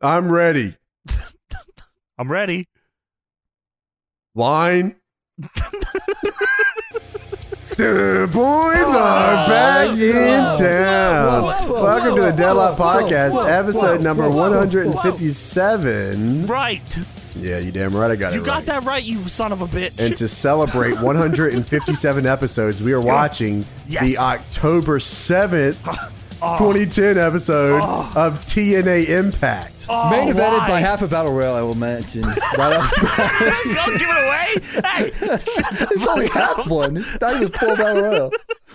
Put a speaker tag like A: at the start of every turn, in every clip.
A: I'm ready.
B: I'm ready.
A: Line. the boys are back in town. Welcome to the Deadlock Podcast, episode number 157.
B: Right.
A: Yeah, you damn right I got
B: You
A: it
B: got
A: right.
B: that right, you son of a bitch.
A: And to celebrate 157 episodes, we are watching
B: Yes. Oh.
A: the October 7th, 2010 episode of TNA Impact.
B: Oh,
C: Main evented
B: why?
C: by half a battle royal, I will mention. Right off the bat.
B: Don't give it away. Hey, shut the
C: It's only half one. It's not even a full battle royal.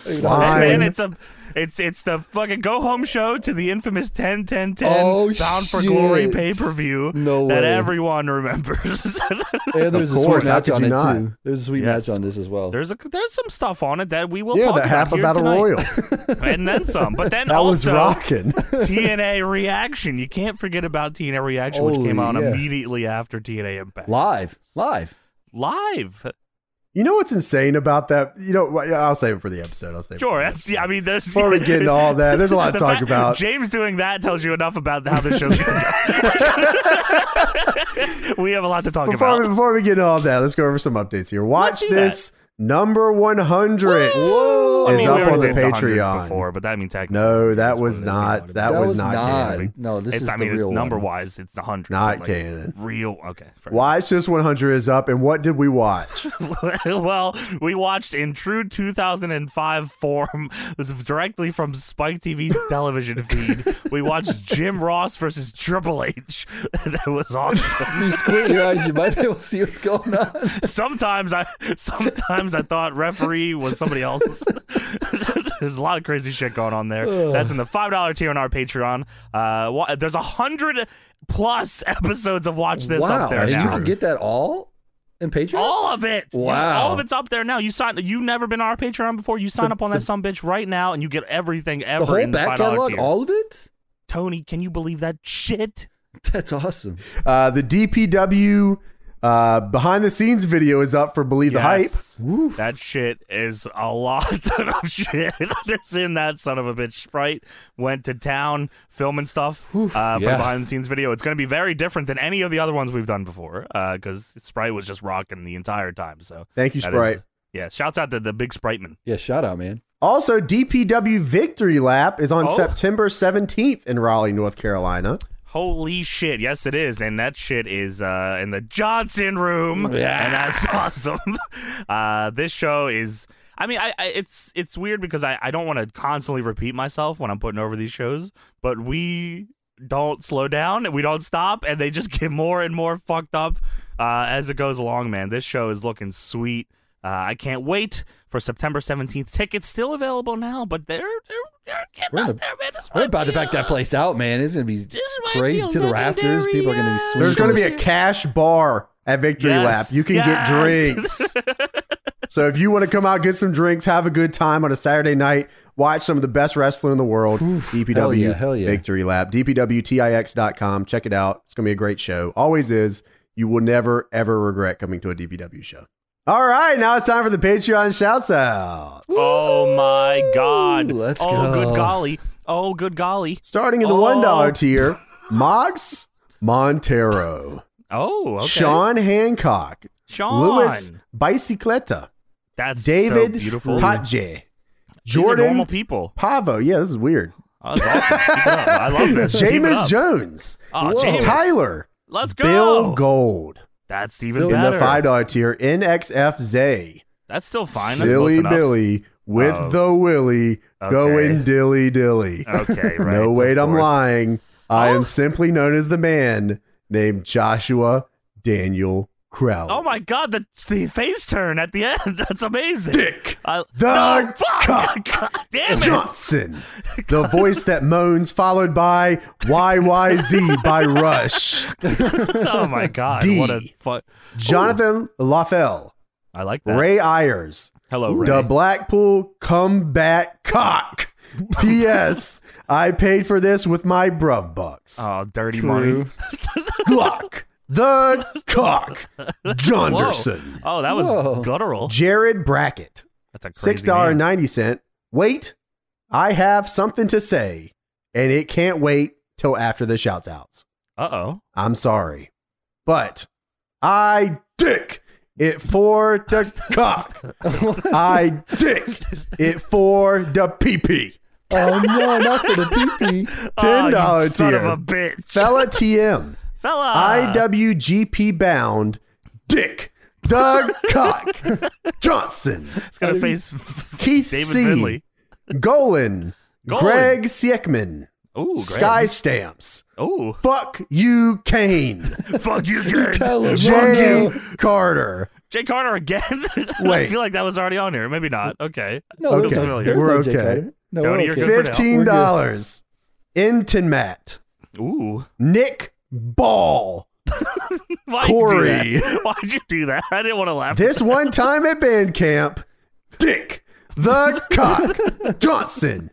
A: Wow.
B: fuck- man,
A: Fine.
B: it's a, it's it's the fucking go home show to the infamous 10 10 10
C: Oh,
B: Bound for
C: shit.
B: Glory pay per view
C: No
B: that
C: way.
B: everyone remembers.
C: And there's
A: Of
C: a
A: course,
C: sweet
A: how
C: match
A: could
C: on
A: you
C: it
A: not?
C: too. There's a sweet
B: Yes.
C: match on this as well.
B: there's a there's some stuff on it that we will
A: yeah,
B: talk
A: that
B: about
A: half a
B: here
A: battle
B: tonight.
A: royal.
B: and then some. But then
A: That
B: also
A: was rocking.
B: TNA Reaction. You can't forget about TNA Reaction, which came
C: Holy,
B: on
C: yeah.
B: immediately after TNA Impact
C: Live, live.
B: live.
A: You know what's insane about that? You know, wh- I'll save it for the episode. I'll save.
B: Sure,
A: it for
B: that's.
A: the
B: I mean, there's.
A: Before we get into all that, there's a lot to
B: The
A: talk
B: fact-
A: about.
B: James doing that tells you enough about how this show's going to go. we have a lot to talk
A: Before we,
B: about.
A: before we get into all that, let's go over some updates here. Watch
B: Let's do
A: this number 100.
C: Whoa.
B: I
A: is
B: mean, we
A: up on the
B: already did 100
A: Patreon.
B: before, but I mean, technically,
A: No,
B: it
A: that
B: is
A: was
B: what it is.
A: not. That,
C: That
A: was,
C: was
A: not.
C: not.
A: canon.
C: No, this
B: it's,
C: is
B: I
C: the
B: mean,
C: real
B: it's number
C: one.
B: wise, it's the hundred.
A: Not
B: like,
A: canon.
B: Real. Okay. fair
A: Watch this 100 is up, and what did we watch?
B: well, we watched in true 2005 form, this is directly from Spike TV's television feed. We watched Jim Ross versus Triple H. that was awesome.
C: You squint your eyes, you might be able to see what's going on.
B: Sometimes I, sometimes I thought referee was somebody else. there's a lot of crazy shit going on there. That's in the five dollar tier on our Patreon. Uh, wa- there's a hundred plus episodes of Watch This
C: wow,
B: up there
C: and
B: now.
C: you can get that all in Patreon.
B: All of it.
C: Wow.
B: Yeah, all of it's up there now. You sign. You've never been on our Patreon before. You sign up on that some bitch right now, and you get everything ever
C: the whole
B: in the
C: back
B: five dollar
C: catalog,
B: tier.
C: all of it.
B: Tony, can you believe that shit?
C: That's awesome.
A: Uh, the DPW uh, behind the scenes video is up for Believe
B: Yes.
C: Woo.
B: That shit is a lot of shit that's in that son of a bitch. Sprite went to town filming stuff uh, for the
C: yeah.
B: behind the scenes video. It's going to be very different than any of the other ones we've done before because Sprite was just rocking the entire time. So
A: the hype. Thank you,
B: that is-
A: Sprite.
B: yeah, shouts out to the big Sprite man.
C: Yeah, shout out, man.
A: Also, DPW Victory Lap is on
B: Oh.
A: September 17th in Raleigh, North Carolina.
B: Holy shit! Yes, it is, and that shit is uh, in the Johnson room,
C: Yeah.
B: and that's awesome. uh, this show is. I mean, I, I it's it's weird because I, I don't want to constantly repeat myself when I'm putting over these shows, but we don't slow down and we don't stop, and they just get more and more fucked up uh, as it goes along. Man, this show is looking sweet. Uh, I can't wait for September 17th. Tickets still available now, but they're they're, they're getting
C: We're
B: out
C: in a-
B: there, man. This
C: We're
B: might
C: about to
B: be,
C: back
B: uh,
C: that place out, man. It's gonna be
B: this might
C: crazy
B: be a
C: to the rafters.
B: legendary,
C: People are gonna be
B: uh,
C: swinging.
A: There's going to be a cash bar at Victory
B: Yes.
A: Lap. You can
B: Yes.
A: get drinks. so if you want to come out, get some drinks, have a good time on a Saturday night, watch some of the best wrestling in the world, DPW
C: Hell yeah, hell yeah.
A: Victory Lap, DPWTIX.com. Check it out. It's going to be a great show. Always is. You will never, ever regret coming to a DPW show. All right, now it's time for the Patreon shouts out.
B: Oh my god.
C: Ooh, let's
B: oh good
C: go.
B: golly. Oh good golly.
A: Starting in the
B: Oh.
A: $1 tier, Mox Montero,
B: Oh, okay.
A: Sean Hancock,
B: Sean.
A: Louis Bicicleta,
B: That's so
A: David
B: beautiful.
A: Tatje,
B: These are normal
A: Jordan
B: people.
A: Pavo. Yeah, this is weird.
B: Oh, that's awesome. Keep it up. I love this. Keep it
A: Jameis
B: up.
A: Jones,
B: Oh,
C: Whoa.
B: Jameis.
A: Tyler,
B: Let's go.
A: Bill Gold
B: that's even
C: In
B: better.
A: in the five dollar tier. NXF Zay,
B: that's still fine. That's
A: Silly
B: close enough.
A: Billy with
B: Oh.
A: the Willy
B: Okay.
A: going dilly dilly.
B: Okay, right.
A: no,
B: of
A: wait, I'm
B: course.
A: lying. I
B: Oh.
A: am simply known as the man named Joshua Daniel Crowley.
B: Oh my god, the, the face turn at the end. That's amazing.
A: Dick.
B: I-
A: The
B: no,
A: cock.
B: fuck. God damn it.
A: Johnson, the voice that moans, followed by YYZ by Rush.
B: Oh my god.
A: D.
B: What a fuck.
A: Jonathan LaFell,
B: I like that.
A: Ray Ayers,
B: Hello, Ray.
A: the Blackpool Comeback Cock. P.S. I paid for this with my bruv bucks.
B: Oh, dirty money.
C: True.
A: Glock, the cock, Jonderson,
B: Oh, that was
C: Whoa.
B: guttural.
A: Jared Brackett,
B: That's a crazy
A: six dollar
B: name.
A: ninety cent. Wait, I have something to say, and it can't wait till after the shouts outs.
B: Uh oh.
A: I'm sorry. But I dick it for the cock. I dick it for the pee pee.
C: oh no, not for the pee pee.
A: Ten dollar
B: Oh, Son
A: tier.
B: of a bitch.
A: Fella TM.
B: Fella.
A: IWGP bound dick the cock. Johnson.
B: It's gonna face
A: Keith
B: David
A: C.
B: Finley.
A: Golan.
B: Golan.
A: Greg Siekman.
B: Ooh, great.
A: Sky Stamps.
B: Ooh,
A: Fuck you, Kane.
B: fuck you, Jay.
C: Tell him,
A: Jay
C: Rongo.
A: Carter.
B: Jay Carter again. I
A: Wait.
B: feel like that was already on here. Maybe not. Okay.
C: No,
A: Okay.
C: there's no-
B: We're
C: there's no
A: okay.
C: Jay Carter. No, we're
B: Tony, you're
C: okay.
B: good. for now.
A: Fifteen dollars. Inton Matt.
B: Ooh.
A: Nick Ball.
B: Why'd
A: Corey.
B: You do that? Why'd you do that? I didn't want to laugh.
A: This one time at band camp, Dick the Cock Johnson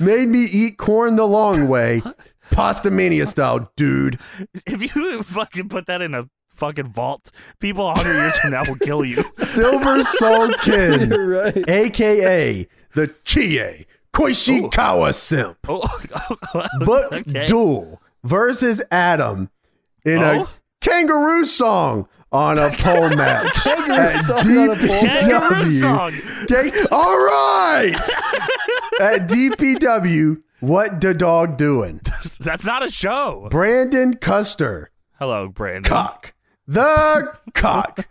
A: made me eat corn the long way, pasta mania style, dude.
B: if you fucking put that in a fucking vault, people a hundred years from now will kill you.
A: Silver Soul Kid,
C: You're right.
A: aka the Chie Koishikawa Simp.
B: Oh,
A: Book
B: Okay.
A: Duel versus Adam in
B: Oh?
A: a kangaroo song on a pole match.
C: Kangaroo
A: at
C: song on a pole match?
B: kangaroo
A: DPW.
B: song.
A: Okay, All right. at DPW, what the dog doing?
B: That's not a show.
A: Brandon Custer,
B: Hello, Brandon.
A: cock. The cock.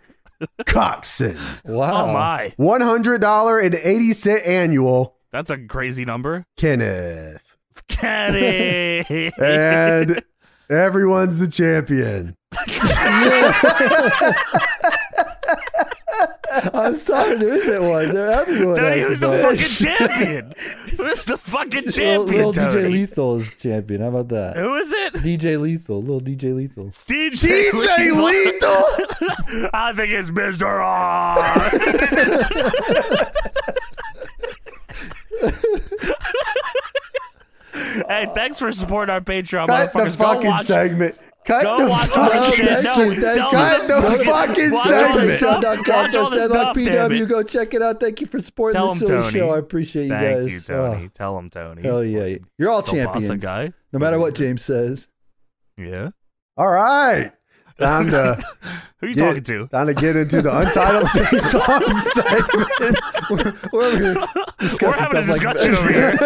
A: Coxon.
C: Wow.
B: Oh my,
A: $100 and 80 cent annual.
B: that's a crazy number.
A: Kenneth.
B: Kenny.
A: And everyone's the champion.
C: I'm sorry, there isn't one. They're everyone.
B: Tony,
C: has
B: who's
C: a
B: the
C: dog.
B: fucking champion? Who's the fucking
C: Little,
B: champion,
C: little DJ
B: Tony?
C: Lethal's champion. How about that?
B: Who is it?
C: DJ Lethal, little DJ Lethal.
B: DJ,
A: DJ Lethal.
B: I think it's Mr. R. hey, thanks for supporting our Patreon,
A: Cut the
B: motherfuckers. Go
A: fucking
B: watch.
A: segment.
B: Go
A: Cut the
B: watch all this
A: fucking
B: shit. No,
A: segment.
C: don't.
A: Cut the fucking
B: Watch all
A: segment.
B: this stuff. Watch all this stuff, damn it.
C: PW, go check it out. Thank you for supporting
B: Tell
C: the
B: him,
C: silly
B: Tony.
C: show. I appreciate you
B: Thank
C: guys.
B: you, Tony. Tell him, Tony.
C: Oh, hell yeah. You're all
B: Go boss a
C: champions.
B: guy.
C: No matter what James says.
B: Yeah.
A: All right. Time to
B: Who you
A: get,
B: talking to?
A: Time to get into the untitled theme song segment.
C: We're, we're over here discussing
B: We're having a
C: stuff like
B: discussion over here.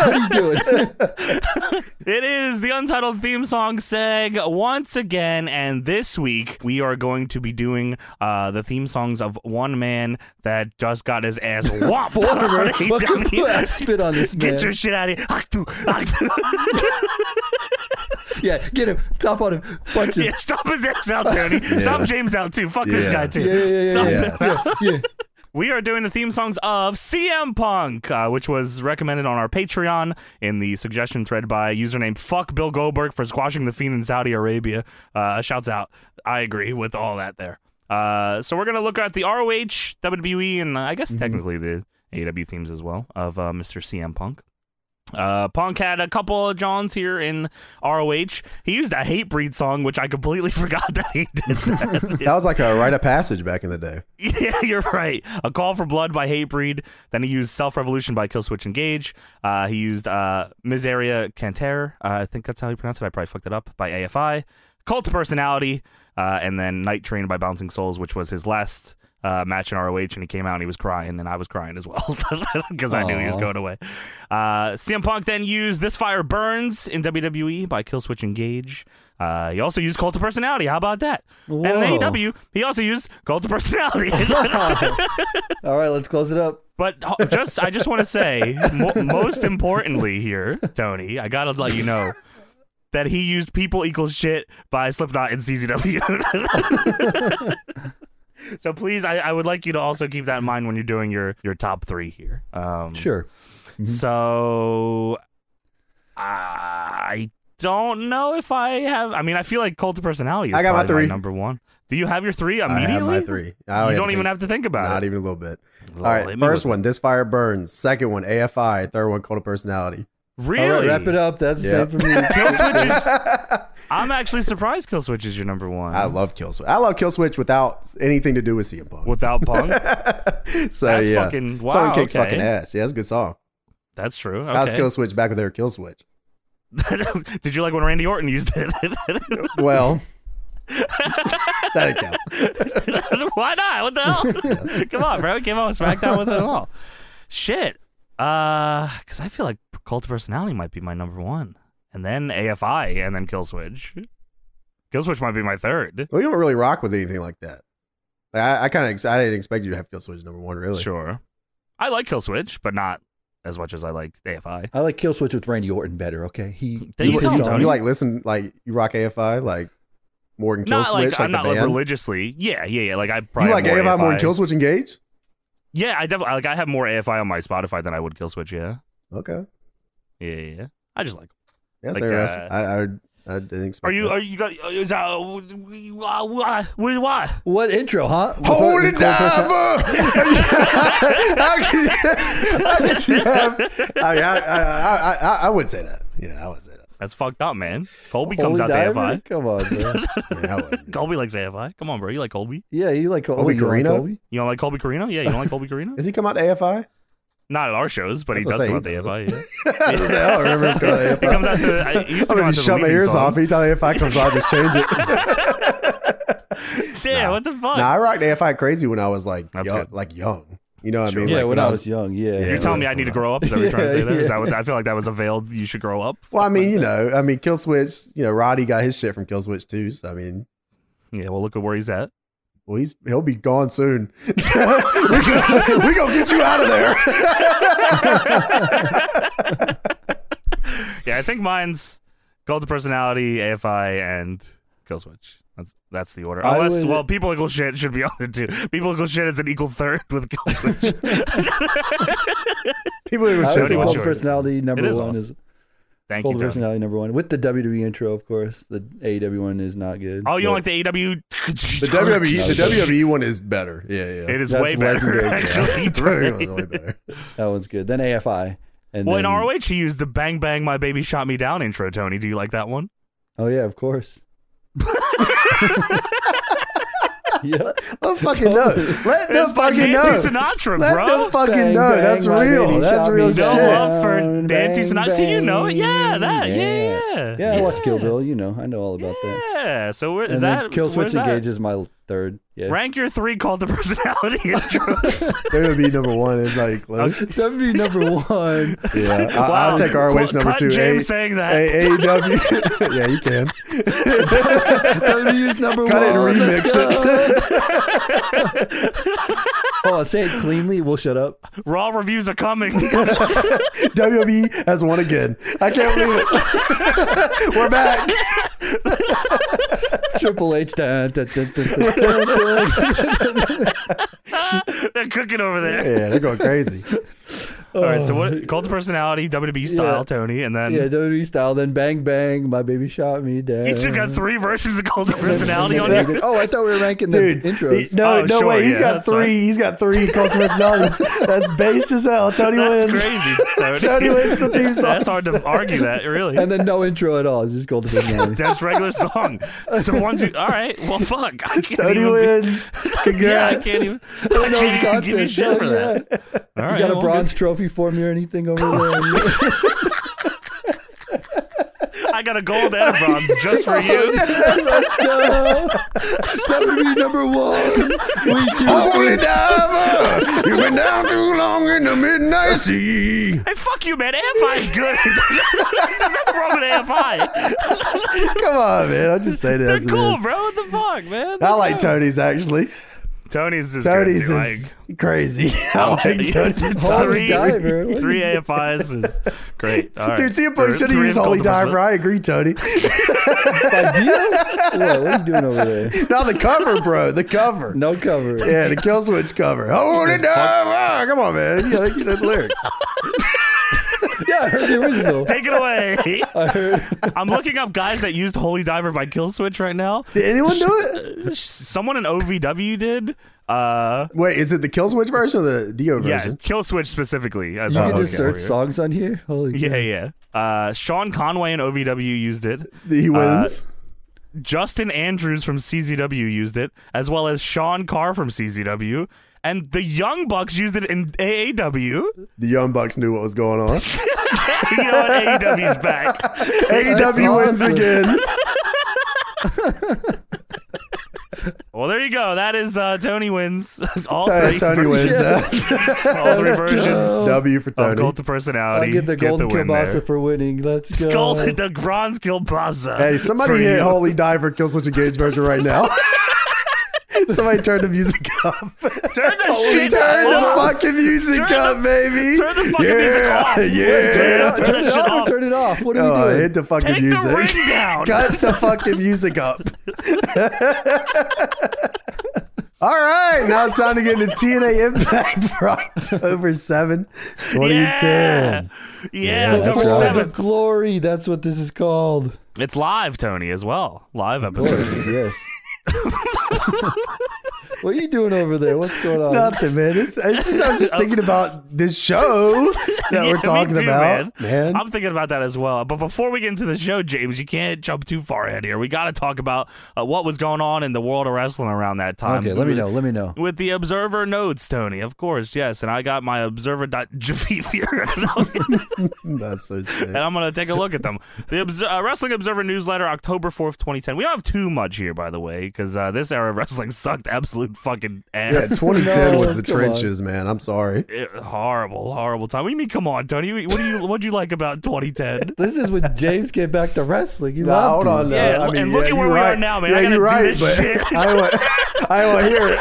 C: How are you doing?
B: It is the Untitled Theme Song Seg once again, and this week we are going to be doing uh, the theme songs of one man that just got his ass whopped. on
C: Former. Fucking
B: AEW.
C: I spit on this man.
B: Get your shit out of here. Haktu, haktu.
C: yeah, get him. Top on him. Punch him.
B: yeah, stop his ass out, Tony. Stop James out, too. Fuck this
A: Yeah.
B: guy, too.
C: Yeah, yeah, yeah,
B: stop
C: yeah.
B: this.
C: yeah.
B: We are doing the theme songs of CM Punk, uh, which was recommended on our Patreon in the suggestion thread by username Fuck Bill Goldberg for squashing the fiend in Saudi Arabia. Uh, shouts out. I agree with all that there. Uh, so we're gonna look at the ROH, WWE, and uh, I guess technically the AEW themes as well of uh, Mr. CM Punk. Uh, Punk had a couple of Johns here in ROH. He used a hate breed song, which I completely forgot that he did. That.
A: That was like a rite of passage back in the day.
B: Yeah, you're right. A Call for Blood by Hatebreed. Then he used Self Revolution by Killswitch Engage. Uh, he used uh, Miseria Canter. Uh, I think that's how you pronounce it. I probably fucked it up. By AFI. Cult of Personality. Uh, and then Night Train by Bouncing Souls, which was his last uh, match in ROH. And he came out and he was crying. And I was crying as well because I knew he was
C: Aw.
B: going away. Uh, CM Punk then used This Fire Burns in WWE by Killswitch Engage. Uh, he also used Cult of Personality. How about that?
C: Whoa.
B: And AEW you. He also used cult of personality.
C: All right, let's close it up.
B: but ho- just, I just want to say, mo- most importantly here, Tony, I gotta let you know that he used "People Equals Shit" by Slipknot and CZW. so please, I, I would like you to also keep that in mind when you're doing your your top three here. Um,
C: Sure.
A: Mm-hmm.
B: So I don't know if I have. I mean, I feel like cult of personality. Is
A: I got my
B: probably
A: three.
B: number one. Do you have your three
A: I
B: immediately?
A: have my three. I
B: you don't even have to think about
A: Oh, Not
B: it.
A: even a little bit.
B: Lord,
A: All
B: hit
A: right.
B: me
A: First
B: with
A: one, This Fire Burns. Second one, AFI. Third one, Cult of Personality.
B: it. Really?
C: All right, wrap it up. That's
A: Yeah.
C: the same for me.
B: Killswitch is. I'm actually surprised Killswitch is your number one.
A: I love Killswitch. I love Killswitch without anything to do with CM Punk.
B: Without Punk,
A: so
B: That's
A: Oh, yeah,
B: fucking- wow,
A: song kicks
B: okay.
A: fucking ass. Yeah, that's a good song.
B: that's true.
A: That was
B: Okay.
A: Killswitch back with their Killswitch.
B: Did you like when Randy Orton used it?
A: Well, that didn't count.
B: Why not? What the hell? Come on, bro. Came out with SmackDown with it all. Shit. Uh, because I feel like Cult of Personality might be my number one, and then AFI, and then Killswitch. Killswitch might be my third.
A: Well, you don't really rock with anything like that. Like, I, I kind of ex- I didn't expect you to have Kill Switch number one, really.
B: Sure. I like Killswitch, but not as much as I like AFI.
C: I like Killswitch with Randy Orton better. Okay, he.
B: There you
C: he's
A: You,
B: go,
C: on-
A: you-
B: Tony.
A: you, like listen like you rock AFI like Morgan Kill
B: Not
A: Switch
B: like,
A: like,
B: I'm
A: the
B: not like
A: band.
B: religiously. Yeah, yeah, yeah. Like I probably
A: you like
B: have
A: AFI
B: more
A: more than Kill Switch Engage?
B: Yeah, I definitely like. I have more AFI on my Spotify than I would Killswitch. Yeah,
A: Okay,
B: yeah, yeah. yeah. I just like.
A: that's
B: Like,
A: interesting.
B: uh,
A: I, I I didn't expect.
B: Are you?
A: that.
B: Are you got? uh, Is that? Why? Why? uh, Why?
C: What intro, huh?
A: Holy
C: Before- before first-
A: diver! how, could you, how could you have? I, mean, I, I, I, I, I would say that. Yeah, I would say that.
B: That's fucked up, man. Colby
C: Holy
B: comes out
C: diver?
B: to
C: Come on, man.
A: Yeah, I would.
B: AFI. Colby likes AFI. Come on, bro. You like Colby?
C: yeah, you like Col-
A: Colby
C: oh, you like
A: Garino?
C: Colby?
B: You don't like Colby Carino? Yeah, you don't like Colby Carino?
A: Does he come out to AFI?
B: Not at our shows, but he
A: That's
B: does
A: what
B: come
A: I
B: out to AFI. Yeah.
A: I was like, I don't remember him coming out to AFI.
B: he comes out to. I, he used to
A: I'm
B: come
A: gonna
B: out to the
A: shut my
B: leading
A: ears
B: song.
A: off. Anytime AFI comes on, just change it.
B: Damn,
A: Nah.
B: what the fuck?
A: nah, I rocked AFI crazy when I was like
B: That's
A: young,
B: good.
A: like young. You know what
B: Sure.
A: I mean?
C: Yeah,
A: like,
C: when I was young. Yeah,
A: Yeah.
B: You're telling me I need to grow up? Is that what you're trying to say? There? Is
C: Yeah,
B: that what? I feel like that was a veiled. You should grow up.
A: Well, I mean, you know, I mean, Kill Switch. You know, Roddy got his shit from Kill Switch too. So I mean,
B: Yeah. Well, look at where he's at.
A: well, he's he'll be gone soon. we gonna, we gonna get you out of there.
B: Yeah, I think mine's Cult of Personality, AFI, and Killswitch. That's that's the order.
C: I
B: Unless,
C: would-
B: well, People Equal Shit should be on it too. People Equal Shit is an equal third with Killswitch.
A: People even
C: I
A: shit.
B: Cody,
C: would say
B: what's
C: Cold's
B: yours?
C: personality number
B: is
C: one
B: awesome.
C: is
B: Thank
C: Cold's
B: you, Tony.
C: personality number one with the WWE intro, of course. The AEW one is not good.
B: Oh, you don't
C: but-
B: like the AW?
A: The WWE,
C: E,
A: the WWE one is better. Yeah, yeah.
B: It is
C: That's
B: way better,
C: legendary.
B: actually.
A: The WWE one's way better.
C: that one's good. Then AFI. And
B: Well, in
C: then,
B: ROH, he used the "Bang Bang, My Baby Shot Me Down" intro. Tony, do you like that one?
C: Oh yeah, of course. yeah.
A: Let Oh, fucking know. Let
B: It's
A: them
B: by
A: fucking know.
B: Nancy Sinatra,
A: Let
B: bro.
A: them fucking
C: Bang,
A: know.
C: bang,
A: That's
C: my
A: real.
C: baby
A: That's
C: shot me
A: real shit.
B: no
C: down.
B: love for
C: Bang,
B: Nancy Sinatra. See, you know, it. yeah,
C: bang.
B: that, yeah, yeah,
C: Yeah.
B: yeah.
C: Yeah, I watched Kill Bill. You know, I know all about that.
B: Yeah. So where,
C: And
B: is
C: then
B: that
C: Kill Switch
B: where's that?
C: Engage is my third. Yeah.
B: Rank your three cult of personality intros.
A: WWE number one is like close.
C: That'd be number one.
A: Yeah, I,
B: Wow.
A: I'll take ROH
B: Well,
A: number
B: cut
A: two.
C: eh?
B: James
A: A-
B: saying that.
A: A- AEW. yeah, you can.
C: WWE's number
A: Cut
C: one.
A: it and remix it.
C: Hold on, say it cleanly. We'll shut up.
B: Raw reviews are coming. All
A: WWE E has won again. I can't believe it. We're back.
C: Triple H. Dun, dun, dun, dun, dun, dun, dun.
B: They're cooking over there.
A: Yeah, they're going crazy.
B: All right. So what? Cult of personality, WWE style,
C: Oh. Yeah.
B: Tony, and then
C: Yeah, WWE style. Then bang bang. My baby shot me down.
B: you still got three versions of cult of personality on
C: Yeah,
B: you.
C: Oh, I thought we were ranking the
A: Dude,
C: intros.
A: he- no,
B: Oh,
A: no
B: sure,
A: way. He's
B: yeah,
A: got
B: that's
A: three.
B: fine.
A: He's got three cult personalities. That's base as hell. Tony
B: That's
A: wins.
B: crazy.
A: Tony
B: Tony.
A: wins the theme song.
B: That's hard to argue that. Really.
C: and then no intro at all. It's Just Gold Personality.
B: That's regular song. So one, two. All right. Well, fuck. I can't
A: Tony
B: even. be-
A: wins. Congrats.
B: yeah, I can't even. I
C: knows
B: can't even give you
C: content?
B: shit for
C: Yeah,
B: that. All right.
C: You got a
B: well,
C: bronze trophy for me or anything over there?
B: I got a gold and a bronze just for you.
C: Let's go. That would be number one. We do.
A: Holy diver, you've been uh, down too long in the midnight sea.
B: Hey, fuck you, man. AFI is good. There's nothing wrong with AFI.
A: Come on, man. I'll just say that.
B: They're
A: as it
B: cool,
A: is.
B: bro. What the fuck, man?
A: I like Tony's actually.
B: Tony's is
A: Tony's
B: good,
A: is crazy. I like
B: too. Like,
A: Tony's.
B: three,
C: Holy Diver. What
B: three
C: you-
B: AFIs is great. All right.
A: Dude, CM Punk
B: Three-
A: should have
B: three
A: used
B: of
A: Holy
B: Gold Diver.
A: Diver. I agree, Tony.
C: Idea? Yeah, what are you doing over there?
A: Now the cover, bro. The cover.
C: No cover.
A: Yeah, the kill switch cover. Holy Diver. Ah, Come on, man. You know, you know the lyrics.
C: Yeah, I heard the original.
B: Take it away.
C: I heard.
B: I'm looking up guys that used Holy Diver by Killswitch right now.
A: Did anyone do it?
B: Someone in OVW did. Uh,
A: Wait, is it the kill switch version or the Dio
B: yeah,
A: version?
B: Killswitch specifically. As
C: You
B: well.
C: can just
A: Oh, okay.
C: search songs on here. Holy
B: Yeah,
C: cow.
B: yeah. Uh, Sean Conway in OVW used it.
A: He
B: Uh,
A: wins.
B: Justin Andrews from CZW used it, as well as Sean Carr from CZW, and the Young Bucks used it in AAW.
A: the Young Bucks knew what was going on.
B: you know what? AEW's back.
A: AEW E wins
C: awesome.
A: again.
B: Well, there you go. That is uh, Tony wins all
A: Uh,
B: three.
A: Tony wins
B: versions-
A: that.
B: All three
C: Let's
B: versions
C: go.
A: W for
B: of
A: Tony.
B: Cult of Personality.
C: I get the golden
B: win
C: kielbasa
B: there.
C: for winning. Let's go.
B: Gold, the bronze kielbasa.
A: Hey, somebody
B: for
A: hit
B: you.
A: Holy Die for Killswitch Engage version right now. somebody turn the music up.
B: Turn the
A: Turn
B: shit
A: the
B: off.
A: fucking music
B: Turn the-
A: up, baby.
B: turn the fucking
A: yeah,
B: music off.
A: Yeah.
B: Turn it up.
C: Turn it
B: Shut
C: off
B: up.
C: or turn it off. What are
A: Oh,
C: we doing?
A: hit the fucking
B: Take
A: music.
B: the ring down.
A: Cut the fucking music up. All right, now it's time to get into TNA Impact for October 7, 2010.
B: Yeah, yeah,
A: That's
C: That's
A: right.
B: October
C: the
B: seventh.
C: glory. That's what this is called.
B: It's live, Tony, as well. Live episode.
C: Glory, yes. what are you doing over there? What's going on?
A: Nothing, man. It's, it's just I'm just thinking about this show that
B: Yeah,
A: we're
B: me
A: talking
B: too,
A: about, man.
B: I'm thinking about that as well. But before we get into the show, James, you can't jump too far ahead here. We got to talk about uh, what was going on in the world of wrestling around that time.
C: Okay, let me know. Let me know.
B: With the Observer notes, Tony, of course, yes. And I got my Observer.jpg here.
A: That's so sick.
B: and I'm gonna take a look at them. The Obs- uh, Wrestling Observer newsletter, October fourth, 2010. We don't have too much here, by the way, because uh, this era of wrestling sucked absolute fucking ass.
A: Yeah, 2010
C: No,
A: was the
C: come on.
A: trenches, man. I'm sorry.
B: It- horrible, horrible time. What do you mean? Come on, Tony. What do you? What do you like about 2010?
C: This is when James came back to wrestling. He
A: Nah, hold
C: loved it.
A: on. though.
B: Yeah,
A: I
B: and
A: mean,
B: look
A: yeah,
B: at where
A: you're
B: we are
A: right.
B: now, man.
A: Yeah,
B: I gotta
A: you're
B: do
A: right,
B: this
A: but
B: shit.
A: I will, I will hear it.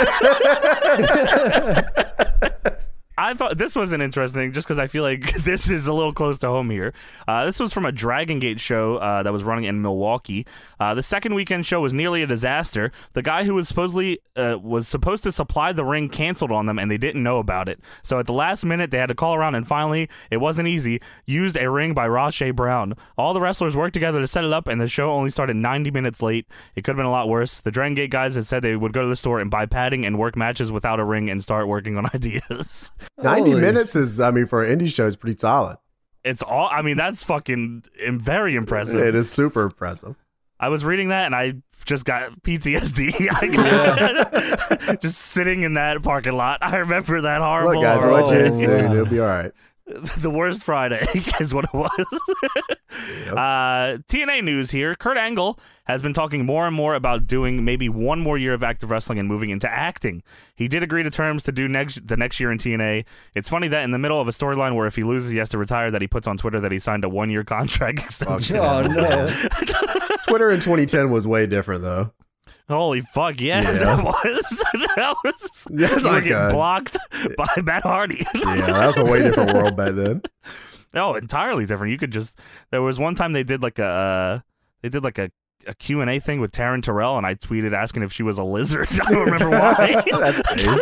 B: I thought this was an interesting thing just because I feel like this is a little close to home here. Uh, this was from a Dragon Gate show uh, that was running in Milwaukee. Uh, the second weekend show was nearly a disaster. The guy who was supposedly uh, was supposed to supply the ring canceled on them, and they didn't know about it. So at the last minute, they had to call around, and finally, it wasn't easy. Used a ring by Rashe Brown. All the wrestlers worked together to set it up, and the show only started 90 minutes late. It could have been a lot worse. The Dragon Gate guys had said they would go to the store and buy padding and work matches without a ring and start working on ideas.
A: 90
C: Holy-
A: minutes is, I mean, for an indie show, is pretty solid.
B: It's all. I mean, that's fucking im- very impressive.
A: It is super impressive.
B: I was reading that and I just got PTSD. I got- just sitting in that parking lot. I remember that horrible.
A: Look, guys,
B: horrible
A: we'll let you in
C: Oh,
B: day.
A: soon.
C: wow.
A: It'll be all right.
B: the worst Friday is what it was. uh, TNA news here. Kurt Angle has been talking more and more about doing maybe one more year of active wrestling and moving into acting. He did agree to terms to do next the next year in TNA. It's funny that in the middle of a storyline where if he loses he has to retire, that he puts on Twitter that he signed a one year contract extension.
C: Oh no.
A: Twitter in 2010 was way different, though.
B: Holy fuck! Yeah,
A: Yeah.
B: that was that was.
A: That's
B: you were
A: like
B: getting
A: a-
B: blocked by Matt Hardy.
A: Yeah, that was a way different world back then.
B: no, entirely different. You could just. There was one time they did like a uh, they did like a. A Q and A thing with Taryn Terrell, and I tweeted asking if she was a lizard. I don't remember why.
A: That's crazy.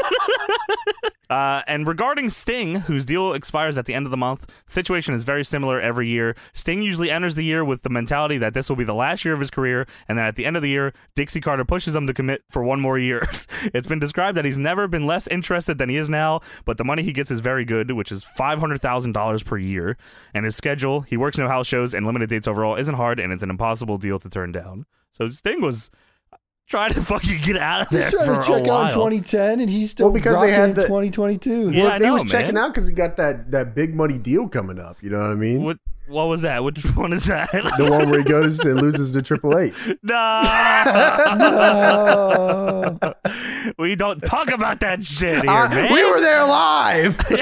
B: Uh, and regarding Sting, whose deal expires at the end of the month, the situation is very similar every year. Sting usually enters the year with the mentality that this will be the last year of his career, and then at the end of the year, Dixie Carter pushes him to commit for one more year. it's been described that he's never been less interested than he is now, but the money he gets is very good, which is $500,000 per year. And his schedule, he works no house shows and limited dates overall, isn't hard, and it's an impossible deal to turn down. So Sting was uh, trying to fucking get out of there
C: He's trying
B: for
C: to
B: a
C: check
B: while.
C: out 2010, and he's still
A: Well, because
C: because
A: they had the-
C: 2022.
B: Yeah, I
A: he
B: know,
A: was checking
B: man.
A: out because he got that, that big money deal coming up. You know what I mean?
B: What what was that? Which one is that?
A: The one where he goes and loses to Triple H.
B: no,
C: Oh.
B: we don't talk about that shit here,
A: Uh,
B: man.
A: we were there live. we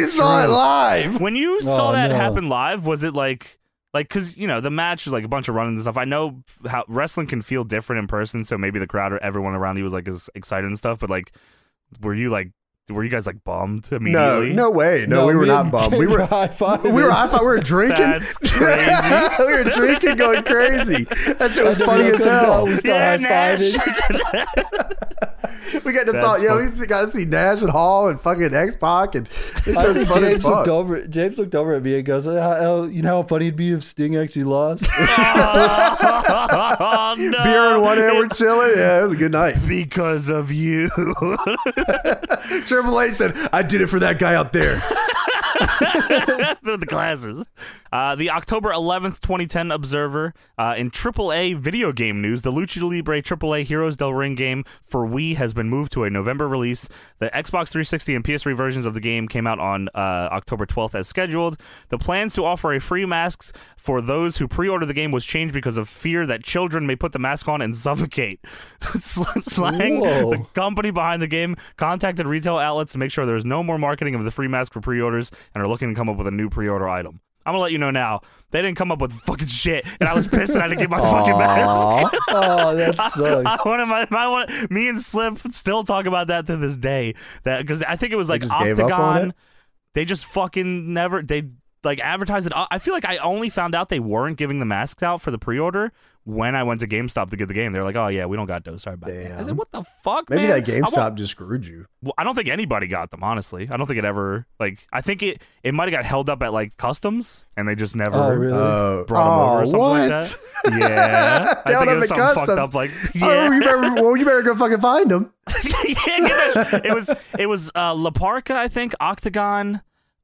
B: That's
A: saw it
B: true.
A: live.
B: when you saw
C: Oh,
B: that
C: no.
B: happen live, was it like like because you know the match was like a bunch of running and stuff? I know how wrestling can feel different in person, so maybe the crowd or everyone around you was like as excited and stuff. But like, were you like were you guys like bummed
A: No,
B: immediately?
A: no way. No, we were
C: me
A: not
C: and
A: bummed.
C: James
A: We were.
C: high five.
A: We were. I thought we were drinking.
B: That's crazy.
A: we were drinking, going crazy. That shit was funny as hell.
C: We still
B: Yeah,
C: high
B: Nash.
C: fiving.
A: We got to
B: That's
A: saw. Yeah,
B: fun.
A: we got to see Nash and Hall and fucking X Pac, and it's
C: I
A: just
C: think
A: fun as
C: James looked
A: fuck.
C: over. James looked over at me and goes, "Uh, how- "You know how funny it'd be if Sting actually lost."
B: Oh, no.
A: Beer in one hand, we're chilling. Yeah, it was a good night.
B: because of you.
A: Triple H said, "I did it for that guy out there."
B: the, the glasses. Uh, the October 11th, 2010 Observer. Uh, in AAA video game news, the Lucha Libre AAA Heroes del Ring game for Wii has been moved to a November release. The Xbox 360 and PS3 versions of the game came out on uh, October 12th as scheduled. The plans to offer a free masks for those who pre-order the game was changed because of fear that children may put the mask on and suffocate. Sl- Slang,
C: Whoa.
B: the company behind the game contacted retail outlets to make sure there's no more marketing of the free mask for pre-orders and are looking to come up with a new pre-order item. I'm gonna let you know now. They didn't come up with fucking shit, and I was pissed that I didn't get my fucking mask.
C: Aw. oh, that
B: I
C: sucks.
B: want my, I want me and Slip still talk about that to this day. That because I think it was like
A: just gave up on
B: Octagon.
A: it?
B: They just fucking never they like advertised it. I I feel like I only found out they weren't giving the masks out for the pre-order when I went to GameStop to get the game. They're like, "Oh yeah, we don't got those. Sorry about that." I
A: Damn.
B: said, "What the fuck,
A: Maybe
B: man?"
A: that
B: I want-
A: GameStop just screwed you.
B: well, I don't think anybody got them. Honestly, I don't think it ever like. I think it it might have got held up at like customs, and they just never.
C: Oh, really?
A: Oh,
B: Uh, Brought them over
A: oh,
B: or something
A: what?
B: like that. Yeah, I
A: Held
B: think
A: up
B: it was
A: at
B: something fucked
A: customs.
B: up. Like,
A: Oh,
B: yeah,
A: you better, well, you better go fucking find them.
B: yeah, get that- it was it was uh, La Parca, I think, Octagon,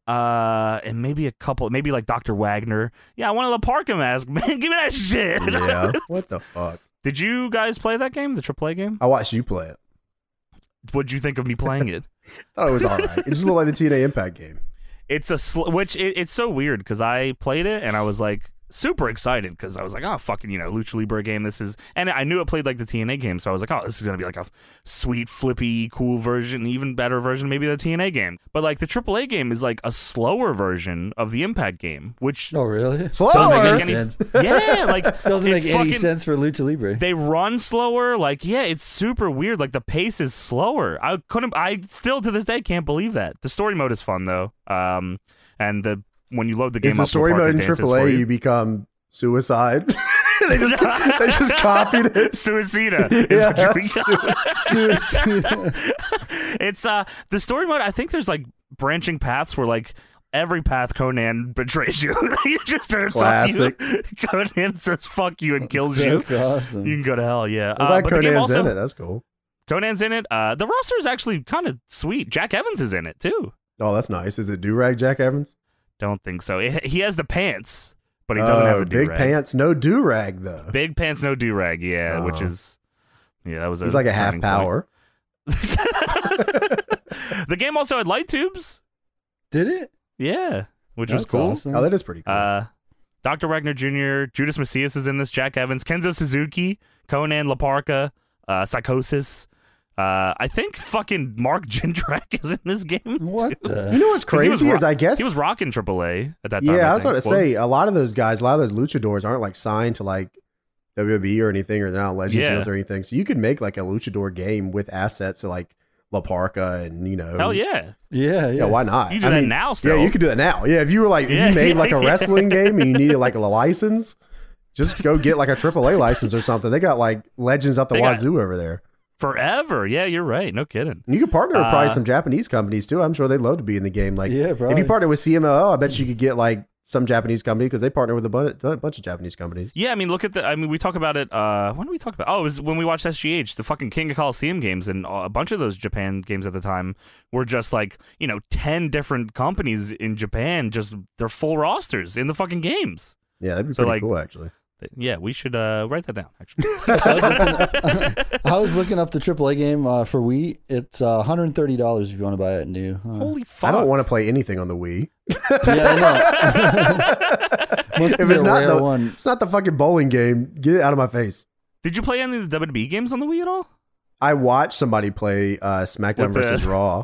B: uh, and maybe a couple, maybe like Doctor Wagner. Yeah, I want a La Parca mask, man. Give me that shit.
A: Yeah. what the fuck?
B: Did you guys play that game, the AAA game?
A: I watched you play it.
B: What'd you think of me playing it?
A: Thought it was all right. It just looked like the TNA Impact game.
B: it's a sl- which it, it's so weird because I played it and I was like super excited because I was like, oh fucking you know lucha libre game this is and I knew it played like the TNA game so I was like, oh this is gonna be like a sweet flippy cool version, even better version maybe of the TNA game. But like the AAA game is like a slower version of the Impact game, which
C: Oh, really?
A: Slower.
B: doesn't make
A: Doesn't
B: any
C: sense.
B: yeah like
C: Doesn't
B: it's
C: make any
B: fucking-
C: sense for Lucha Libre.
B: they run slower. Like, yeah, it's super weird. Like the pace is slower. I couldn't. I still to this day can't believe that. The story mode is fun though. Um, and the when you load the game,
A: It's
B: up,
A: a
B: the
A: story
B: party
A: mode in
B: dances for
A: AAA. You become suicide. they just they just copied it.
B: Suicida. Is
A: Yeah,
B: what you
C: Seriously.
B: it's uh the story mode. I think there's like branching paths where like every path Conan betrays you. he just turns
A: Classic.
B: on you. Conan says "fuck you" and kills you.
C: That's awesome.
B: You can go to hell. Yeah.
A: I'm
B: uh,
A: glad
B: but the game
A: Conan's
B: also,
A: in it. That's cool.
B: Conan's in it. Uh, the roster is actually kind of sweet. Jack Evans is in it too.
A: Oh, that's nice. Is it do rag Jack Evans?
B: Don't think so. It, he has the pants, but he doesn't
A: Oh,
B: have the
A: big
B: do-rag.
A: pants, no do rag though.
B: Big pants, no do rag. Yeah,
A: Oh.
B: which is yeah, that was
A: He's like a half
B: turning point.
A: power.
B: the game also had light tubes.
C: Did it?
B: Yeah, which was
C: That's
B: cool.
C: awesome.
A: Oh, that is pretty cool.
B: Uh, Dr. Wagner Jr., Judas Macias is in this, Jack Evans, Kenzo Suzuki, Conan Laparca, uh, Psychosis. Uh, I think fucking Mark Jindrak is in this game. too.
C: what
A: you
C: the?
A: know what's
B: 'Cause he was
A: crazy
B: ro-
A: is I guess
B: He was rocking AAA at that time.
A: Yeah, I,
B: I
A: was about
B: think.
A: to
B: Well,
A: say a lot of those guys, a lot of those luchadors aren't like signed to like WWE or anything, or they're not legend
B: Yeah.
A: deals or anything. So you could make like a luchador game with assets to like La Parca and you know,
B: Hell yeah.
C: Yeah, yeah.
A: yeah, why not?
B: You do
A: I
B: that
A: mean,
B: now still.
A: Yeah, you could do that now. Yeah, if you were like if
B: Yeah,
A: you made like a
B: yeah.
A: wrestling game and you needed like a license, just go get like a AAA license or something. They got like legends out the
B: They got-
A: wazoo over there.
B: Forever. Yeah, you're right. No kidding.
A: And you could partner with
B: Uh,
A: probably some Japanese companies too. I'm sure they'd love to be in the game. Like
C: yeah,
A: if
C: probably.
A: you partner with CMLL, I bet you could get like some Japanese company because they partner with a bun- a bunch of Japanese companies.
B: Yeah, I mean, look at the. I mean, we talk about it. Uh, when do we talk about? Oh, it was when we watched SGH, the fucking King of Coliseum games, and a bunch of those Japan games at the time were just like you know ten different companies in Japan, just their full rosters in the fucking games.
A: Yeah, that'd be
B: So,
A: pretty
B: like-
A: cool, actually.
B: Yeah, we should uh, write that down. Actually,
C: I was looking up the AAA game uh, for Wii. It's uh, $130 if you want to buy it new. Uh,
B: holy fuck!
A: I don't want to play anything on the Wii.
C: yeah, I know. Must
A: If
C: be
A: it's
C: a
A: not
C: rare
A: the-
C: one.
A: It's not the fucking bowling game. Get it out of my face.
B: Did you play any of the WWE games on the Wii at all?
A: I watched somebody play uh, SmackDown
B: With the-
A: versus Raw.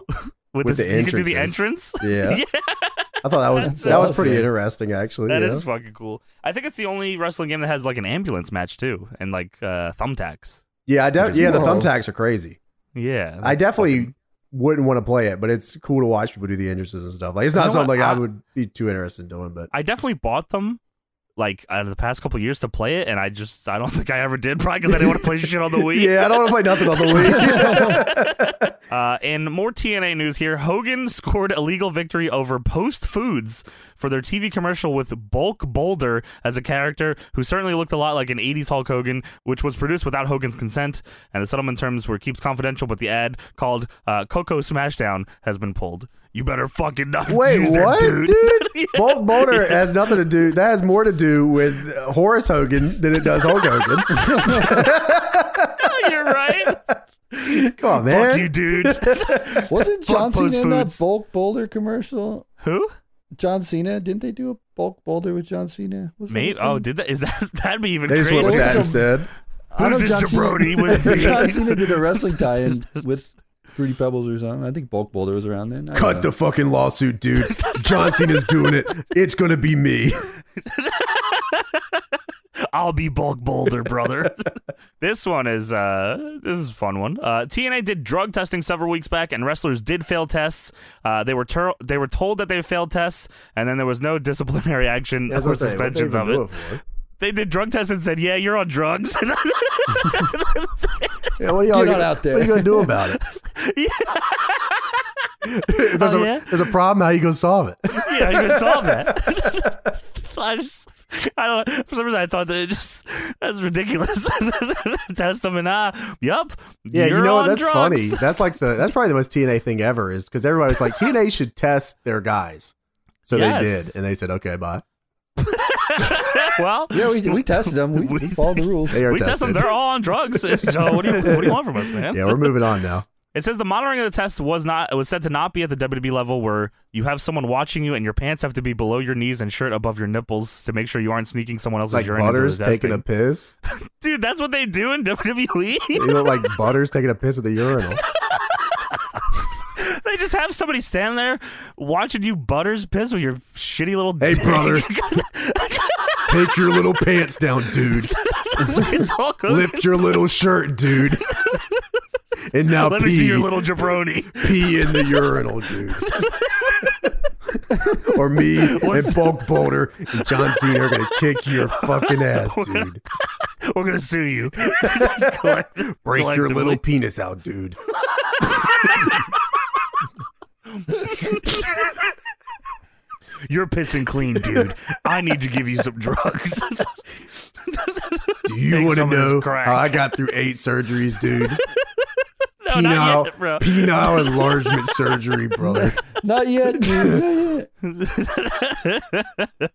B: With,
A: With
B: this,
A: the
B: you could do the
A: entrances.
B: entrance.
A: Yeah. I thought that was
C: That's
A: that was pretty
C: awesome.
A: interesting, actually.
B: That
A: yeah.
B: is fucking cool. I think it's the only wrestling game that has like an ambulance match too, and like uh, thumbtacks.
A: yeah, I def-
B: Which is
A: yeah. The
C: wild.
A: thumbtacks are crazy.
B: Yeah,
A: I
B: that's
A: definitely
B: fucking-
A: wouldn't want to play it, but it's cool to watch people do the entrances and stuff. Like it's
B: You
A: not
B: know what?
A: something I,
B: I-
A: would be too interested in doing, but
B: I definitely bought them like out of the past couple years to play it, and I just I don't think I ever did probably because I didn't want to play shit on the Wii.
A: yeah, I don't want to play nothing on the Wii.
B: Uh, and more TNA news here. Hogan scored a legal victory over Post Foods for their TV commercial with Bulk Boulder as a character who certainly looked a lot like an 80s Hulk Hogan, which was produced without Hogan's consent. And the settlement terms were keeps confidential, but the ad called uh, Coco Smashdown has been pulled. you better fucking not
A: Wait,
B: use
A: what,
B: that, dude.
A: dude? Bolt Boulder has nothing to do. That has more to do with uh, Horace Hogan than it does Hulk Hogan.
B: You're right.
A: Come on, man.
B: Fuck you, dude.
C: Wasn't John
B: Post
C: Cena in that
B: Foods.
C: bulk boulder commercial?
B: Who?
C: John Cena? Didn't they do a bulk boulder with John Cena? Was that
B: Me?
C: a
B: Oh,
C: thing?
B: did that? Is that that'd be even
A: They just went with
B: crazy?
A: that instead.
C: I know
B: Who's this
C: John
B: jabroni with
C: Cena,
B: me?
C: John Cena did a wrestling tie-in with Fruity Pebbles or something. I think bulk boulder was around then. I don't
A: Cut
C: know.
A: the fucking lawsuit, dude. John Cena's doing it. It's gonna be me.
B: I'll be bulk boulder, brother. this one is uh this is a fun one. Uh, TNA did drug testing several weeks back, and wrestlers did fail tests. Uh, they were tur- they were told that they failed tests, and then there was no disciplinary action or suspensions of it. They did drug tests and said, "Yeah, you're on drugs."
A: Yeah, what are y'all
C: Get on
A: gonna,
C: out there.
A: What are you gonna do about it? If there's,
B: Oh,
A: a,
B: yeah?
A: there's a problem. How you gonna solve it?
B: yeah, I even saw that. I just, I don't know. For some reason, I thought that it just, that's ridiculous. Test them and, uh, yup.
A: Yeah,
B: you're
A: you know what?
B: on
A: That's
B: drugs.
A: funny. That's like the that's probably the most TNA thing ever is because everybody was like TNA should test their guys, so
B: Yes.
A: they did, and they said okay, bye.
B: well,
C: Yeah, we, we tested them. We, we followed the rules.
A: They are
B: we
A: tested.
B: test them. They're all on drugs. So what do you, what do you want from us, man?
A: yeah, we're moving on now.
B: It says the monitoring of the test was not was said to not be at the WWE level where you have someone watching you and your pants have to be below your knees and shirt above your nipples to make sure you aren't sneaking someone else's
A: It's like
B: urine
A: Butters
B: into the
A: taking a
B: testing.
A: piss.
B: Dude, that's what they do in E? WWE.
A: You look like Butters taking a piss at the urinal.
B: They just have somebody stand there watching you butters piss with your shitty little.
A: Hey,
B: dick.
A: brother. Take your little pants down, dude.
B: it's all good.
A: Lift your little shirt, dude. And now
B: Let
A: pee,
B: me see your little jabroni.
A: pee in the urinal, dude. or me and Bulk Boulder and John Cena are gonna kick your fucking ass, dude.
B: We're gonna sue you.
A: Break your little
B: Collectively.
A: penis out, dude.
B: You're pissing clean, dude. I need to give you some drugs.
A: Do you
B: Take
A: want to
B: some of this
A: know
B: crack.
A: how I got through eight surgeries, dude?
B: no,
A: penile,
B: Oh, not yet, bro.
A: penile enlargement surgery, brother.
C: Not yet. dude, not yet.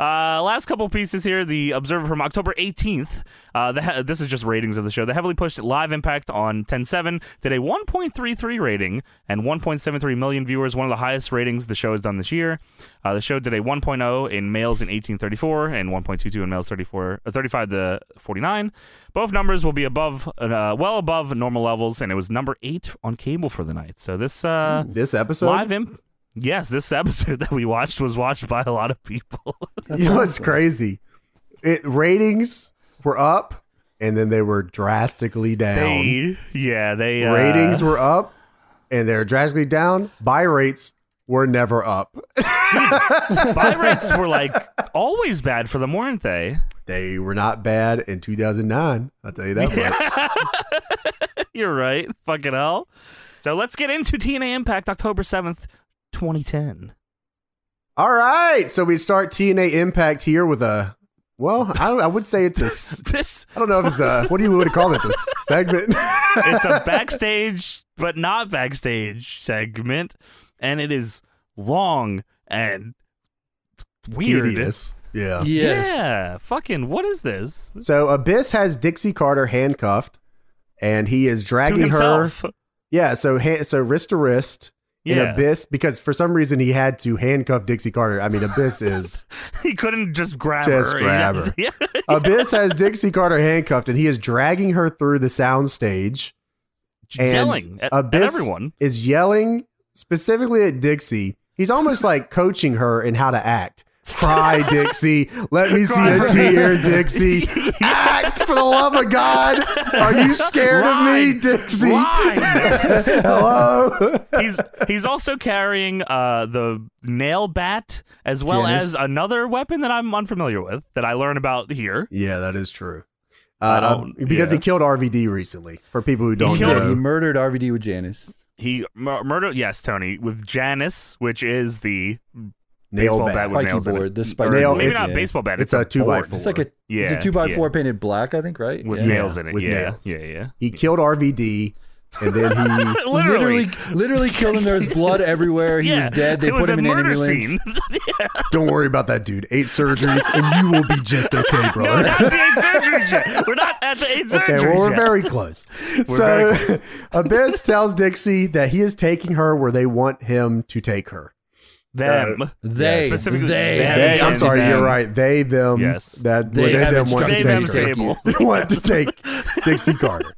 B: Uh, last couple pieces here. The Observer from October 18th. Uh, the he- this is just ratings of the show. The heavily pushed live impact on 10.7 did a 1.33 rating and 1.73 million viewers, one of the highest ratings the show has done this year. Uh, the show did a 1.0 in males in 1834 and 1.22 in males 34, uh, 35 to 49. Both numbers will be above, uh, well above normal levels, and it was number eight on cable for the night. So this uh,
A: This episode,
B: live imp. Yes, this episode that we watched was watched by a lot of people.
A: you know what's crazy? It ratings were up, and then they were drastically down.
B: They, yeah, they uh,
A: ratings were up, and they're drastically down. Buy rates were never up.
B: buy rates were like always bad for them, weren't they?
A: They were not bad in 2009. I'll tell you that much.
B: You're right. Fucking hell. So let's get into TNA Impact October seventh, twenty ten.
A: All right, so we start TNA Impact here with a. Well, I, don't, I would say it's a. s-
B: This
A: I don't know if it's a. What do you would call this? A segment?
B: it's a backstage but not backstage segment, and it is long and weird.
A: Tedious. Yeah.
B: Yeah, fucking what is this?
A: So Abyss has Dixie Carter handcuffed, and he is
B: To
A: dragging her.
B: himself.
A: Yeah. So ha- so wrist to wrist. And
B: Yeah,
A: Abyss, because for some reason he had to handcuff Dixie Carter. I mean, Abyss is
B: he couldn't just grab
A: Just
B: her.
A: grab her.
B: Yeah.
A: Abyss has Dixie Carter handcuffed, and he is dragging her through the soundstage. And
B: yelling at, at
A: Abyss-
B: everyone.
A: Is yelling specifically at Dixie. He's almost like coaching her in how to act. Cry, Dixie. Let me see
B: Cry
A: a
B: for-
A: tear, Dixie. Act for the love of God. Are you scared of
B: Lie.
A: me, Dixie?
B: Lie.
A: Hello.
B: he's he's also carrying uh, the nail bat as well
C: Janice.
B: as another weapon that I'm unfamiliar with that I learn about here.
A: Yeah, that is true.
B: I
A: Uh,
B: don't-
A: because he
B: yeah.
A: killed RVD recently. For people who don't
B: killed
A: know,
C: He murdered RVD with Janice.
B: He mur- murdered yes, Tony, with Janice, which is the
A: nail
B: baseball
A: bat.
B: bat with
C: Spiky
B: nails in it.
C: board. The spiky
B: or
A: Nail
B: maybe
A: is-
B: not
C: yeah.
B: baseball bat.
A: It's
B: It's,
A: a two by
B: board
A: four.
C: It's like a
B: Yeah,
C: it's a two by
B: yeah.
C: four painted black, I think, right?
B: with
C: Yeah.
B: nails in it.
A: with
B: yeah,
A: nails.
B: yeah, yeah.
A: He killed RVD. and then he
B: literally.
C: literally, literally killed him. There was blood everywhere. He
B: yeah,
C: was dead. They
B: it
C: put
B: was
C: him
B: a
C: in an
B: murder
C: ambulance.
B: scene.
A: don't worry about that dude. Eight surgeries and you will be just okay,
B: We're
A: brother.
B: not at the eight surgeries yet. We're not at the eight surgeries
A: Okay, well, we're
B: yet.
A: very close.
B: We're
A: so,
B: very
A: Abyss tells Dixie that he is taking her where they want him to take her.
B: them.
C: They,
B: specifically
C: they,
B: them.
A: They, I'm
B: and
A: sorry,
B: them.
A: you're right. They, them,
B: Yes.
A: that
C: They
A: where they,
C: have
A: them want to
B: they
C: instructed
A: take
B: them's
C: them
A: her.
C: to-
B: table.
A: They want to take Dixie Carter. Uh,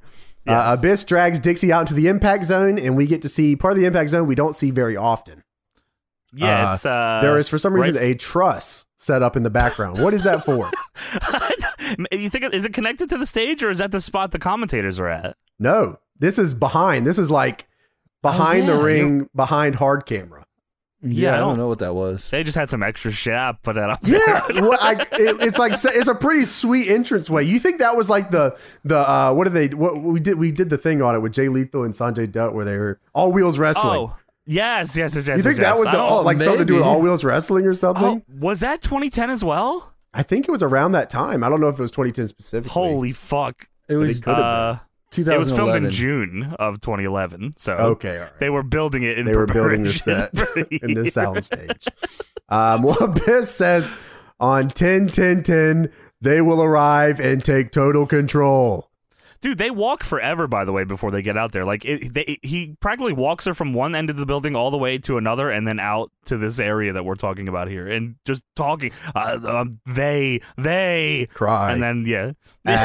B: Yes.
A: Abyss drags Dixie out into the impact zone, and we get to see part of the impact zone we don't see very often.
B: Yeah,
A: Uh,
B: it's, uh,
A: there is, for some reason, a
B: right-
A: truss set up in the background. What is that for?
B: you think it- is it connected to the stage or is that the spot the commentators are at?
A: no, this is behind. This is like behind
B: Oh,
A: the
C: yeah.
A: ring, behind hard camera.
B: Yeah,
C: Yeah,
B: I
C: I
B: don't-
C: don't know what that was.
B: They just had some extra shit I put that up.
A: Yeah, well, I, it, it's like it's a pretty sweet entrance way. You think that was like the the uh, what are they? What we did we did the thing on it with Jay Lethal and Sanjay Dutt where they were all wheels wrestling.
B: Oh, yes, yes, yes, yes.
A: you think
B: yes,
A: that was
B: yes.
A: the
B: I
A: oh,
B: don't-
A: like something to do with
C: maybe.
A: all wheels wrestling or something?
B: oh, was that 2010 as well?
A: I think it was around that time. I don't know if it was 2010 specifically.
B: Holy fuck!
C: It
A: But
C: was
A: it could have
B: Uh, it
C: 2011.
B: was filmed in June of 2011, so
A: okay, all right.
B: they were building it. In
A: they were building the
B: preparation
A: set
B: for the
A: in the
B: year.
A: soundstage. Um, well, Abyss says on 10 10 10, they will arrive and take total control.
B: Dude, they walk forever, by the way, before they get out there. Like, it, they, he practically walks her from one end of the building all the way to another, and then out to this area that we're talking about here, and just talking. Uh, um, they, they,
A: Cry.
B: and then yeah,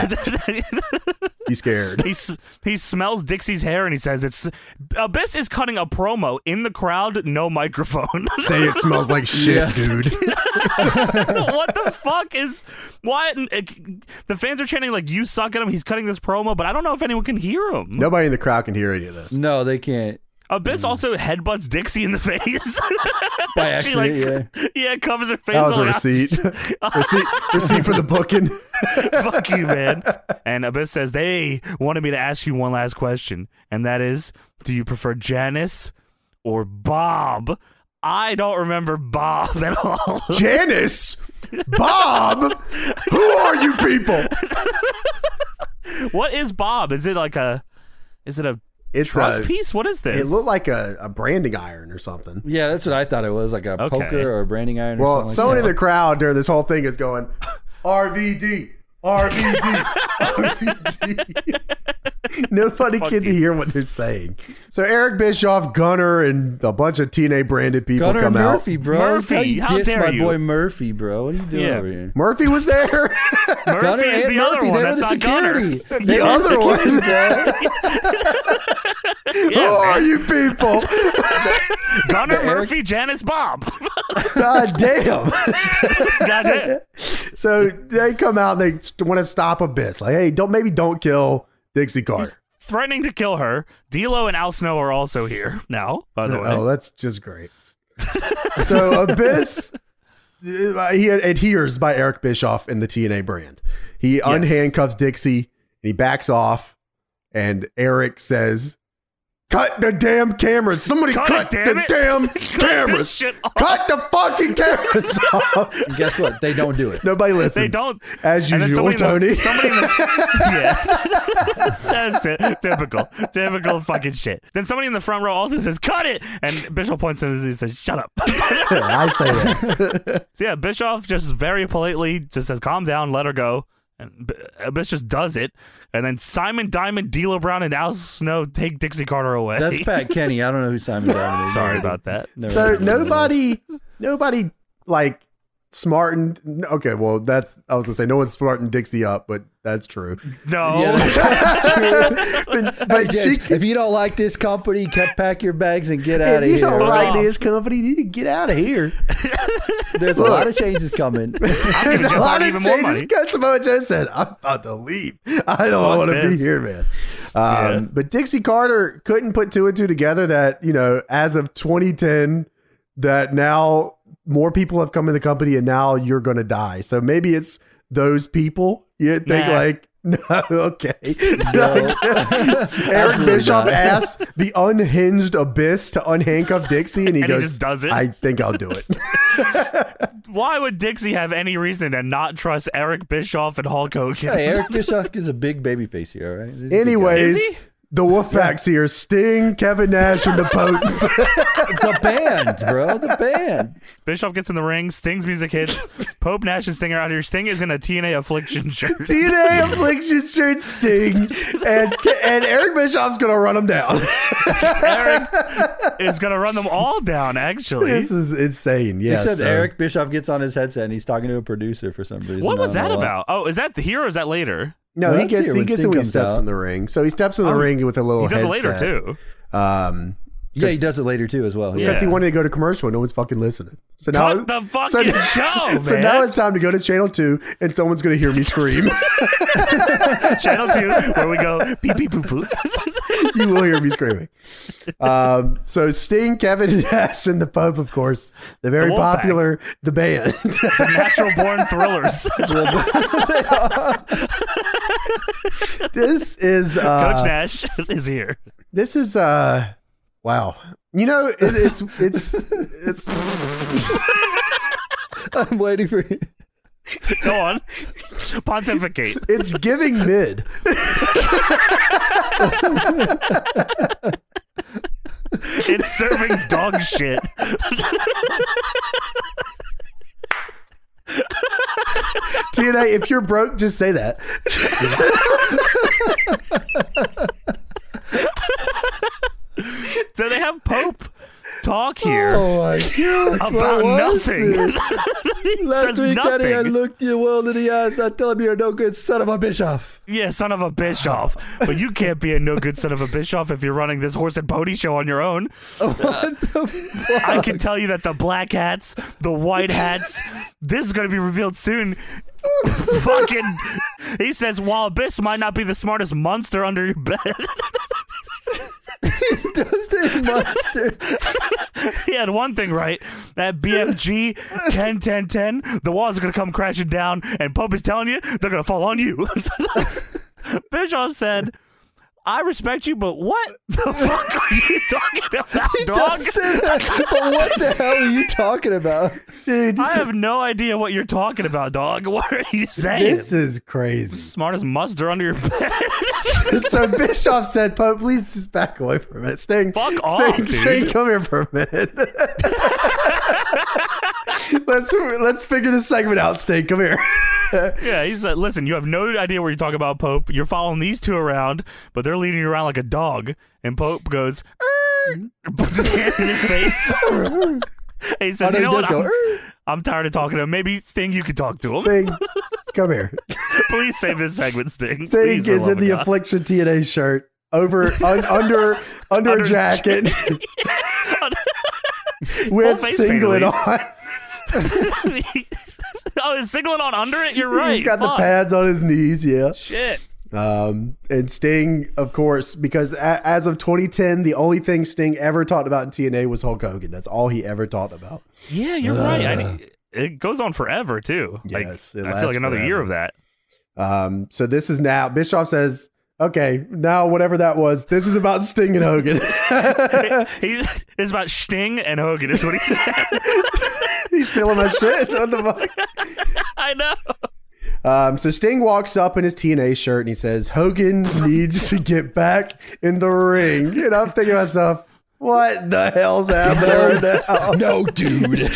A: Be scared.
B: he s- he smells Dixie's hair, and he says, "It's Abyss is cutting a promo in the crowd, no microphone."
A: Say it smells like shit,
C: Yeah.
A: dude.
B: what the fuck is what? The fans are chanting like, "You suck at him." He's cutting this promo, but I don't know if anyone can hear him.
A: Nobody in the crowd can hear any of this.
C: No, they can't.
B: Abyss
C: Hmm.
B: also headbutts Dixie in the face.
C: By
B: she
C: accident,
B: like,
C: yeah.
B: yeah, covers her face.
A: That was
B: all
A: a
B: like,
A: receipt. receipt, receipt for the booking.
B: Fuck you, man. And Abyss says they wanted me to ask you one last question, and that is, do you prefer Janice or Bob? I don't remember Bob at all.
A: Janice, Bob, who are you people?
B: what is Bob? Is it like a? Is it a
A: It's
B: trust
A: a,
B: piece? What is this?
A: it looked like a, a branding iron or something.
C: Yeah, that's what I thought it was, like a
B: Okay.
C: poker or a branding iron.
A: Well,
C: or
A: someone
C: something like
A: in the crowd during this whole thing is going, RVD, RVD, RVD. Nobody can
B: you.
A: hear what they're saying. So Eric Bischoff, Gunner, and a bunch of TNA branded people
C: that. Gunnar
A: come
C: Murphy,
A: out.
C: bro.
B: Murphy,
C: how you
B: how
C: diss
B: dare
C: my
B: you?
C: boy Murphy, bro? What are you doing
B: Yeah.
C: over here?
A: Murphy was there.
B: Murphy
C: Gunnar
B: is
C: and
B: the
C: Murphy,
B: other one.
C: they
B: That's
C: were the
B: not Gunner.
C: security.
A: The other one. Who
B: Yeah,
A: Oh, are you people?
B: Gunner,
C: Oh, Eric-
B: Murphy, Janice, Bob.
A: God damn.
B: Goddamn.
A: So they come out. They want to stop Abyss. Like, hey, don't maybe don't kill Dixie Carter.
B: Threatening to kill her. D'Lo and Al Snow are also here now. By the way,
A: Oh, that's just great. so Abyss, uh, he adheres by Eric Bischoff and the TNA brand. He unhandcuffs Dixie and he backs off. And Eric says, "Cut the damn cameras! Somebody cut,
B: Cut it, damn
A: the
B: it.
A: damn
B: Cut this
A: cameras!
B: shit off.
A: Cut the fucking cameras off!"
C: And guess what? They don't do it.
A: Nobody listens.
B: They don't.
A: as
B: And then
A: usual,
B: somebody
A: Tony.
B: in the- somebody in the, yeah, that's it. Typical, typical fucking shit. Then somebody in the front row also says, "Cut it!" And Bischoff points at him and he says, "Shut up."
A: I say that.
B: so yeah, Bischoff just very politely just says, "Calm down, let her go." And B- Abyss just does it, and then Simon Diamond, D'Lo Brown, and Al Snow take Dixie Carter away.
C: That's Pat Kenny. I don't know who Simon Diamond is.
B: Sorry about that.
C: Never
A: so
C: mind.
A: nobody, nobody like smartened. Okay, well that's I was gonna say no one's smartened Dixie up, but that's true.
B: No,
C: Yeah, that's
A: But, but
C: James,
A: Oh, she,
C: if you don't like this company, ca- pack your bags and get
A: if
C: out of
A: you
C: here.
A: don't
B: Fuck
A: like
B: off.
A: this company, you can get out of here.
C: There's a lot of changes coming.
A: There's a
B: Jeff
A: lot
B: Hardy
A: of
B: even more
A: changes.
B: money.
A: Cut Samoa Joe said, "I'm about to leave. I don't want to be
B: this."
A: here, man." Um,
B: Yeah.
A: But Dixie Carter couldn't put two and two together that you know, as of 2010, that now more people have come in the company, and now you're going to die. So maybe it's those people. You think
B: Nah.
A: like. No, okay.
C: No.
A: Eric
C: Absolutely
A: Bischoff
C: not.
A: asks the unhinged abyss to unhandcuff Dixie, and he
B: And he
A: goes,
B: just does it.
A: I think I'll do it.
B: why would Dixie have any reason to not trust Eric Bischoff and Hulk Hogan?
C: Hey, Eric Bischoff is a big baby face here, all right? He's a good guy.
A: Anyways,
B: Is he?
A: The Wolfpack's here. Sting, Kevin Nash, and the Pope.
C: the band, bro. The band.
B: Bischoff gets in the ring. Sting's music hits. Pope Nash and Sting are out here. Sting is in a TNA Affliction shirt.
A: DNA Affliction shirt Sting. And, and Eric Bischoff's going to run them down.
B: Eric is gonna run them all down. Actually,
A: this is insane. Yeah,
C: Except
A: so-
C: Eric Bischoff gets on his headset and he's talking to a producer for some reason. I
B: what was
C: don't
B: that
C: know why.
B: about? Oh, is that the hero? Or is that later?
A: No,
C: No,
A: he
C: that's
A: gets
C: here
A: he
C: when
A: gets
C: Sting
A: it when he
C: comes
A: steps
C: out.
A: in the ring. So he steps in the ring with a little
B: He does it
A: headset.
B: later too.
A: Um,
C: Yeah, he does it later too as well.
A: because
B: Yeah.
A: he wanted to go to commercial and no one's fucking listening. So now
B: Cut the
A: so,
B: fucking show,
A: so
B: man.
A: now it's time to go to channel two and someone's gonna hear me scream.
B: Channel two, where we go peep peep poo poo.
A: you will hear me screaming. Um, so Sting, Kevin Nash, and the Pope, of course, the very
B: The Wolfpack.
A: popular the band.
B: Natural born thrillers.
A: Uh. this is
B: Coach
A: uh,
B: Nash is here.
A: this is uh, wow. You know, it, it's it's it's
C: I'm waiting for you.
B: Go on, pontificate.
A: it's giving mid.
B: It's serving dog shit.
A: TNA, if you're broke, just say that.
B: So they have Pope talk here.
C: Oh my god.
B: About nothing. He
C: Last
B: says
C: week, Daddy, I
B: Oh, nothing.
C: looked you world in the eyes. I tell him you're no good son of a Bischoff.
B: yeah, son of a Bischoff. But you can't be a no good son of a Bischoff if you're running this horse and pony show on your own.
C: What the fuck?
B: I can tell you that the black hats, the white hats, this is going to be revealed soon. Fucking. He says, while Abyss might not be the smartest monster under your bed,
C: Dustin Monster.
B: he had one thing right. That BFG 10 10 10, the walls are going to come crashing down, and Pope is telling you they're going to fall on you. Bischoff said, I respect you, but what the fuck are you talking about, dog?
C: Dustin, but what the hell are you talking about?
A: Dude,
B: I have no idea what you're talking about, dog. What are you saying?
A: this is crazy.
B: smartest muster under your bed.
A: so Bischoff said, Pope, please just back away for a minute. Sting,
B: Fuck
A: Sting,
B: off, dude.
A: Sting, come here for a minute. let's let's figure this segment out, Sting. Come here.
B: yeah, he's like, listen, you have no idea what you're talking about, Pope. You're following these two around, but they're leading you around like a dog. And Pope goes, "Err," puts his hand in his face. And he says,
C: Oh, no,
B: you know
C: he
B: what?
C: does go,
B: I'm, I'm tired of talking to him. Maybe Sting, you could talk to him.
A: Sting, come here.
B: Please save this segment, Sting.
A: Sting
B: Please, for
A: is
B: love
A: in
B: of
A: the
B: God.
A: affliction TNA shirt over un, under under
B: Under
A: a
B: a
A: jacket with
B: face paint, at
A: singlet
B: least.
A: on.
B: oh, is singlet on under it? You're right.
A: He's got
B: Fuck.
A: the pads on his knees. Yeah.
B: Shit.
A: Um, and Sting, of course, because a- as of 2010, the only thing Sting ever talked about in TNA was Hulk Hogan. That's all he ever talked about.
B: Yeah, you're right. I, need- it goes on forever, too.
A: Uh. Yes, it
B: like, I
A: lasts
B: feel like another year
A: forever.
B: of that.
A: Um, so this is now Bischoff says, okay, now whatever that was, this is about Sting and Hogan.
B: He's it's about Sting and Hogan is what he said.
A: He's stealing my shit. What the fuck?
B: I know.
A: Um, so Sting walks up in his TNA shirt and he says, Hogan needs to get back in the ring. And I'm thinking to myself, what the hell's happening right now?
C: No, dude.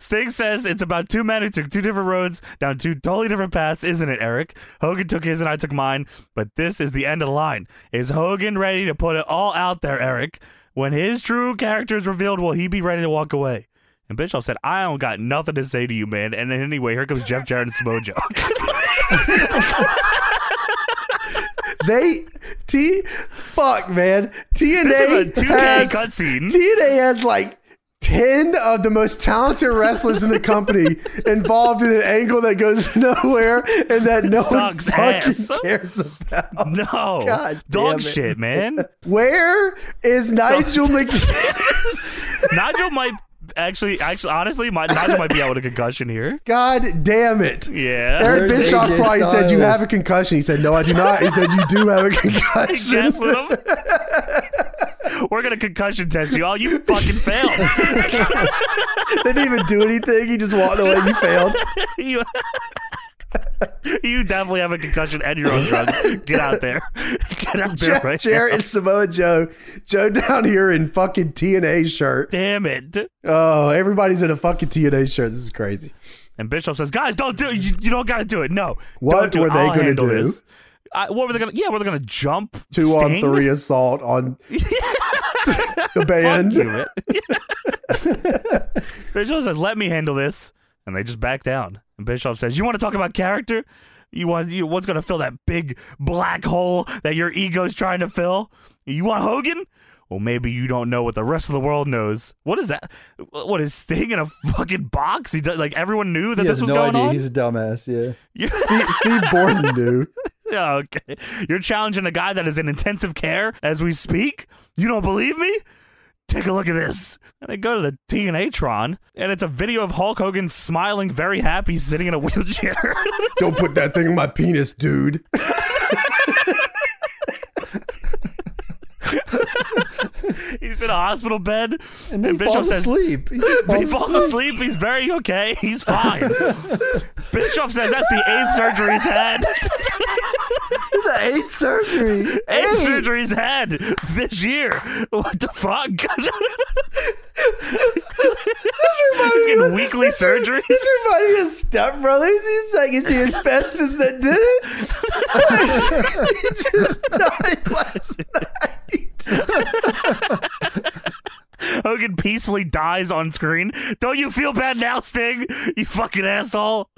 B: Sting says it's about two men who took two different roads down two totally different paths, isn't it, Eric? Hogan took his and I took mine, but this is the end of the line. Is Hogan ready to put it all out there, Eric? When his true character is revealed, will he be ready to walk away? And Bischoff said, I don't got nothing to say to you, man. And then anyway, here comes Jeff Jarrett and Smojo.
A: They T fuck man. TNA
B: This is a 2K
A: has,
B: cutscene.
A: TNA has like ten of the most talented wrestlers in the company involved in an angle that goes nowhere and that no
B: Sucks
A: one fucking
B: ass.
A: cares about.
B: no.
A: God damn
B: Dog
A: it.
B: shit, man.
A: Where is Nigel McGuinness?
B: Nigel might actually, actually, honestly, my, Nigel might be out with a concussion here.
A: God damn it.
B: Yeah.
A: Eric
C: Where's
A: Bischoff
C: AJ
A: probably said you
C: Styles?
A: have a concussion. He said, No, I do not. He said you do have a concussion.
B: Yes, little- We're gonna concussion test you all. You fucking failed.
A: they didn't even do anything. He just walked away. You failed.
B: You- you definitely have a concussion and you're on drugs. Get out there. Get out there
A: Jeff
B: right
A: Jarrett and Samoa Joe. Joe down here in fucking TNA shirt.
B: now. Damn it.
A: Oh, everybody's in a fucking TNA shirt. This is crazy.
B: And Bishop says, "Guys, don't do it. You, you don't got to do it. No,
A: What
B: don't do
A: were
B: it.
A: they
B: I'll
A: gonna
B: handle
A: do?
B: This. I, what were they gonna? Yeah, were they gonna jump
A: Two on
B: Sting?
A: three assault on the
B: Fuck
A: band.
B: you. Bishop says, "Let me handle this," and they just back down. And Bishop says, "You want to talk about character? You want you what's going to fill that big black hole that your ego's trying to fill? You want Hogan?" Well, maybe you don't know what the rest of the world knows. What is that? What is Sting in a fucking box? He does, like everyone knew that
C: He
B: this
C: has
B: was
C: no
B: going
C: idea.
B: on.
C: He's a dumbass. Yeah.
B: You-
A: Steve, Steve Borden knew.
B: Yeah, okay. You're challenging a guy that is in intensive care as we speak? You don't believe me? Take a look at this. And they go to the TNA Tron, and it's a video of Hulk Hogan smiling, very happy, sitting in a wheelchair.
A: Don't put that thing in my penis, dude.
B: He's in a hospital bed,
C: And then he
B: Bishop
C: falls
B: says,
C: asleep. He just
B: He falls asleep. He's very okay. He's fine. Bishop says that's the eighth surgery he's had.
C: The eighth surgery.
B: Eight surgeries had this year. What the fuck? He's getting weekly surgeries.
A: This reminds me of Step Brothers. He's like, is he asbestos that did it? he just died last night.
B: Hogan peacefully dies on screen. Don't you feel bad now, Sting? You fucking asshole.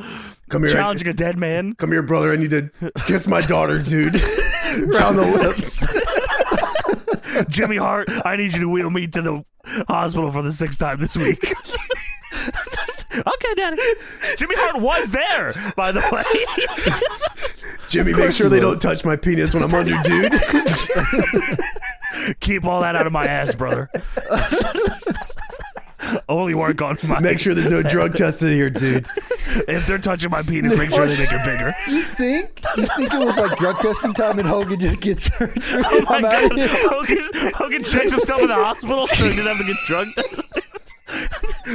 A: Come here.
B: Challenging a dead man.
A: Come here, brother. I need to kiss my daughter, dude. Round the lips.
B: Jimmy Hart, I need you to wheel me to the hospital for the sixth time this week. okay, Daddy. Jimmy Hart was there, by the way.
A: Jimmy, make sure they don't touch my penis when I'm under, dude.
B: Keep all that out of my ass, brother. Only work on my.
A: Make sure there's no drug testing here, dude.
B: If they're touching my penis, make sure they make it bigger.
C: You think? You think it was like drug testing time and Hogan just gets surgery?
B: Oh my
C: I'm
B: god,
C: outta here.
B: Hogan, Hogan checks himself in the hospital so he didn't have to get drug tested.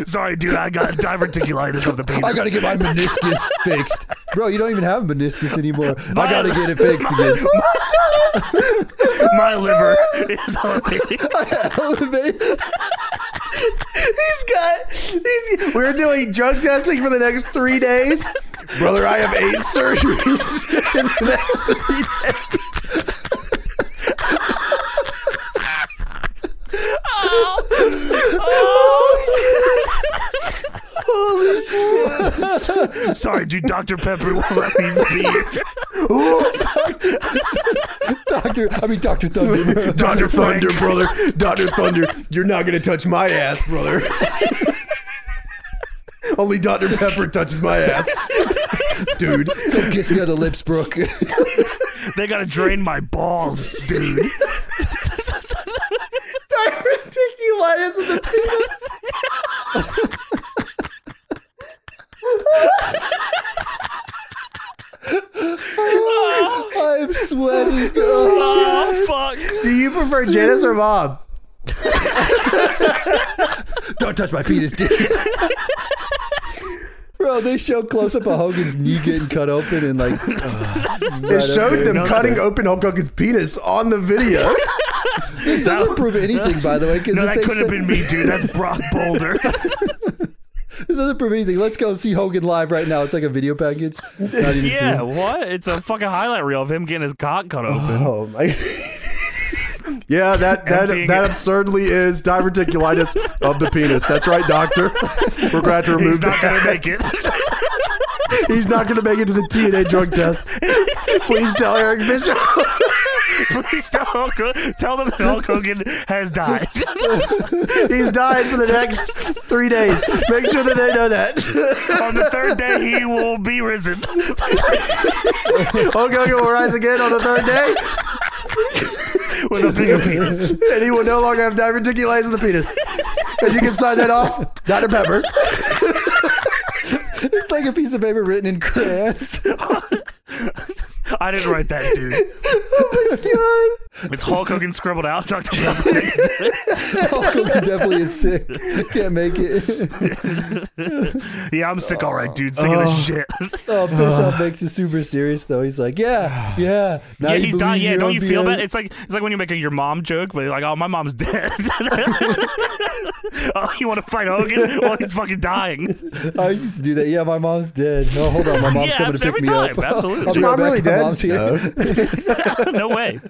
B: Sorry, dude, I got diverticulitis of the penis.
C: I gotta get my meniscus fixed, bro. You don't even have meniscus anymore. I gotta get it fixed again.
B: my liver is elevated.
A: He's got. He's, we're doing drug testing for the next three days. Brother, I have eight surgeries in the next three days.
B: Sorry, dude, Dr. Pepper won't let me be.
C: Doctor, I mean Doctor Thunder.
A: Dr.
B: Frank.
A: Thunder, brother. Dr. Thunder, you're not going to touch my ass, brother. Only Dr. Pepper touches my ass. Dude.
C: Come kiss me on the lips, Brooke.
B: They gotta drain my balls, dude.
A: Diverticulitis of the penis.
C: I'm sweating. Oh,
B: Oh, fuck.
A: Do you prefer Janice or Bob?
C: don't touch my penis, dude. Bro, they show close up of Hogan's knee getting cut open and like.
A: It showed them cutting open Hulk Hogan's penis on the video.
C: This doesn't prove anything, by the way. 'cause
B: No,
C: if
B: that
C: they
B: couldn't have been
C: said-
B: me, dude. That's Brock Boulder.
C: This doesn't prove anything. Let's go see Hogan live right now. It's like a video package. Not even
B: Yeah,
C: true.
B: what? It's a fucking highlight reel of him getting his cock cut open.
A: Oh my. Yeah, that that,
B: Emptying
A: that
B: it.
A: absurdly is diverticulitis of the penis. That's right, doctor. We're glad to remove
B: He's
A: that.
B: not gonna make it.
A: He's not going to make it to the TNA drug test. Please tell Eric Bishop.
B: Please tell Hulk, Ho- tell them that Hulk Hogan has died.
A: He's dying for the next three days. Make sure that they know that.
B: On the third day, he will be risen.
A: Hulk Hogan will rise again on the third day,
B: with a bigger penis.
A: and he will no longer have diverticulitis of the penis. And you can sign that off, Dr. Pepper.
C: It's like a piece of paper written in crayons. Oh
B: I didn't write that, dude.
A: God.
B: It's Hulk Hogan scribbled out, Dr. Pepper.
C: Hulk Hogan definitely is sick. Can't make it.
B: yeah, I'm sick, all right, dude. Sick of this shit.
C: Oh, Bischoff makes it super serious though. He's like, yeah, yeah. Now
B: yeah,
C: you
B: he's
C: believe
B: dying. Yeah,
C: your
B: don't you feel
C: OBA?
B: bad? It's like it's like when you make a your mom joke, but you're like, oh, my mom's dead. oh, you want to fight Hogan? Well, he's fucking dying.
C: I used to do that. Yeah, my mom's dead. No, hold on, my mom's
B: Yeah,
C: coming to pick
B: every
C: me
B: time.
C: up.
B: Absolutely.
C: I'll be
B: Your
A: mom
C: right back.
A: really
C: My
A: dead?
C: mom's here.
B: no way.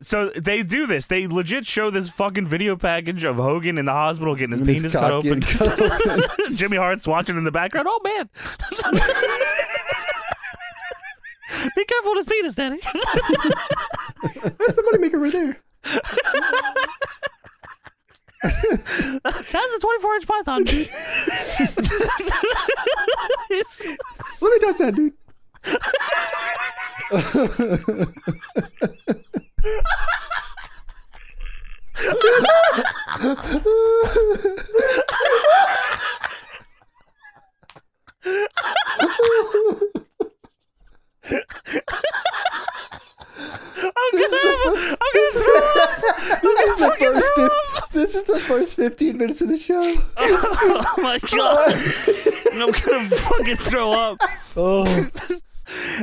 B: So they do this. They legit show this fucking video package of Hogan in the hospital getting his
C: And his
B: penis
C: cock
B: cut open.
C: getting cut open.
B: Jimmy Hart's watching in the background. Oh man. Be careful with his penis, Daddy.
A: That's the money maker right there.
B: That's a 24 inch python, dude. It's-
A: Let me touch that, dude.
B: I'm gonna, have, I'm gonna throw up.
C: this, is the first fif- this is the first 15 minutes of the show.
B: Oh my god! I'm gonna fucking throw up.
C: Oh,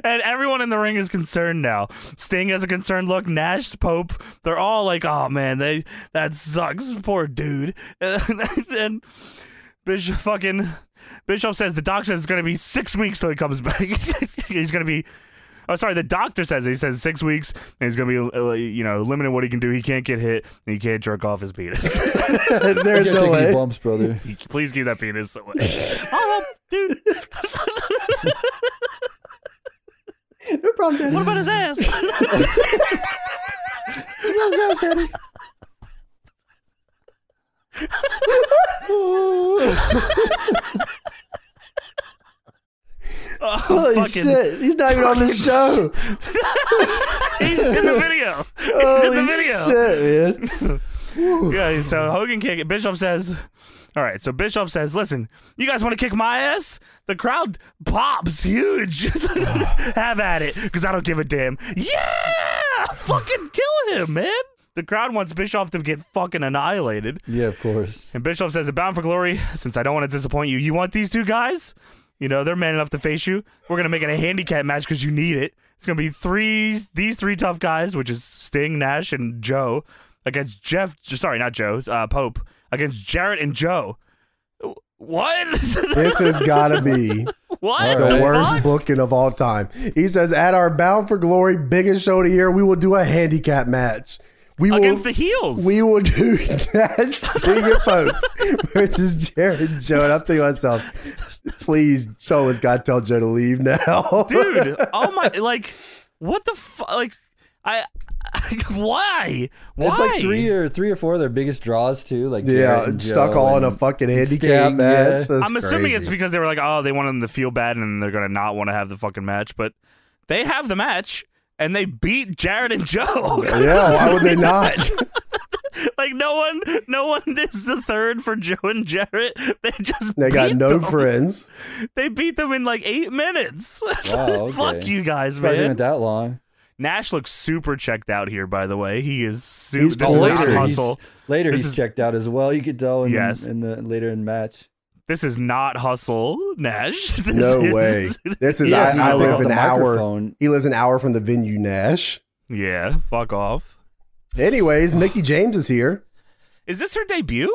B: And everyone in the ring is concerned now. Sting has a concerned look. Nash, Pope, they're all like, "Oh man, they that sucks, poor dude." And then Bishop fucking Bishop says the doc says it's gonna be six weeks till he comes back. he's gonna be. Oh, sorry. The doctor says he says six weeks, and he's gonna be, uh, you know, limited what he can do. He can't get hit, and he can't jerk off his penis.
A: There's no
C: you take any
A: way.
C: bumps, brother.
B: Please give that penis away. oh, dude.
A: No problem, Daddy.
B: What about his ass? Oh,
A: Holy
B: fucking,
A: shit! He's not even on the show.
B: He's in the video. He's in
A: Holy
B: the video.
A: shit, man!
B: Yeah, so Hogan can't get Bishop says all right, so Bishop says, "Listen, you guys want to kick my ass? The crowd pops huge. Have at it, because I don't give a damn. Yeah, fucking kill him, man. The crowd wants Bischoff to get fucking annihilated.
C: Yeah, of course.
B: And Bischoff says, "Bound for glory. Since I don't want to disappoint you, you want these two guys? You know they're man enough to face you. We're gonna make it a handicap match because you need it. It's gonna be three these three tough guys, which is Sting, Nash, and Joe, against Jeff. Sorry, not Joe. Uh, Pope against Jarrett and Joe. What?
A: This has got to be
B: what?
A: the
C: Right.
A: worst
B: fuck?
A: booking of all time. He says, "At our Bound for Glory biggest show of the year, we will do a handicap match. We
B: Against
A: will,
B: the heels.
A: we will do that Sting and Pope versus Jared Joe." And I'm thinking to myself, please, someone's got to tell Joe to leave now,
B: dude. Oh my! Like, what the fuck? Like, I. why? Why?
C: It's like three or three or four of their biggest draws too. Like Jarrett
A: yeah,
C: and
A: stuck
C: Joe
A: all in a
C: and-
A: fucking handicap
C: Sting,
A: match.
C: yeah.
A: That's
B: I'm assuming
A: crazy.
B: it's because they were like, oh, they want them to feel bad and they're gonna not want to have the fucking match, but they have the match and they beat Jared and Joe.
A: yeah. Why would they not?
B: like no one, no one is the third for Joe and Jarrett. They just
A: They got
B: beat
A: no
B: them.
A: friends.
B: They beat them in like eight minutes.
C: Wow,
B: Fuck
C: okay.
B: you guys,
C: Surprised it went
B: man.
C: that long.
B: Nash looks super checked out here. By the way, he is super.
A: He's
B: This is
A: older.
B: not
A: He's-
B: hustle.
C: Later,
B: This
C: he's
B: is-
C: checked out as well. You could tell in, the-
B: Yes.
C: in the later in match.
B: This is not hustle, Nash. This
A: No
B: is-
A: way. This is
B: Yeah,
A: I,
B: he
A: I
B: picked
A: live
B: up
A: an
C: the
A: hour.
C: microphone.
A: He lives an hour from the venue, Nash.
B: Yeah, fuck off.
A: Anyways, Mickey James is here.
B: Is this her debut?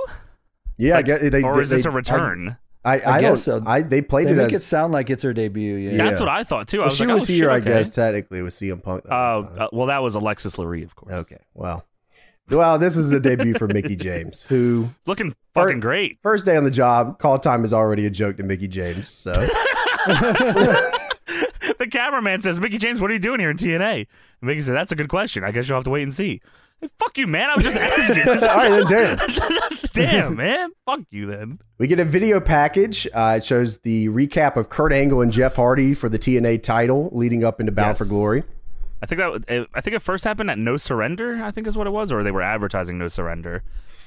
A: Yeah, I
B: Like,
A: guess they.
B: or
A: they,
B: is this
A: they-
B: a return?
A: I, I,
C: I
A: don't.
C: guess so.
A: I they played
C: They
A: it
C: make
A: as.
C: it sound like it's her debut. Yeah.
A: Yeah.
B: That's what I thought too. I
A: well,
B: was
A: she
B: like,
A: was
B: oh,
A: here,
B: shit,
A: I
B: okay.
A: guess. Technically, with CM Punk. the
B: Oh,
A: whole time.
B: uh, well, that was Alexis Lurie, of course.
A: okay. Well, well, this is the debut for Mickey James, who
B: Looking
A: Or-
B: fucking great.
A: first day on the job, call time is already a joke to Mickey James. So
B: The cameraman says, "Mickey James, what are you doing here in TNA?" And Mickey said, "That's a good question. I guess you'll have to wait and see." Hey, fuck you, man. I was just
A: all
B: asking.
A: right, then damn.
B: Damn, man. Fuck you, then.
A: We get a video package. Uh, it shows the recap of Kurt Angle and Jeff Hardy for the TNA title leading up into Bound
B: Yes.
A: for Glory.
B: I think that w- I think it first happened at No Surrender. I think is what it was, or they were advertising No Surrender.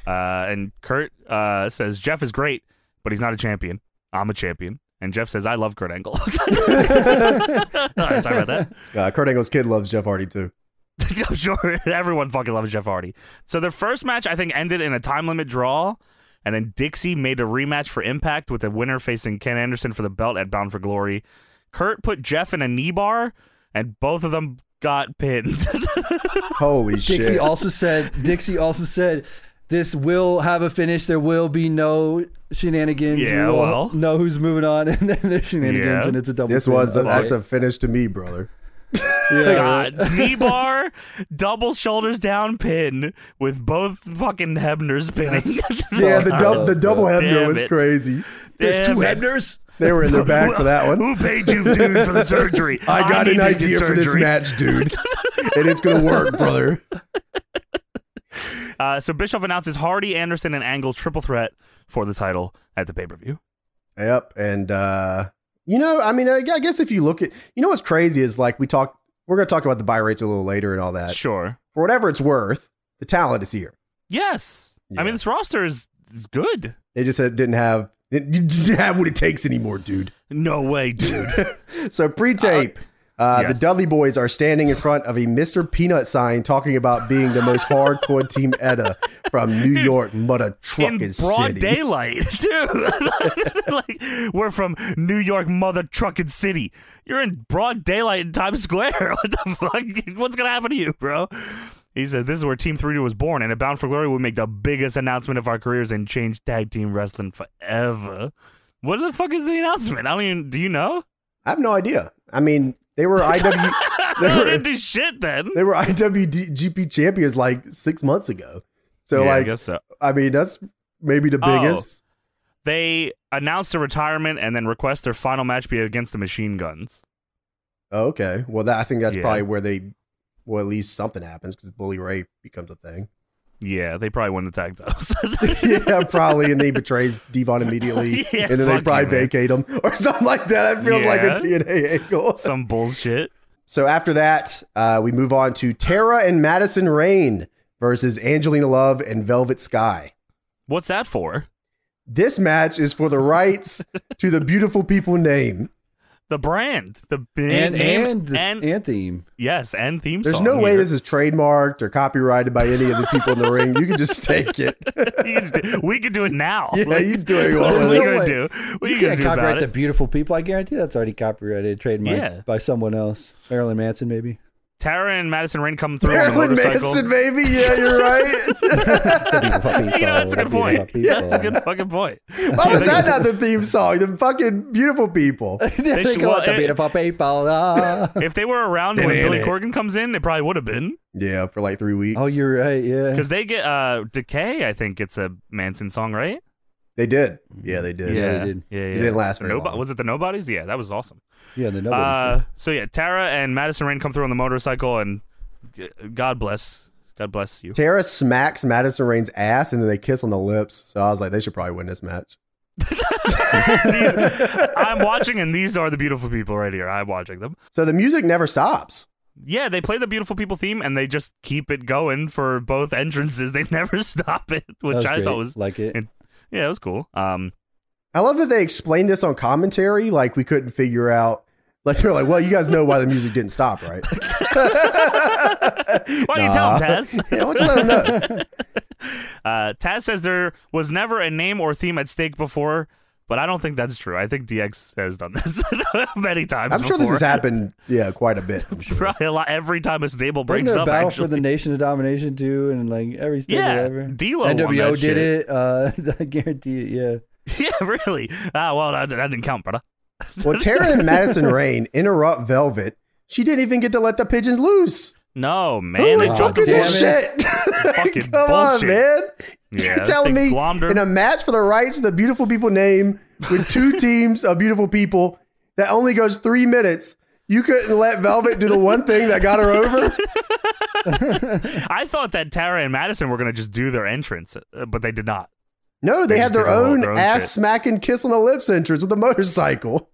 B: Uh, and Kurt uh, says Jeff is great, but he's not a champion. I'm a champion. And Jeff says, "I love Kurt Angle." All right, sorry about that.
A: Uh, Kurt Angle's kid loves Jeff Hardy too.
B: I'm sure everyone fucking loves Jeff Hardy. So their first match, I think, ended in a time limit draw, and then Dixie made a rematch for Impact with the winner facing Ken Anderson for the belt at Bound for Glory. Kurt put Jeff in a knee bar, and both of them got pinned.
A: Holy shit.
C: Dixie also said Dixie also said this will have a finish. There will be no shenanigans.
B: Yeah,
C: we will
B: well.
C: know who's moving on, and then there's shenanigans,
B: Yeah.
C: and it's a double.
A: this
C: pin.
A: was
C: I like
A: that's a finish to me, brother.
C: it. Yeah, right.
B: God, knee bar, double shoulders down pin with both fucking Hebners pinning.
A: Yeah, the dub,
C: up,
A: the double
B: bro.
A: Hebner
B: Damn
A: was
B: it.
A: crazy.
B: There's two Hebners.
A: They were in their bag for that one.
B: Who paid you, dude, for the surgery?
A: I got
B: need
A: an
B: to get
A: idea for this
B: surgery.
A: match, dude. and it's gonna work, brother.
B: Uh, so Bischoff announces Hardy, Anderson, and Angle triple threat for the title at the pay per view.
A: Yep. And uh you know, I mean, I I guess if you look at you know what's crazy is like we talk we're gonna talk about the buy rates a little later and all that.
B: Sure.
A: For whatever it's worth, the talent is here.
B: Yes.
A: Yeah.
B: I mean, this roster is, is good.
A: They just had- didn't have it didn't have what it takes anymore, dude.
B: No way, dude.
A: So pre-tape, uh,
B: yes.
A: the Dudley Boys are standing in front of a Mr. Peanut sign, talking about being the most hardcore team Edda from New York. Mudda truck
B: In broad
A: is city.
B: daylight, dude. like we're from New York, mother trucking city. You're in broad daylight in Times Square. What the fuck? What's gonna happen to you, bro? He said, "This is where Team 3 was born, and at Bound for Glory, we make the biggest announcement of our careers and change tag team wrestling forever." What the fuck is the announcement? I don't even. Do you know?
A: I have no idea. I mean, they were IW
B: They
A: They were-
B: didn't do shit then.
A: they were IWGP champions like six months ago. So
B: yeah, I
A: like,
B: guess so.
A: I, mean, that's maybe the
B: Oh.
A: biggest.
B: They announced their retirement and then request their final match be against the Machine Guns.
A: Oh, okay, well, that I think that's
B: Yeah.
A: probably where they, well, at least something happens because Bully Ray becomes a thing.
B: Yeah, they probably win the tag titles.
A: yeah, probably. And then he betrays Devon immediately,
B: Yeah,
A: and then they
B: fuck
A: probably
B: you, man.
A: vacate him or something like that. That feels like a
B: Yeah.
A: TNA angle. So,
B: Some bullshit.
A: after that, uh, we move on to Tara and Madison Rain versus Angelina Love and Velvet Sky.
B: What's that for?
A: This match is for the rights to the beautiful people name.
B: The brand, the big
C: and
B: name,
C: and
B: and-
C: and theme.
B: yes, and theme
A: There's
B: song.
A: no way
B: here.
A: this is trademarked or copyrighted by any of the people in the ring. You can just take it.
B: You can do- we could do it now.
A: Yeah,
B: Like,
A: you do what you want
B: What
A: with
B: are
A: it.
B: we
C: No
B: gonna
C: way.
B: do? What are
C: You
B: you gonna
C: can't
B: do about
C: copyright the
B: it?
C: beautiful people. I guarantee that's already copyrighted, trademarked
B: Yeah.
C: by someone else. Marilyn Manson, maybe.
B: Tara and Madison Rain come through on the
A: Marilyn
B: motorcycle.
A: Manson, baby. Yeah, you're right.
C: The beautiful people,
B: You know, that's a
C: the
B: good point.
C: beautiful
B: Yeah, that's a
C: people.
B: good fucking point.
A: Why was that not the theme song? The fucking beautiful people.
C: they
B: should-
C: call
B: well,
C: it the
B: it-
C: beautiful people. ah.
B: If they were around when Billy Corgan comes in, they probably would have been
A: Yeah, for like three weeks.
C: oh, you're right. Yeah.
B: because they get uh Decay. I think it's a Manson song, right?
A: They did. Yeah, they did.
C: Yeah. they did.
B: Mm-hmm. yeah. yeah.
A: didn't last
B: The
A: very
B: Nobo-
A: long.
B: Was it the Nobodies? Yeah, that was awesome.
C: Yeah, the nobody.
B: Uh, so yeah, Tara and Madison Rain come through on the motorcycle, and g- God bless, God bless you.
A: Tara smacks Madison Rain's ass and then they kiss on the lips. So I was like, they should probably win this match.
B: These- I'm watching, and these are the beautiful people right here. I'm watching them.
A: So the music never stops.
B: Yeah, they play the beautiful people theme, and they just keep it going for both entrances. They never stop it,
C: That
B: which
C: was
B: I
C: great.
B: thought was
C: like it.
B: yeah, it was cool. Um,
A: I love that they explained this on commentary. Like we couldn't figure out. Like they're like, well, you guys know why the music didn't stop, right?
B: why don't you
A: Nah.
B: tell them, Taz?
A: yeah, why don't you let them know?
B: Uh, Taz says there was never a name or theme at stake before. But I don't think that's true. I think DX has done this many times.
A: I'm sure this
B: before.
A: has happened. Yeah, quite a bit. I'm sure.
B: Probably a lot every time a stable
C: Bring
B: breaks
C: their
B: up.
C: battle
B: actually.
C: for the nation of domination too, and like every state
B: Yeah,
C: ever.
B: D-Lo won
C: NWO
B: that
C: did
B: shit.
C: it. Uh, I guarantee it. Yeah.
B: Yeah, really. Ah, well, that, that didn't count, brother.
A: Well, Tara and Madison Rain interrupt Velvet. She didn't even get to let the pigeons loose.
B: No, man.
A: Who
B: they
A: is
C: God
B: dropped
A: booking
B: the
A: this
B: ball.
A: shit?
B: Fucking
A: Come on,
B: bullshit.
A: man.
B: Yeah,
A: You're telling
B: they
A: me
B: glommed her.
A: in a match for the rights of the beautiful people name with two teams of beautiful people that only goes three minutes, you couldn't let Velvet do the one thing that got her over?
B: I thought that Tara and Madison were going to just do their entrance, uh, but they did not.
A: No, they,
B: They
A: had
B: just
A: their
B: did all
A: own,
B: their own shit.
A: ass smacking kiss on the lips entrance with a motorcycle.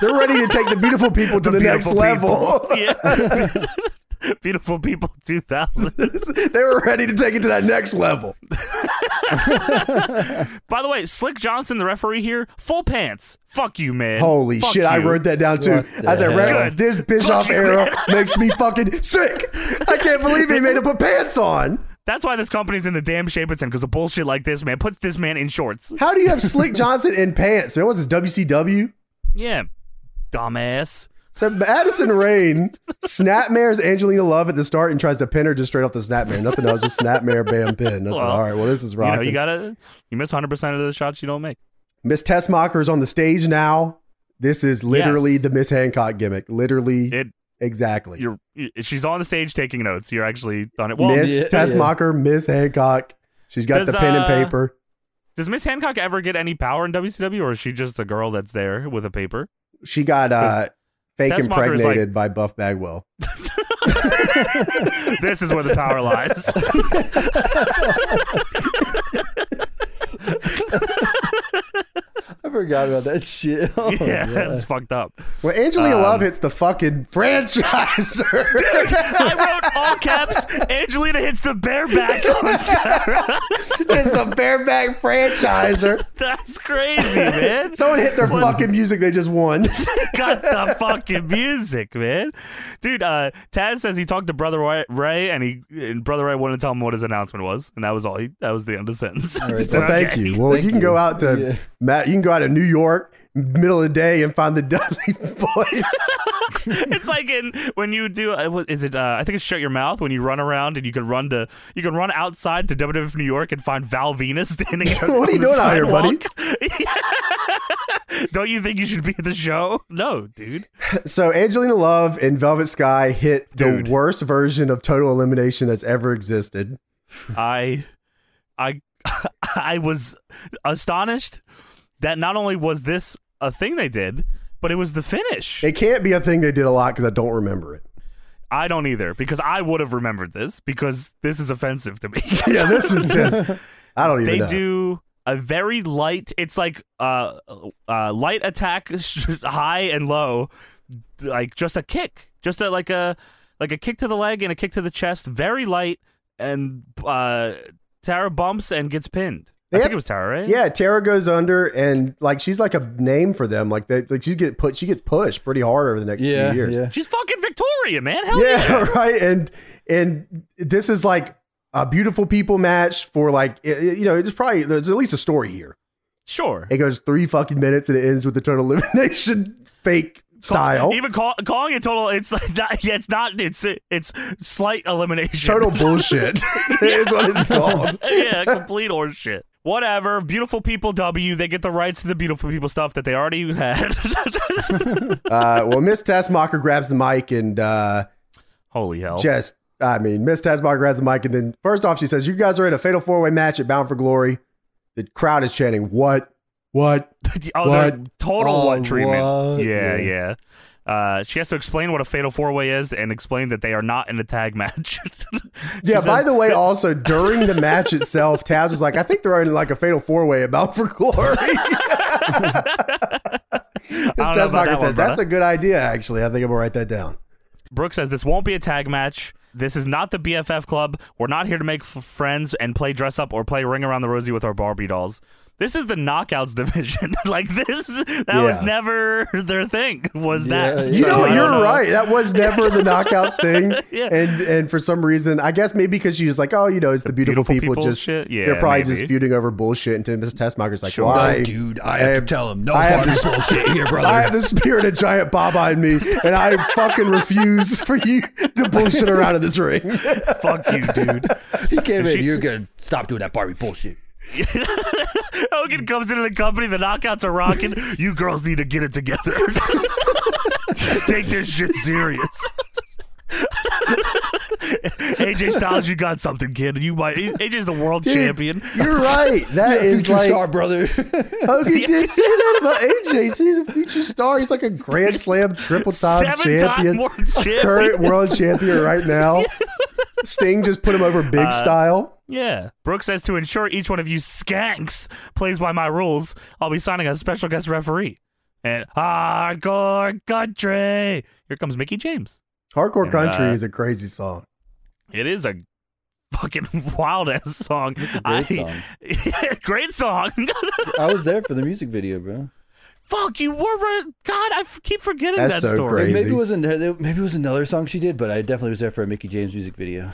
A: They're ready to take the beautiful people to the, next
B: beautiful
A: level.
B: people. Yeah. beautiful people 2000.
A: they were ready to take it to that next level.
B: By the way, Slick Johnson, the referee here, full pants. Fuck you, man.
A: Holy
B: Fuck
A: shit, I
B: you.
A: wrote that down too.
C: What the
A: As I read
B: heck? Good.
A: this Bischoff
B: Fuck you,
A: era
B: man.
A: makes me fucking sick. I can't believe he made him put pants on.
B: That's why this company's in the damn shape it's in because of bullshit like this, man. Put this man in shorts.
A: How do you have Slick Johnson in pants? Man, what's this WCW?
B: Yeah, dumbass.
A: So Madison Rain snapmares Angelina Love at the start and tries to pin her just straight off the snapmare. Nothing else, just snapmare, bam, pin. That's
B: Well,
A: all right. Well, this is
B: You
A: rocking.
B: know, you gotta you miss hundred percent of the shots you don't make.
A: Miss Tessmacher is on the stage now. This is literally
B: Yes.
A: the Miss Hancock gimmick. Literally,
B: It
A: exactly.
B: you're you- she's on the stage taking notes. You're actually on it. Well,
A: Miss
C: yeah,
A: Tessmacher, Miss Hancock. She's got
B: Does,
A: the pen
B: uh,
A: and paper.
B: does Miss Hancock ever get any power in WCW, or is she just a girl that's there with a paper?
A: She got uh, fake
B: Tessmacher is
A: impregnated by Buff Bagwell.
B: this is where the power lies.
C: I forgot about that shit. Oh,
B: yeah,
C: God.
B: that's fucked up.
A: Well, Angelina
B: Um,
A: Love hits the fucking franchiser.
B: I wrote all caps. Angelina hits the bareback.
A: it's the bareback franchiser.
B: That's crazy, man.
A: Someone hit their
B: What-
A: fucking music they just won.
B: got the fucking music, man. Dude, uh, Taz says he talked to Brother Ray, Ray and he and Brother Ray wanted to tell him what his announcement was, and that was all. He, that was the end of the sentence.
C: All right,
B: So,
A: Well, thank
B: okay.
A: you. Well,
C: Thank
A: you can
C: you.
A: go out to
C: Yeah.
A: Matt. You can go out to New York, middle of the day, and find the Dudley Boys.
B: it's like in when you do uh, what is it uh, I think it's shut your mouth when you run around and you can run to you can run outside to WWF New York and find Val Venus standing. out
A: What are you
B: on the
A: doing out here, buddy?
B: sidewalk. Don't you think you should be at the show? No, dude.
A: so Angelina Love and Velvet Sky hit
B: Dude.
A: the worst version of total elimination that's ever existed.
B: I, I, I was astonished that not only was this a thing they did, but it was the finish.
A: It can't be a thing they did a lot because I don't remember it.
B: I don't either because I would have remembered this because this is offensive to me.
A: Yeah, this is just. I don't even
B: they
A: know.
B: do a very light. It's like uh, uh light attack, high and low, like just a kick, just a like a like a kick to the leg and a kick to the chest, very light, and uh Tara bumps and gets pinned.
A: They
B: I think
A: have-
B: it was Tara, right?
A: Yeah, Tara goes under, and like she's like a name for them. Like they, like she get put, she gets pushed pretty hard over the next
C: Yeah,
A: few years.
C: yeah.
B: She's fucking Victoria, man. Hell yeah.
A: yeah, right. And and this is like a beautiful people match for like it- it- you know it's probably there's at least a story here.
B: Sure.
A: It goes three fucking minutes and it ends with the total elimination fake style,
B: Even call, calling it total, it's like not, yeah, it's not, it's it's slight elimination.
A: total bullshit. is what it's called.
B: yeah, complete horseshit. Whatever. Beautiful people W. They get the rights to the beautiful people stuff that they already had.
A: Uh, well, Miss Tessmacher grabs the mic and uh,
B: Holy hell.
A: just. I mean, Miss Tessmacher grabs the mic, and then first off, she says, "You guys are in a fatal four way match at Bound for Glory." The crowd is chanting, "What? What?"
B: oh, they're
A: What?
B: total
C: Oh,
B: what treatment.
C: what?
B: Yeah,
C: Yeah.
B: yeah. Uh, she has to explain what a fatal four way is and explain that they are not in a tag match.
A: Yeah,
B: She
A: by
B: says-
A: the way, also during the match itself, Taz was like, I think they're in like a fatal four way about for glory.
B: I don't know about
A: Taz Mocker
B: that one,
A: says, That's
B: brother.
A: a good idea, actually. I think I'm gonna write that down.
B: Brooke says this won't be a tag match. This is not the BFF club. We're not here to make f- friends and play dress up or play ring around the rosy with our Barbie dolls. This is the knockouts division. like this, that was
A: Yeah.
B: never their thing. Was that?
C: Yeah,
A: You
C: So,
A: know,
B: I don't
A: you're
B: know.
A: right. That was never the knockouts thing.
B: Yeah.
A: And and for some reason, I guess maybe because she was like, Oh, you know, it's the, beautiful,
B: beautiful
A: people,
B: people
A: just
B: shit? Yeah,
A: they're probably just
B: maybe.
A: feuding over bullshit and to Miss Tessmacher's like,
B: Sure.
A: Why?
D: dude, Um, I have
A: I-
D: to tell him no
A: I have
D: part of this bullshit here, brother.
A: I have the spirit of giant Baba in me, and I fucking refuse for you to bullshit around in this ring.
B: Fuck you, dude.
D: he came
B: If
D: in.
B: she-
D: You're gonna stop doing that Barbie bullshit.
B: Hogan comes into the company. The knockouts are rocking. You girls need to get it together. Take this shit serious. AJ Styles, you got something, kid. You might. AJ's the world champion.
A: You're right. That
D: Future
A: is like
D: star, brother.
A: Hogan did say that about AJ. So he's a future star. He's like a Grand Slam triple time
B: Seven-time
A: champion,
B: world champion.
A: current world champion right now. Sting just put him over big
B: Uh,
A: style.
B: Yeah. Brooke says to ensure each one of you skanks plays by my rules, I'll be signing a special guest referee. And hardcore country. Here comes Mickey James.
A: Hardcore
B: and,
A: Country
B: uh,
A: is a crazy song.
B: It is a fucking wild ass song.
C: Great song.
B: I, great song.
C: I was there for the music video, bro.
B: Fuck, you were right. God, I f- keep forgetting
A: That's
B: that
A: so
B: story.
A: great.
C: Maybe
A: Crazy.
C: it was an, maybe it was another song she did, but I definitely was there for a Mickey James music video.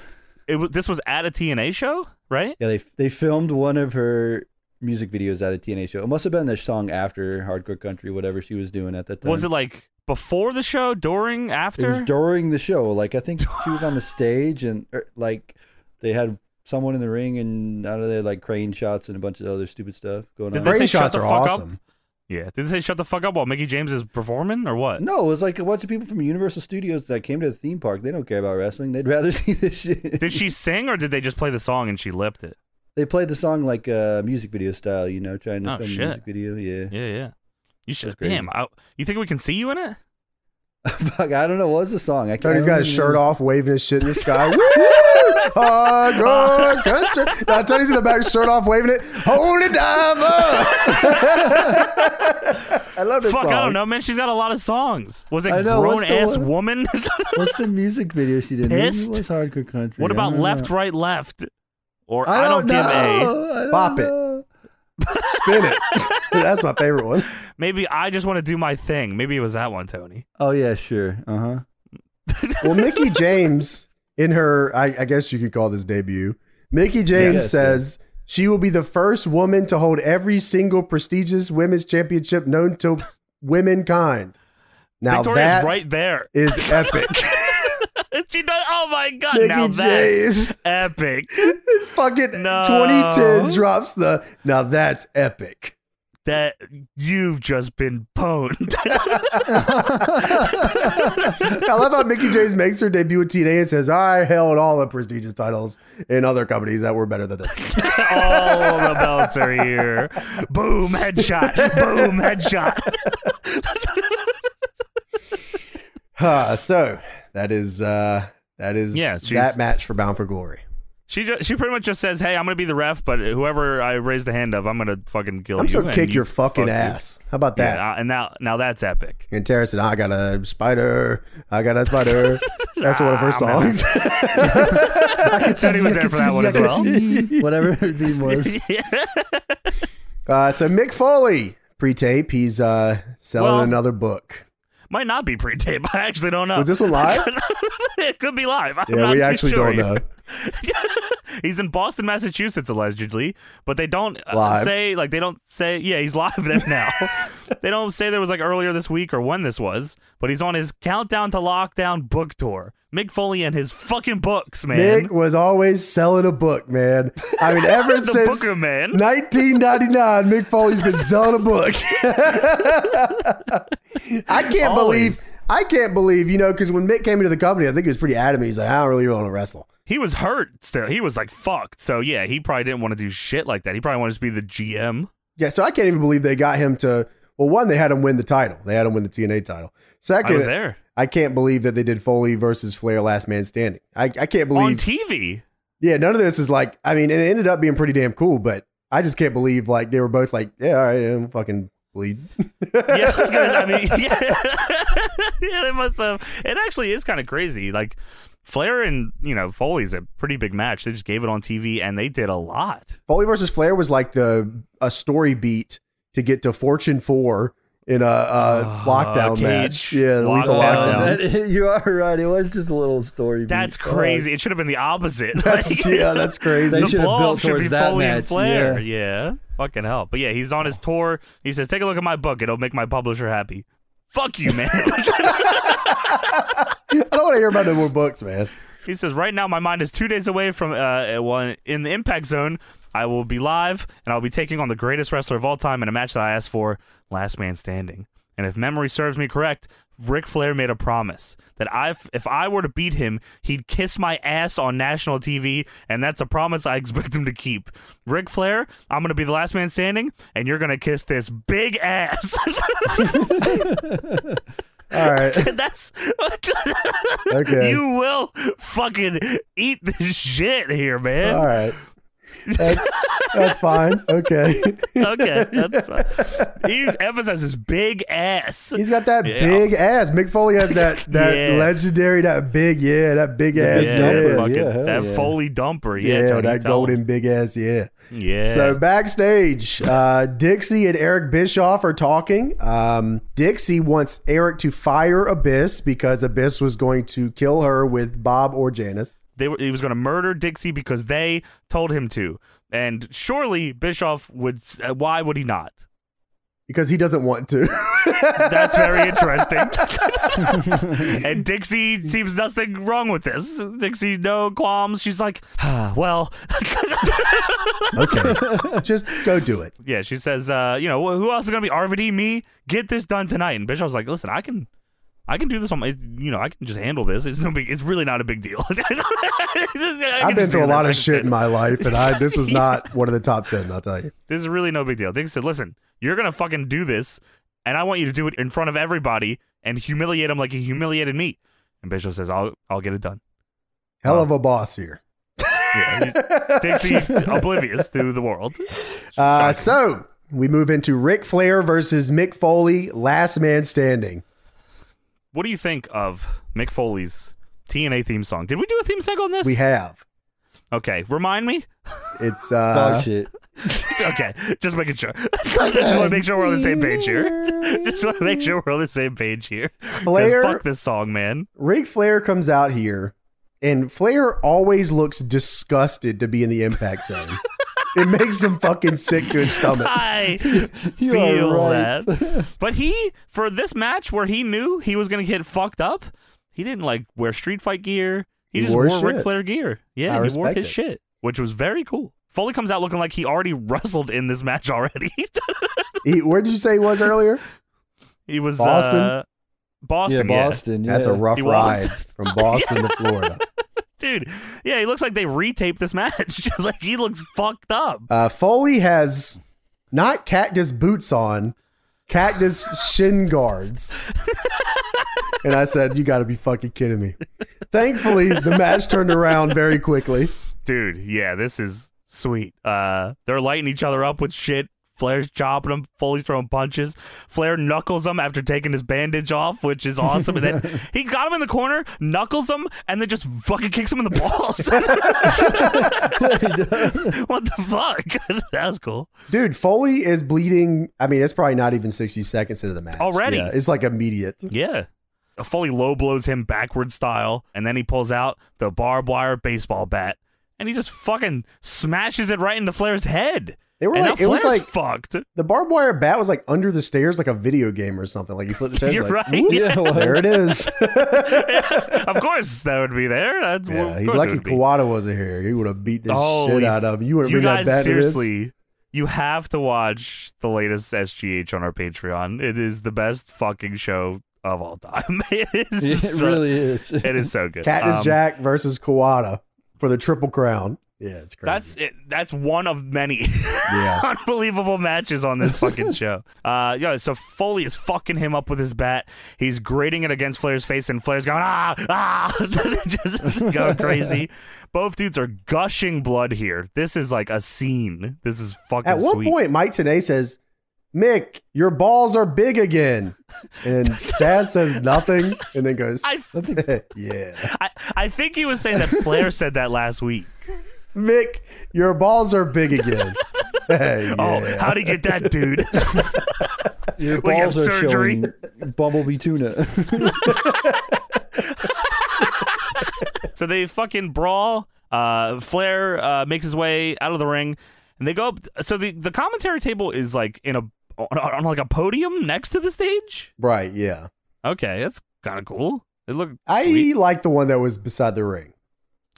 B: It was, this was at a TNA show, right?
C: Yeah, they they filmed one of her music videos at a TNA show. It must have been the song after Hardcore Country, whatever she was doing at that time.
B: Was it like before the show, during,
C: It
B: after?
C: was during the show. Like I think she was on the stage and or, like they had someone in the ring and out of there like crane shots and a bunch of other stupid stuff going
B: Did
C: on.
B: they say
A: Brain
B: shut
A: shots
B: the
A: are
B: fuck up?
A: awesome.
B: yeah. Did they say shut the fuck up while Mickey James is performing or what?
C: No, it was like a bunch of people from Universal Studios that came to the theme park. They don't care about wrestling. They'd rather see this shit.
B: Did she sing or did they just play the song and she lipped it?
C: they played the song like uh, music video style, you know, trying to
B: Oh,
C: film
B: shit.
C: a music video. Yeah.
B: Yeah, yeah. You should.
C: That's crazy.
B: Damn. I, you think we can see you in it?
C: Fuck, I don't know. What was the song? I can't
A: Tony's got his
C: remember.
A: shirt off, waving his shit in the sky. Woo! Hardcore country. Now Tony's in the back, shirt off, waving it. Holy diver. I love this
B: Fuck,
A: song.
B: I don't know, man. She's got a lot of songs. Was it
C: I know, what's
B: grown
C: the
B: ass
C: one?
B: woman?
C: What's the music video she did? Maybe
B: Pissed?
C: it was hardcore country.
B: what
C: I
B: about
C: don't
B: left,
C: know.
B: right, left? Or
C: I don't,
B: give a.
C: know. I don't
A: Bop it.
C: know.
A: Spin it. That's my favorite one.
B: Maybe I just want to do my thing. Maybe it was that one, Tony.
C: Oh yeah, sure. Uh huh.
A: Well, Mickey James, in her, I, I guess you could call this debut, Mickey James
C: Yes,
A: says she will be the first woman to hold every single prestigious women's championship known to womankind. Now
B: Victoria's
A: that
B: right there.
A: is epic.
B: she does. Oh my god! now
A: Mickey
B: that's
A: James.
B: epic.
A: Fucking
B: No.
A: 2010 drops the. Now that's epic.
B: That you've just been pwned.
A: I love how Mickey James makes her debut with TNA and says, I held all the prestigious titles in other companies that were better than this.
B: All the belts are here. Boom headshot. Boom headshot.
A: Huh, so that is uh, that is
B: Yeah, she's-
A: that match for Bound for Glory.
B: She just, she pretty much just says, "Hey, I'm gonna be the ref, but whoever I raise the hand of, I'm gonna fucking kill
A: I'm
B: you."
A: just gonna
B: and
A: kick
B: you
A: your fucking
B: fuck you."
A: ass. How about
B: Yeah,
A: that?
B: uh, and now now that's epic.
A: and Tara said, I got a spider. I got a spider. That's one of her
B: Ah, man.
A: songs.
B: Tony was there for that one as well.
C: Whatever the theme was.
A: uh, so Mick Foley, pre tape, he's uh, selling
B: Well-
A: another book.
B: Might not be pre-tape. I actually don't know.
A: Was this one live?
B: it could be live. I'm
A: Yeah,
B: not
A: we
B: too
A: actually
B: sure
A: don't
B: here.
A: know.
B: he's in Boston, Massachusetts, allegedly, but they don't uh,
A: Live.
B: say like they don't say. Yeah, he's live there now. they don't say there was like earlier this week or when this was, but he's on his countdown to lockdown book tour. Mick Foley and his fucking books, man.
A: Mick was always selling a book, man. I mean, ever
B: the
A: since
B: Booker man.
A: 1999, Mick Foley's been selling a book. I can't
B: Always.
A: believe, I can't believe, you know, because when Mick came into the company, I think he was pretty adamant. He's like, I don't really want to wrestle.
B: He was hurt still. He was like fucked. So yeah, he probably didn't want to do shit like that. He probably wanted to be the GM.
A: Yeah, so I can't even believe they got him to. Well, one, they had him win the title. They had him win the TNA title.
B: I was
A: Second,
B: there
A: I can't believe that they did Foley versus Flair last man standing. I, I can't believe.
B: on TV.
A: yeah, none of this is like. I mean, and it ended up being pretty damn cool, but I just can't believe like they were both like, yeah, all right, yeah, I'm fucking bleed.
B: Yeah, I, was gonna, I mean, yeah, yeah, they must have. It actually is kind of crazy. Like Flair and you know Foley's a pretty big match. They just gave it on TV and they did a lot.
A: Foley versus Flair was like the a story beat to get to Fortune Four in a, a
B: Oh,
A: lockdown
B: cage.
A: match. Yeah, the lethal
B: Lockdown.
A: lockdown.
C: That- you are right. It was just a little story. beat.
B: That's
C: Fuck.
B: crazy. It should have been the opposite.
A: That's,
B: Like,
A: yeah, that's crazy.
C: They
B: the
C: should have
B: blow
C: built
B: should be
C: towards that
B: Foley and
C: match,
B: Flair. Yeah. fucking hell. But yeah, he's on his tour. He says, "Take a look at my book. It'll make my publisher happy." Fuck you, man.
A: I don't want to hear about no more books, man.
B: He says, "Right now, my mind is two days away from uh, well, in the impact zone. I will be live, and I'll be taking on the greatest wrestler of all time in a match that I asked for, Last Man Standing. And if memory serves me correct, Ric Flair made a promise that I, if I were to beat him, he'd kiss my ass on national TV, and that's a promise I expect him to keep. Ric Flair, I'm gonna be the last man standing, and you're gonna kiss this big ass.
A: All right,
B: that's."
A: okay.
B: You will fucking eat the shit here, man.
A: All right. That, That's fine. Okay.
B: okay, that's fine. He emphasizes big ass.
A: He's got that
B: Yeah.
A: big ass. Mick Foley has that that
B: Yeah.
A: legendary, that big, yeah, that big
C: Yeah,
A: ass,
B: yeah,
A: yeah,
C: dumper.
A: yeah,
B: fucking-
C: yeah, hell
B: that
C: yeah.
B: Foley dumper. Yeah, Tony,
A: that
B: tell him.
A: golden big ass, yeah.
B: Yeah.
A: So backstage, uh, Dixie and Eric Bischoff are talking. Um, Dixie wants Eric to fire Abyss because Abyss was going to kill her with Bob or Janice.
B: they were, he was going to murder Dixie because they told him to. And surely Bischoff would. s- Uh, why would he not?
A: Because he doesn't want to.
B: That's very interesting. and Dixie seems nothing wrong with this. Dixie, no qualms. She's like, ah, well,
A: okay. Just go do it.
B: yeah. She says, uh, you know, who else is going to be RVD? Me. Get this done tonight. And Bischoff's like, listen, I can. I can do this on my, you know, I can just handle this. It's no big. It's really not a big deal.
A: I've
B: I've
A: been through a lot of shit in my life, and I this is not one of the top ten. I'll tell you.
B: This is really no big deal. They said, listen, you're going to fucking do this, and I want you to do it in front of everybody and humiliate him like he humiliated me. And Bishop says, I'll, I'll get it done.
A: Hell of a boss here.
B: Yeah, he's- Dixie, oblivious to the world.
A: Uh, so we move into Ric Flair versus Mick Foley, Last Man Standing.
B: What do you think of Mick Foley's TNA theme song? Did we do a theme song on this?
A: We have
B: Okay, remind me.
A: it's
C: Dog
A: uh,
C: shit.
B: okay, just making sure. just want to make sure we're on the same page here. just want to make sure we're on the same page here. 'Cause
A: Flair-
B: Fuck this song, man.
A: Ric Flair comes out here, and Flair always looks disgusted to be in the impact zone. it makes him fucking sick to his stomach.
B: I
C: You are
B: feel
C: right.
B: that. But he, for this match where he knew he was going to get fucked up, he didn't like wear street fight gear. He,
A: He
B: just
A: wore
B: wore,
A: his
B: Ric
A: shit.
B: Flair gear.
A: I
B: Yeah, he wore
A: respect
B: his
A: it.
B: shit, which was very cool. Foley comes out looking like he already wrestled in this match already.
A: He, where did you say he was earlier?
B: he was
A: Boston?
B: uh, Boston,
C: yeah,
B: yeah.
C: Boston.
A: That's a
C: yeah.
A: rough
B: He
A: ride
B: walked.
A: from Boston to Florida.
B: dude. Yeah, he looks like they retaped this match. like he looks fucked up.
A: Uh, Foley has not cactus boots on, cactus shin guards. and I said, You got to be fucking kidding me. Thankfully, the match turned around very quickly.
B: dude yeah this is sweet uh they're lighting each other up with shit flair's chopping him foley's throwing punches flair knuckles him after taking his bandage off which is awesome and then he got him in the corner knuckles him and then just fucking kicks him in the balls what the fuck that was cool
A: Dude, Foley is bleeding. I mean, it's probably not even 60 seconds into the match.
B: Already?
A: Yeah, it's like immediate.
B: yeah foley low blows him backward style and then he pulls out the barbed wire baseball bat and he just fucking smashes it right into flair's head
A: They were
B: and
A: like,
B: now
A: it was
B: Flair's
A: like
B: fucked
A: the barbed wire bat was like under the stairs, like a video game or something. Like you flip the stairs,
B: You're
A: like,
B: right.
A: whoop,
C: Yeah, well,
A: there it is.
B: of course that would be there. That's, well,
A: yeah,
B: of
A: he's
B: course it
A: lucky
B: would be.
A: Kawada wasn't here. He would have beat the shit
B: Holy-
A: out of him. You would have
B: You
A: been
B: guys,
A: that bad. to this.
B: seriously, you have to watch the latest SGH on our Patreon. It is the best fucking show of all time. it is
C: it really is.
B: it is so good.
A: Katniss
B: Um,
A: Jack versus Kawada for the triple crown. Yeah, it's crazy.
B: That's it, that's one of many
A: yeah.
B: unbelievable matches on this fucking show. Uh, yo, so Foley is fucking him up with his bat. He's grating it against Flair's face, and Flair's going ah ah, just going crazy. Both dudes are gushing blood here. This is like a scene. This is fucking
A: At one
B: sweet.
A: point, Mike today says, "Mick, your balls are big again," and Taz says nothing, and then goes,
B: I,
A: "Yeah,
B: I I think he was saying that Flair said that last week.
A: Mick, your balls are big again." Yeah.
B: Oh, how'd he get that, dude?
C: Your
B: We have
C: balls are
B: surgery.
C: showing bumblebee tuna.
B: So they fucking brawl. Uh, Flair uh, makes his way out of the ring, and they go up. So the, the commentary table is like in a on, on like a podium next to the stage.
A: right, yeah.
B: Okay, that's kind of cool. It look.
A: I
B: Sweet.
A: like the one that was beside the ring.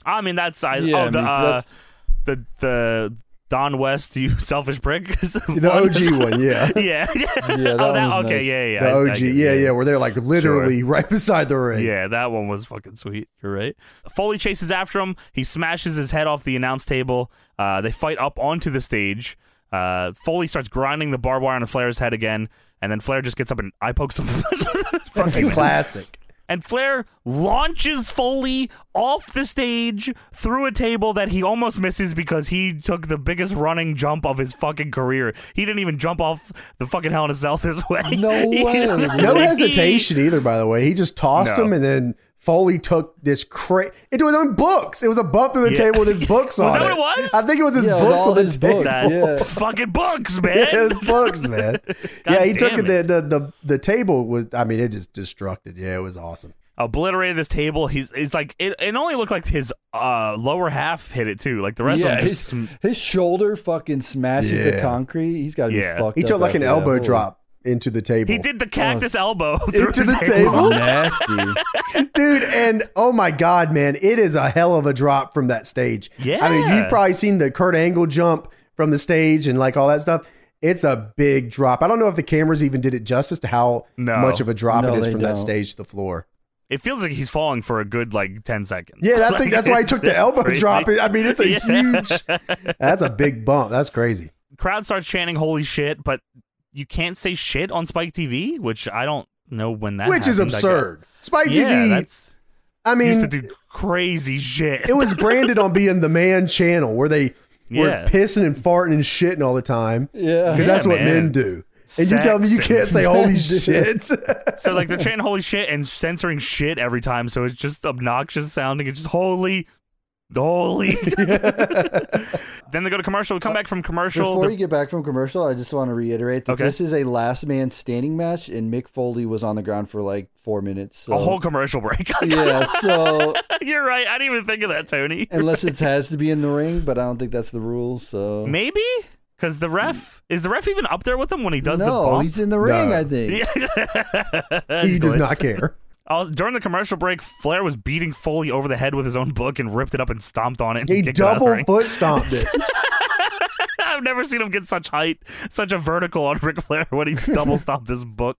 B: I mean, that's I.
C: Yeah,
B: oh, the,
C: I mean, so
B: uh,
C: that's-
B: the the Don West, you selfish prick. is the
A: The
B: one-
A: OG one, yeah.
B: Yeah.
C: that
B: oh, that.
C: one's
B: Okay.
C: nice.
B: Yeah. Yeah.
A: The
B: I- I
A: OG,
B: get it,
A: yeah, yeah, where they're like literally right beside the ring.
B: Yeah, that one was fucking sweet. You're right. Foley chases after him. He smashes his head off the announce table. Uh, they fight up onto the stage. Uh, Foley starts grinding the barbed wire on Flair's head again, and then Flair just gets up and eye pokes him.
A: fucking
B: Fucking
A: classic.
B: and Flair launches Foley off the stage through a table that he almost misses because he took the biggest running jump of his fucking career. He didn't even jump off the fucking Hell in a Cell this way.
C: No
B: He-
C: way.
A: No
B: he-
A: hesitation either, by the way. He just tossed
B: No.
A: him and then Foley took this cra It was on books. It was a bump to the
B: Yeah.
A: table with his books
B: Was
A: on.
B: that what it was?
A: I think it was his
C: Yeah, it was
A: books
C: all
A: on the
C: his
A: table.
C: books,
B: That's
C: Yeah.
B: fucking bugs, man.
A: Yeah, it was books, man. yeah, he took
B: damn
A: it. The, the the the table was. I mean, it just destructed. Yeah, it was awesome.
B: obliterated this table. He's, he's like it, it. only looked like his uh, lower half hit it too. Like the rest of
C: Yeah,
B: him just
C: his,
B: sm-
C: his shoulder fucking smashes the
A: Yeah.
C: concrete. He's got to
B: Yeah.
C: be fucked
A: He
C: up
A: took like an
C: after that.
A: elbow
C: Holy
A: drop into the table.
B: he did the cactus elbow through
A: into the
C: Oh,
A: table.
C: nasty.
A: dude. And oh my god, man, it is a hell of a drop from that stage. I mean,
B: Yeah.
A: you've probably seen the Kurt Angle jump from the stage and like all that stuff. It's a big drop. I don't know if the cameras even did it justice to how
B: No.
A: much of a drop
C: No,
A: it is
C: they
A: from
C: don't.
A: that stage to the floor.
B: It feels like he's falling for a good like ten seconds.
A: Yeah, I
B: Like,
A: think that's why he
B: it's
A: took the elbow
B: crazy.
A: drop. I mean, it's a
B: Yeah.
A: huge. That's a big bump. That's crazy.
B: Crowd starts chanting "Holy shit!" but you can't say shit on Spike TV, which I don't know when that.
A: Which is
B: happened, I guess.
A: absurd. Spike
B: Yeah,
A: TV.
B: that's
A: I
B: used
A: mean,
B: to do crazy shit.
A: it was branded on being the man channel where they were
B: Yeah.
A: pissing and farting and shitting all the time
C: Yeah.
A: because
B: Yeah,
A: that's what
B: man.
A: men do. And you tell me you
B: Sex and-
A: can't say holy
C: Men do.
A: shit.
B: So like they're chanting holy shit and censoring shit every time, so it's just obnoxious sounding. It's just holy, holy. then they go to commercial. We come back from commercial.
C: Uh, Before
B: the-
C: you get back from commercial, I just want to reiterate that
B: Okay.
C: this is a last man standing match, and Mick Foley was on the ground for like four minutes. So.
B: a whole commercial break.
C: yeah, so
B: You're right. I didn't even think of that, Tony.
C: unless it has to be in the ring, but I don't think that's the rule. So
B: Maybe because the ref is the ref even up there with him when he does the
C: no,
B: bump.
C: he's in the ring.
A: No.
C: I think.
B: Yeah.
A: he does
B: Glitz.
A: not care.
B: Uh, during the commercial break, Flair was beating Foley over the head with his own book and ripped it up and stomped on it. and
A: He
B: kicked it out of the
A: double
B: ring.
A: foot stomped it.
B: I've never seen him get such height, such a vertical on Ric Flair when he double stopped his book.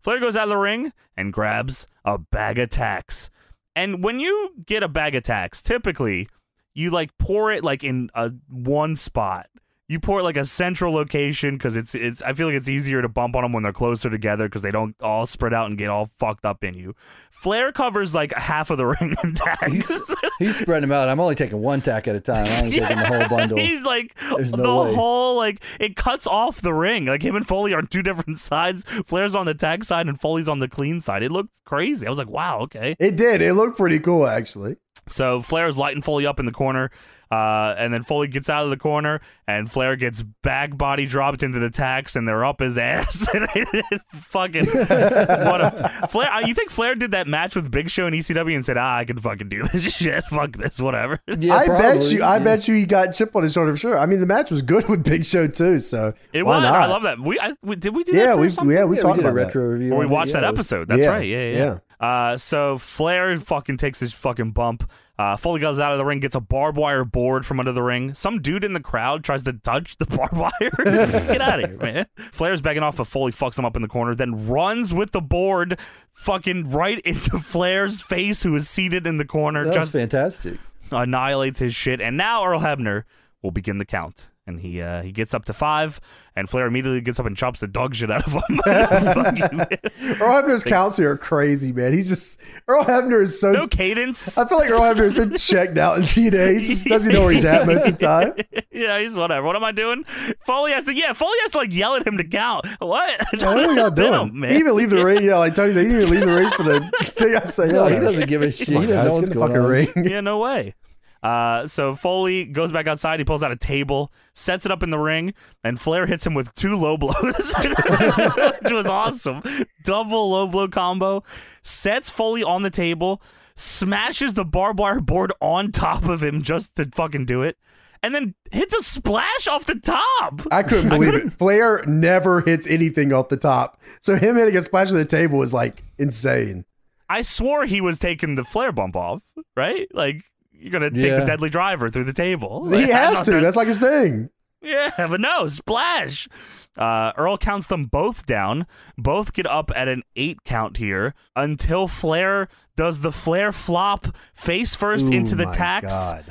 B: Flair goes out of the ring and grabs a bag of tacks. And when you get a bag of tacks, typically you like pour it like in a one spot. You pour it like a central location because it's it's. I feel like it's easier to bump on them when they're closer together because they don't all spread out and get all fucked up in you. Flair covers like half of the ring in tacks.
C: He's spreading him out. I'm only taking one tack at a time. I ain't taking the whole bundle.
B: He's like
C: There's
B: the
C: no way.
B: whole like it cuts off the ring. Like him and Foley are on two different sides. Flair's on the tag side and Foley's on the clean side. It looked crazy. I was like, wow, okay.
A: It did. It looked pretty cool, actually.
B: So Flair's lighting Foley up in the corner, uh, and then Foley gets out of the corner, and Flair gets back body dropped into the tacks, and they're up his ass. and it fucking what a Flair! uh, You think Flair did that match with Big Show and ECW and said, "Ah, I can fucking do this shit. Fuck this, whatever."
C: Yeah,
A: I bet
C: probably.
A: you. I bet you he got chip on his shoulder for sure. I mean, the match was good with Big Show too. So
B: It
A: why
B: was.
A: Not?
B: I love that. We, I, we did we do
A: Yeah,
B: that? for
A: we
B: something?
A: yeah we
C: Yeah, we
A: talked
C: did a
A: about that.
C: retro review.
B: Or we
C: on it,
B: watched that
C: yeah.
B: episode. That's
A: Yeah,
B: right. Yeah, yeah. Uh, so Flair fucking takes his fucking bump. Uh, Foley goes out of the ring, gets a barbed wire board from under the ring. Some dude in the crowd tries to touch the barbed wire. Get out of here, man. Flair's begging off, but Foley fucks him up in the corner, then runs with the board fucking right into Flair's face, who is seated in the corner,
C: That was
B: just
C: fantastic.
B: annihilates his shit. And now Earl Hebner will begin the count. And he uh, he gets up to five, and Flair immediately gets up and chops the dog shit out of him. Fuck you, man.
A: Earl Hebner's counts here are crazy, man. He's just Earl Hebner is so.
B: No cadence.
A: I feel like Earl Hebner is so checked out in TNA. He just doesn't know where he's at most of the time.
B: yeah, he's whatever. What am I doing? Foley has to, yeah, Foley has to like yell at him to count. What?
A: I don't know what y'all
B: They
A: doing.
B: don't, man.
A: He even leave the ring. Yeah, like Tony said, he didn't even leave the ring for the thing. I say,
C: No,
A: oh,
C: he doesn't give a shit. He
A: Come on,
C: doesn't
A: guys,
C: know
A: get
C: what's
A: the
C: going
A: fucking
C: on.
A: ring.
B: yeah, no way. Uh, so Foley goes back outside. He pulls out a table, sets it up in the ring, and Flair hits him with two low blows, which was awesome. Double low blow combo. Sets Foley on the table, smashes the barbed wire board on top of him just to fucking do it, and then hits a splash off the top.
A: I couldn't believe it. Flair never hits anything off the top, so him hitting a splash on the table is like insane.
B: I swore he was taking the flare bump off, right? Like you're gonna take
C: Yeah.
B: the deadly driver through the table.
A: He
B: Like, I
A: has
B: thought
A: to.
B: that-
A: That's like his thing.
B: yeah, but no splash. Uh, Earl counts them both down. Both get up at an eight count here until Flair does the Flair flop face first into the
A: my
B: tax,
A: God.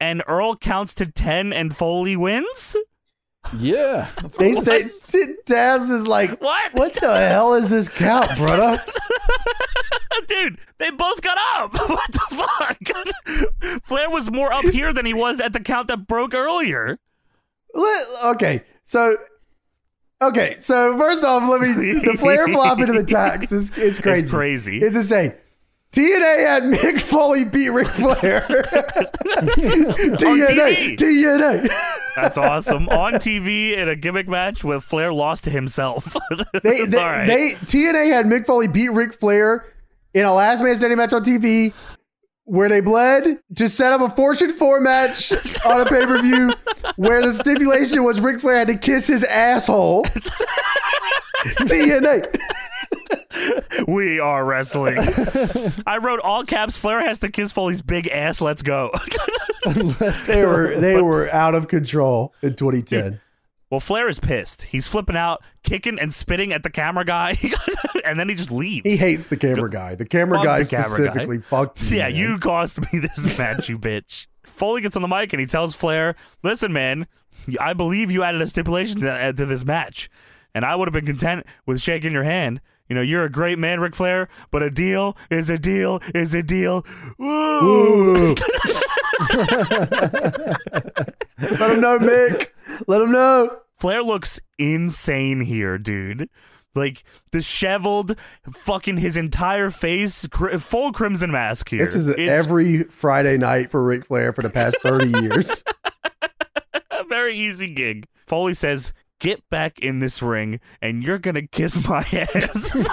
B: and Earl counts to ten, and Foley wins.
C: Yeah.
A: They say Daz is like,
B: What?
A: What the hell is this count, brother?
B: Dude, they both got up. What the fuck? Flair was more up here than he was at the count that broke earlier.
A: Let, okay, so okay, so first off, let me the flare flop into the tax is is crazy.
B: It's crazy.
A: It's insane. TNA had Mick Foley beat Ric Flair.
B: TV.
A: TNA, TNA.
B: That's awesome. On TV in a gimmick match where Flair lost to himself.
A: They,
B: It's
A: they,
B: all right.
A: they TNA had Mick Foley beat Ric Flair in a last man standing match on TV where they bled to set up a fortune four match on a pay per view where the stipulation was Ric Flair had to kiss his asshole. TNA.
B: we are wrestling. I wrote all caps. Flair has to kiss Foley's big ass. Let's go.
A: They were they were out of control in 2010.
B: well, Flair is pissed. He's flipping out, kicking and spitting at the camera guy, and then he just leaves.
A: He hates the camera guy. The camera
B: Fuck
A: guy
B: the camera guy.
A: specifically fucked.
B: Yeah,
A: man.
B: you caused me this match, you bitch. Foley gets on the mic and he tells Flair, "Listen, man, I believe you added a stipulation to, to this match, and I would have been content with shaking your hand. You know, you're a great man, Ric Flair, but a deal is a deal is a deal.
A: Ooh.
B: Ooh.
A: Let him know, Mick. Let him know.
B: Flair looks insane here, dude." Like disheveled, fucking his entire face, cr- full crimson mask here.
A: This is
B: It's
A: every Friday night for Ric Flair for the past 30 years.
B: a very easy gig. Foley says, "Get back in this ring, and you're gonna kiss my ass.
A: It's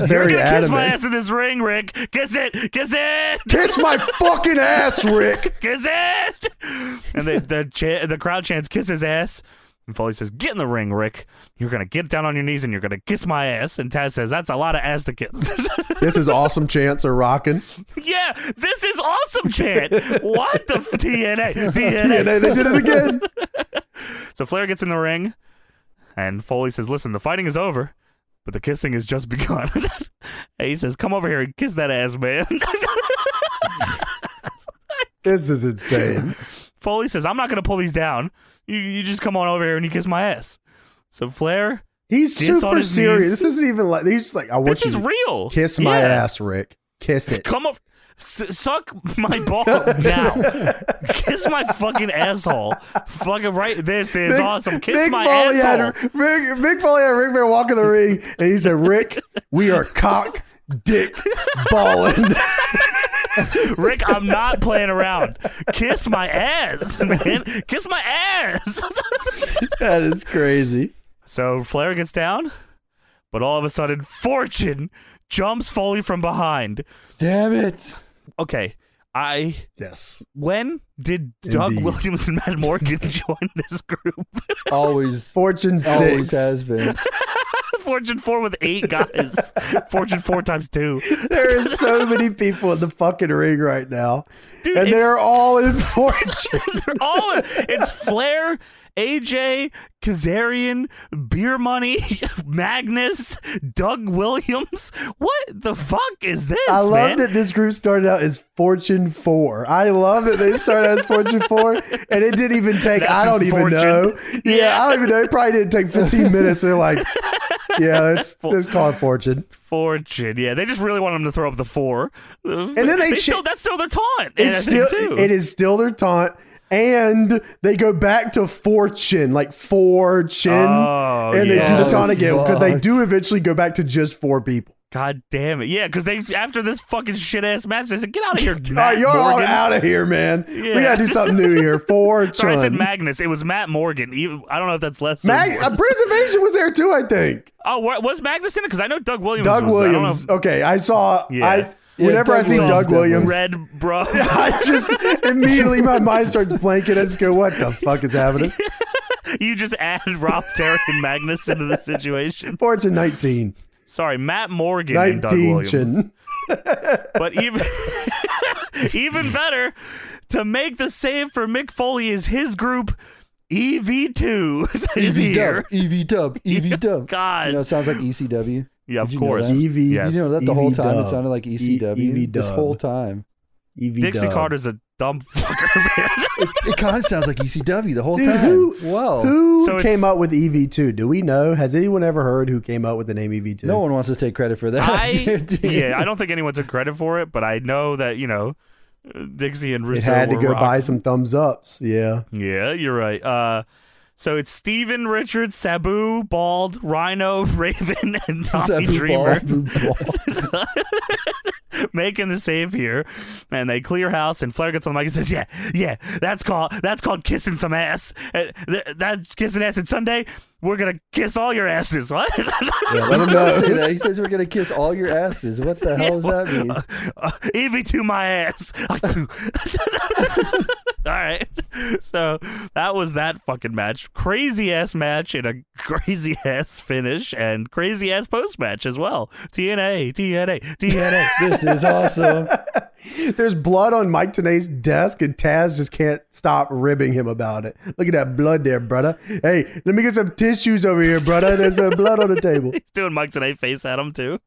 B: you're
A: very
B: gonna kiss my
A: adamant.
B: ass in this ring, Rick. Kiss it, kiss it,
A: Kiss my fucking ass, Rick.
B: kiss it." And the the cha- the crowd chants, "Kiss his ass." And Foley says, "Get in the ring, Rick. You're gonna get down on your knees and you're gonna kiss my ass." And Taz says, "That's a lot of ass to kiss."
A: This is awesome chance of rocking.
B: yeah, this is awesome, chant. What the f- TNA?
A: Yeah,
B: TNA.
A: they, they did it again.
B: So Flair gets in the ring, and Foley says, "Listen, the fighting is over, but the kissing has just begun." and he says, "Come over here and kiss that ass, man."
A: This is insane.
B: Foley says, "I'm not gonna pull these down. You you just come on over here and you kiss my ass." So Flair,
A: He's
B: Gets on
A: super
B: his
A: serious.
B: knees.
A: This isn't even like he's just like I want
B: this
A: you
B: is
A: to
B: real.
A: kiss my
B: Yeah.
A: ass, Rick. Kiss it.
B: Come up, s- suck my balls now. kiss my fucking asshole. Fucking right. This is awesome. Kiss
A: Mick
B: my
A: Foley
B: asshole.
A: Had, Rick, Mick Foley had Rick Flair walk in the ring, and he said, "Rick, we are cock, dick, balling."
B: Rick, I'm not playing around. Kiss my ass, man. Kiss my ass.
A: that is crazy.
B: so Flair gets down, but all of a sudden, Fortune jumps Foley from behind.
C: Damn it.
B: Okay, I.
A: Yes,
B: When did Doug
A: Indeed.
B: Williams and Matt Morgan join this group?
C: Always.
A: Fortune six.
C: Always has been.
B: Fortune 4 with eight guys. Fortune 4 times two.
A: There is so many people in the fucking ring right now,
B: Dude,
A: and
B: it's-
A: they're all in Fortune.
B: They're all in. It's Flair, AJ, Kazarian, Beer Money, Magnus, Doug Williams. What the fuck is this?
A: I love
B: man?
A: that this group started out as Fortune Four. I love that they started out as Fortune Four, and it didn't even take.
B: That's
A: I don't even
B: Fortune.
A: know. Yeah,
B: Yeah.
A: I don't even know. It probably didn't take 15 minutes. They're like, yeah, let's let's call it Fortune.
B: Fortune. Yeah, they just really want him to throw up the four. And
A: then they
B: still
A: cha-
B: that's still their taunt. and
A: It's
B: I think,
A: still
B: too.
A: it is still their taunt, and they go back to Fortune, like Fortune,
B: Oh,
A: and they do
B: yeah.
A: the taunt again because they
C: Fuck.
A: do eventually go back to just four people.
B: God damn it. Yeah, because they after this fucking shit ass match, they said, get out of here.
A: All right,
B: Matt
A: you're all
B: Morgan.
A: out of here, man.
B: Yeah.
A: We gotta do something new here. Fortune.
B: Sorry, I said Magnus. It was Matt Morgan. Even- I don't know if that's less.
A: Mag- uh, Brits Invasion was there too, I think.
B: Oh, wa- was Magnus in it? Because I know Doug Williams.
A: Doug
B: was, I don't know
A: Williams. okay, I saw.
B: Yeah.
A: I
B: Yeah,
A: whenever
C: Doug
A: I see
C: Williams
A: Doug
C: definitely.
A: Williams,
B: Red bro.
A: I just immediately my mind starts blanking. I just go, "What the fuck is happening?"
B: you just add Rob Terry and Magnus into the situation.
A: Fortune nineteen,
B: Sorry, Matt Morgan and Doug
A: nineteen.
B: Williams.
A: Chin.
B: But even even better, to make the save for Mick Foley is his group E EV2 is
C: EV
B: here.
C: E dub. EV dub. EV dub.
B: God.
C: You know, it sounds like ECW.
B: Yeah, of
C: Did you know
B: course.
C: that?
A: EV.
B: Yes.
C: You know that the whole
A: EV
C: time
A: E dub.
C: it sounded like ECW.
A: EV
C: E this
A: dub.
C: whole time. Evie
B: Dixie
C: E Dub.
B: Carter's a dumb fucker. man.
C: It, it kind of sounds like ECW the whole
A: Dude,
C: time.
A: who-
C: Whoa.
A: Who
B: So it's-
A: came up with EV2? Do we know? Has anyone ever heard who came up with the name EV2?
C: No one wants to take credit for that.
B: I
C: Dude.
B: yeah, I don't think anyone took credit for it, but I know that you know Dixie and
A: It
B: Russo
A: had to
B: were
A: go
B: rock-
A: buy some thumbs ups. Yeah.
B: Yeah, you're right. Uh, so it's Steven, Richard, Sabu, Bald, Rhino, Raven, and Tommy
C: Is that blue
B: Dreamer
C: ball? Blue ball.
B: making the save here, and they clear house. And Flair gets on the mic and says, "Yeah, yeah, that's called that's called kissing some ass. Uh, th- that's kissing ass. And Sunday we're gonna kiss all your asses. What?
A: Let him know.
C: Say that. He says we're gonna kiss all your asses. What the hell does that mean?
B: uh, Evie to my ass. all right. So that was that fucking match. Crazy ass match and a crazy ass finish and crazy ass post match as well. TNA, TNA, TNA.
C: This is awesome.
A: There's blood on Mike Tanay's desk, and Taz just can't stop ribbing him about it. Look at that blood there, brother. Hey, let me get some tissues over here, brother. There's uh, blood on the table.
B: He's doing Mike today face at him too.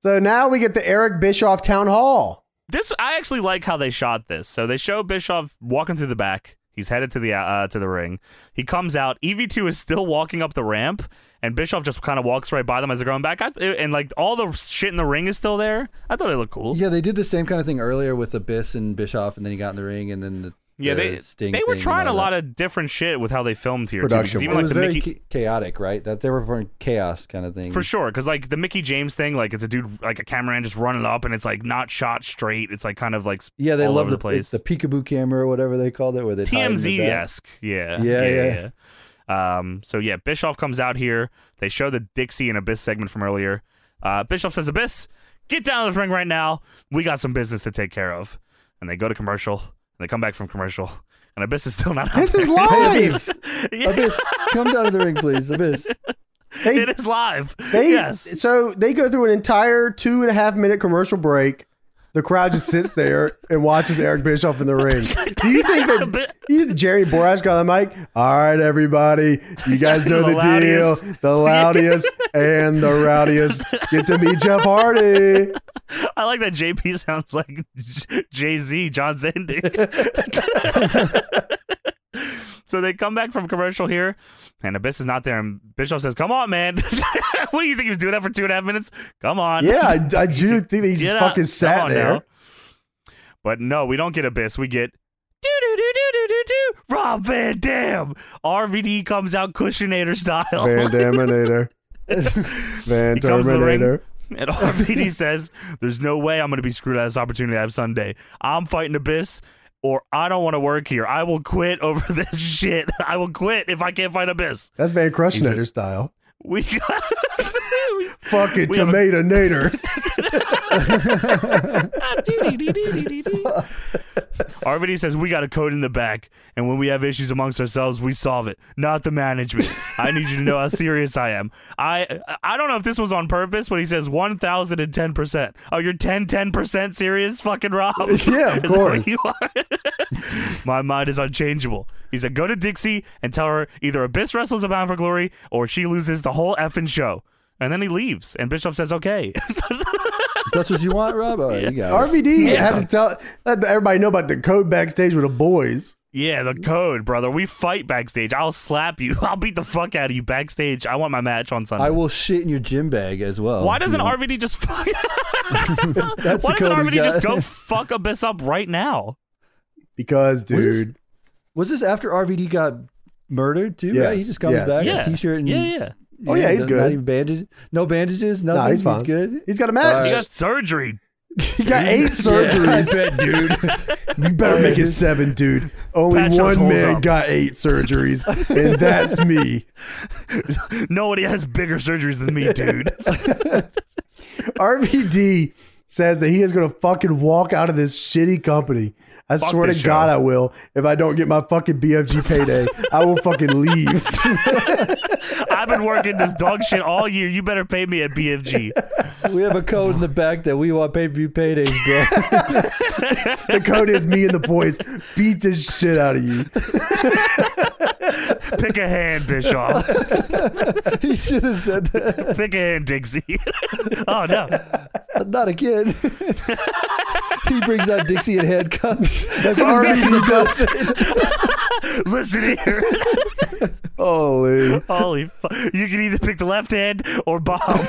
A: So now we get the Eric Bischoff town hall.
B: This I actually like how they shot this. So they show Bischoff walking through the back. He's headed to the uh, to the ring. He comes out. EV2 is still walking up the ramp, and Bischoff just kind of walks right by them as they're going back. I, and like all the shit in the ring is still there. I thought it looked cool.
C: Yeah, they did the same kind of thing earlier with Abyss and Bischoff, and then he got in the ring, and then the
B: Yeah,
C: the
B: they
C: Sting
B: they were
C: thing
B: trying a
C: and all
B: lot
C: that.
B: of different shit with how they filmed here. too,
A: Production
B: because
C: It
A: work.
B: even like
C: was
B: the
C: very
B: Mickey,
C: cha- chaotic, right? That they were from chaos kind of thing.
B: for sure, because like the Mickey James thing, like it's a dude like a cameraman just running up and it's like not shot straight. It's like kind of like
C: Yeah, they
B: all
C: love
B: over
C: the,
B: the, place.
C: the peekaboo camera or whatever they called it, where they hide in the
B: TMZ
C: back.
B: esque. Yeah.
C: Yeah,
B: yeah. yeah. Um, so yeah, Bischoff comes out here. They show the Dixie and Abyss segment from earlier. Uh, Bischoff says, "Abyss, get down to the ring right now. We got some business to take care of." And they go to commercial. And they come back from commercial, and Abyss is still not out
A: This
B: there.
A: is live.
B: Yeah,
C: Abyss, come down to the ring, please. Abyss.
A: They,
B: it is live.
A: they,
B: yes.
A: So they go through an entire two and a half minute commercial break. The crowd just sits there and watches Eric Bischoff in the ring. Do you think that
B: But-
A: You the Jerry Borash guy on the mic. All right, everybody. You guys know
B: The
A: the,
B: loudest.
A: deal. The loudest and the rowdiest. Get to meet Jeff Hardy.
B: I like that JP sounds like Jay Z, John Zendik. so they come back from commercial here, and Abyss is not there. And Bischoff says, "Come on, man! what do you think he was doing that for two and a half minutes? Come on,
A: Yeah, I, I do think he
B: Get
A: just
B: out.
A: fucking
B: Come
A: sat
B: on
A: there.
B: now." But no, we don't get Abyss. We get do do do do do do do. Rob Van Dam. RVD comes out Cushionator style.
A: Van Daminator. Van
B: He comes to the ring.
A: Terminator.
B: And RVD says, There's no way I'm going to be screwed out of this opportunity I have Sunday. I'm fighting Abyss, or I don't want to work here. I will quit over this shit. I will quit if I can't fight Abyss.
A: That's Van Crushinator style.
B: We got.
A: Fucking
B: We have a-
A: tomato nader.
B: RVD says, We got a code in the back, and when we have issues amongst ourselves, we solve it, not the management. I need you to know how serious I am. I I don't know if this was on purpose, but he says 1010%. Oh, you're 10 10% serious, fucking Rob?
A: Yeah, of
B: Is that what
A: course.
B: you are? My mind is unchangeable. He said, Go to Dixie and tell her either Abyss wrestles a bound for glory or she loses the whole effing show. And then he leaves, and Bishop says, Okay.
C: That's what you want, Rob? All right, you got it.
A: RVD had to tell let everybody know about the code backstage with the boys.
B: Yeah, the code, brother. We fight backstage. I'll slap you. I'll beat the fuck out of you backstage. I want my match on Sunday.
C: I will shit in your gym bag as well.
B: Why doesn't
C: You know,
B: RVD just fuck?
C: That's
B: Why
C: the
B: doesn't
C: code we
B: RVD just
C: got.
B: go fuck Abyss up right now?
A: Because,
C: Was this-
A: dude,
C: Was this after RVD got murdered too?
A: Yes,
C: right? He just comes
A: yes,
C: back,
B: Yeah,
C: in a t-shirt, and
B: yeah, yeah.
A: Oh, yeah, he's
C: not
A: good.
C: even bandages, no bandages, nothing.
A: he's fine.
C: good.
A: he's got a
B: He
A: match.
B: got surgery.
A: he got eight
C: I
A: surgeries.
C: bet, dude.
A: You better make it seven, dude. Only
B: Patch those
A: one
B: holes
A: man
B: up.
A: got eight surgeries, and that's me.
B: Nobody has bigger surgeries than me, dude.
A: RVD says that he is going to fucking walk out of this shitty company. I
B: Fuck
A: swear to
B: this
A: God,
B: show.
A: I will. If I don't get my fucking BFG payday, I will fucking leave.
B: I've been working this dog shit all year. You better pay me at BFG.
C: we have a code in the back that we want pay-per-view paydays, bro.
A: the code is me and the boys beat this shit out of you.
B: Pick a hand, Bischoff.
C: he should have said that.
B: Pick a hand, Dixie. oh no.
C: Not again. he brings out Dixie in handcuffs. Like,
A: RVD does
B: Listen here.
A: Holy.
B: Holy fu- You can either pick the left hand or Bob.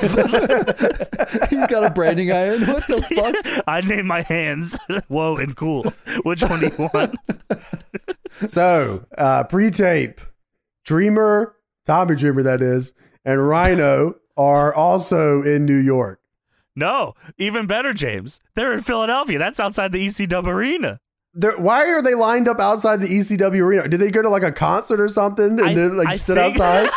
C: he's got a branding iron. What the fuck?
B: I name my hands whoa and cool. Which one do you want?
A: So, uh, pre tape, Dreamer, Tommy Dreamer, that is, and Rhino are also in New York.
B: No, even better, James. They're in Philadelphia. That's outside the ECW arena.
A: They're, why are they lined up outside the ECW arena? Did they go to like a concert or something and
B: I-
A: then like
B: I
A: stood
B: think-
A: outside?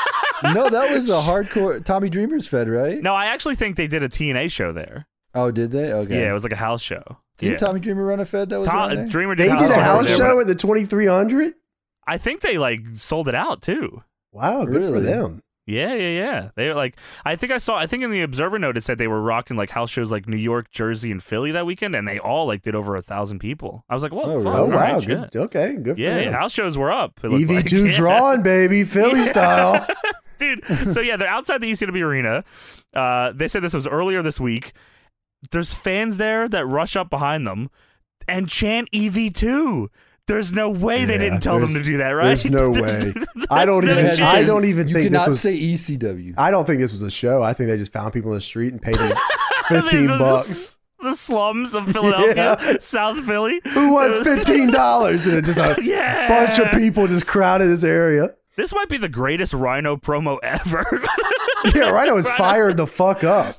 C: No, that was a hardcore Tommy Dreamer's Fed, right?
B: No, I actually think they did a TNA show there.
C: Oh, did they? Okay.
B: Yeah, it was like a house show.
C: Didn't
B: yeah.
C: Tommy Dreamer run a Fed that was
B: Tom-
C: around there?
B: Dreamer
A: They
B: did,
A: did a house
B: there,
A: show
B: but
A: at the 2300?
B: I think they like sold it out too.
A: Wow, good for
C: Really?
A: them.
B: Yeah, yeah, yeah. They were like, I think I saw. I think in the Observer note it said they were rocking like house shows like New York, Jersey, and Philly that weekend, and they all like did over a thousand people. I was like, what?
C: Oh,
B: the fuck?
C: really?
A: Oh,
B: All right,
A: wow.
B: shit.
A: Good. Okay, good for
B: Yeah, yeah,
A: them. E
B: house shows were up. it looked like.
A: EV2
B: Yeah.
A: drawn, baby, Philly
B: Yeah.
A: style.
B: dude. So yeah, they're outside the ECW arena. Uh, they said this was earlier this week. There's fans there that rush up behind them and chant EV2. There's no way they
A: Yeah,
B: didn't tell them to
A: there's-
B: do that, right?
A: There's no way. I don't
B: no
A: even.
B: chance.
A: I don't even
C: you
A: think
C: cannot
A: this was.
C: say ECW.
A: I don't think this was a show. I think they just found people in the street and paid them
B: This is
A: fifteen
B: the-
A: bucks.
B: The slums of Philadelphia,
A: Yeah.
B: South Philly.
A: Who wants fifteen dollars? And it just a
B: Yeah.
A: bunch of people just crowded this area.
B: This might be the greatest Rhino promo ever.
A: Yeah, Rhino was fired the fuck up.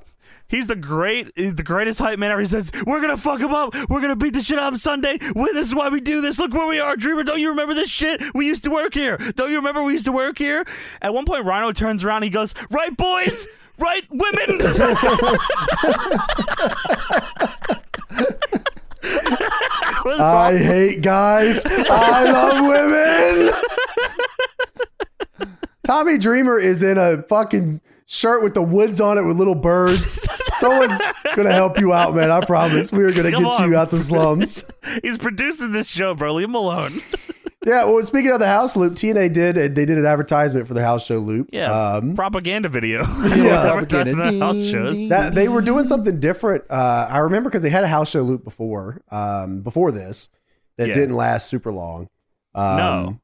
B: He's the great, the greatest hype man ever. He says, "We're gonna fuck him up. We're gonna beat the shit out of him Sunday. We, this is why we do this. Look where we are, Dreamer. Don't you remember this shit? We used to work here. Don't you remember we used to work here?" At one point, Rhino turns around. He goes, "Right, boys. Right, women." Was
A: I
B: awesome.
A: hate guys. I love women. Tommy Dreamer is in a fucking shirt with the woods on it with little birds. Someone's gonna help you out, man. I promise. We are gonna
B: Come
A: get
B: on.
A: you out the slums.
B: He's producing this show, bro. Leave him alone.
A: Yeah. Well, speaking of the house loop, TNA did uh, they did an advertisement for the house show loop.
B: Yeah,
A: Um,
B: propaganda video.
A: Yeah.
B: Advertising the
C: Propaganda.
B: house shows.
A: that they were doing something different. Uh, I remember because they had a house show loop before, um, before this, that
B: Yeah.
A: didn't last super long. Um,
B: No.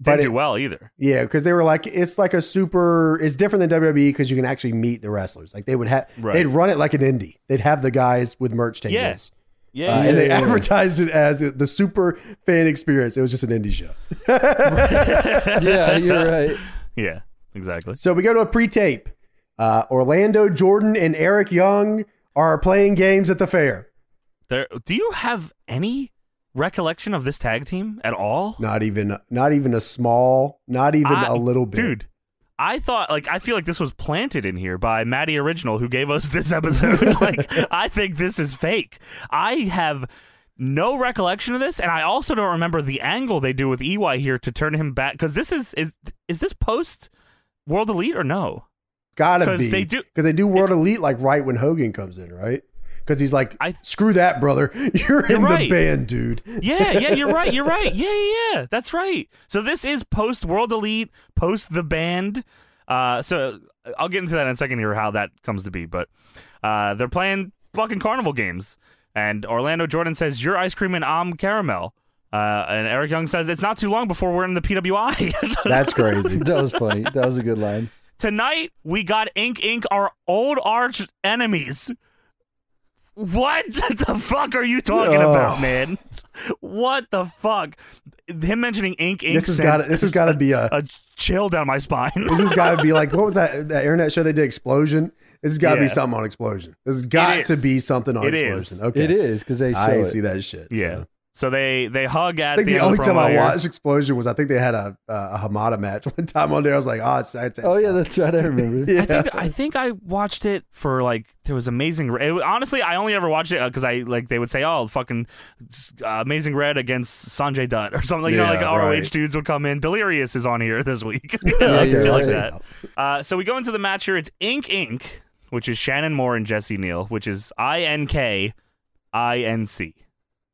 A: but
B: Didn't
A: it-
B: do well either.
A: Yeah, because they were like, it's like a super. It's different than WWE because you can actually meet the wrestlers. Like they would have,
B: Right.
A: they'd run it like an indie. They'd have the guys with merch
B: Yeah.
A: tables,
B: Yeah,
A: uh, and they
C: Yeah.
A: advertised it as the super fan experience. It was just an indie show.
C: yeah, you're right.
B: Yeah, exactly.
A: So we go to a pre-tape. Uh, Orlando Jordan and Eric Young are playing games at the fair.
B: There, do you have any recollection of this tag team at all,
A: Not even, not even a small, not even
B: I-
A: a little bit.
B: dude? I thought, like, I feel like this was planted in here by Maddie Original, who gave us this episode. like, I think this is fake. I have no recollection of this, and I also don't remember the angle they do with EY here to turn him back. Because this is is is this post World Elite or no?
A: Gotta
B: 'Cause
A: be.
B: they do-
A: because they do World Elite like right when Hogan comes in, right? Because he's like,
B: I-
A: screw that, brother. You're, in the
B: right.
A: band, dude.
B: Yeah, yeah, you're right. You're right. Yeah, yeah, yeah. That's right. So this is post World Elite, post the band. Uh, so I'll get into that in a second here, how that comes to be. But uh, they're playing fucking carnival games, and Orlando Jordan says, "Your ice cream and I'm caramel." Uh, and Eric Young says, "It's not too long before we're in the PWI."
A: That's crazy.
C: That was funny. That was a good line.
B: Tonight we got Ink Ink, our old arch enemies. What the fuck are you talking
A: Oh.
B: about, man? What the fuck? Him mentioning Ink Ink.
A: this has
B: sent
A: got. to This has got to be a.
B: a chill down my spine.
A: This has got to be like what was that that internet show they did? Explosion. This has got to be
B: Yeah.
A: something on Explosion. This has got to
B: is.
A: be something on
B: It is.
A: Explosion. Okay,
C: It is because they show
A: I
C: it.
A: see that shit.
B: yeah.
A: so.
B: So. they they hug at
A: I think
B: the,
A: the
B: end of
A: only
B: the
A: time
B: promo
A: I
B: here.
A: watched Explosion was I think they had a uh, a Hamada match one time on there. I was like, oh, it's, it's,
C: Oh yeah, that's right. I remember.
A: yeah.
B: I think I think I watched it for like there was amazing. Red. It- honestly, I only ever watched it because I like they would say, "Oh, fucking uh, Amazing Red against Sanjay Dutt" or something. Like, you know, like
A: Yeah,
B: ROH
A: right.
B: dudes would come in. Delirious is on here this week.
C: Yeah,
B: like,
C: you're
B: shit like
A: right.
B: that. Uh, so we go into the match here. It's Ink Ink, which is Shannon Moore and Jesse Neal, which is I N K I N C,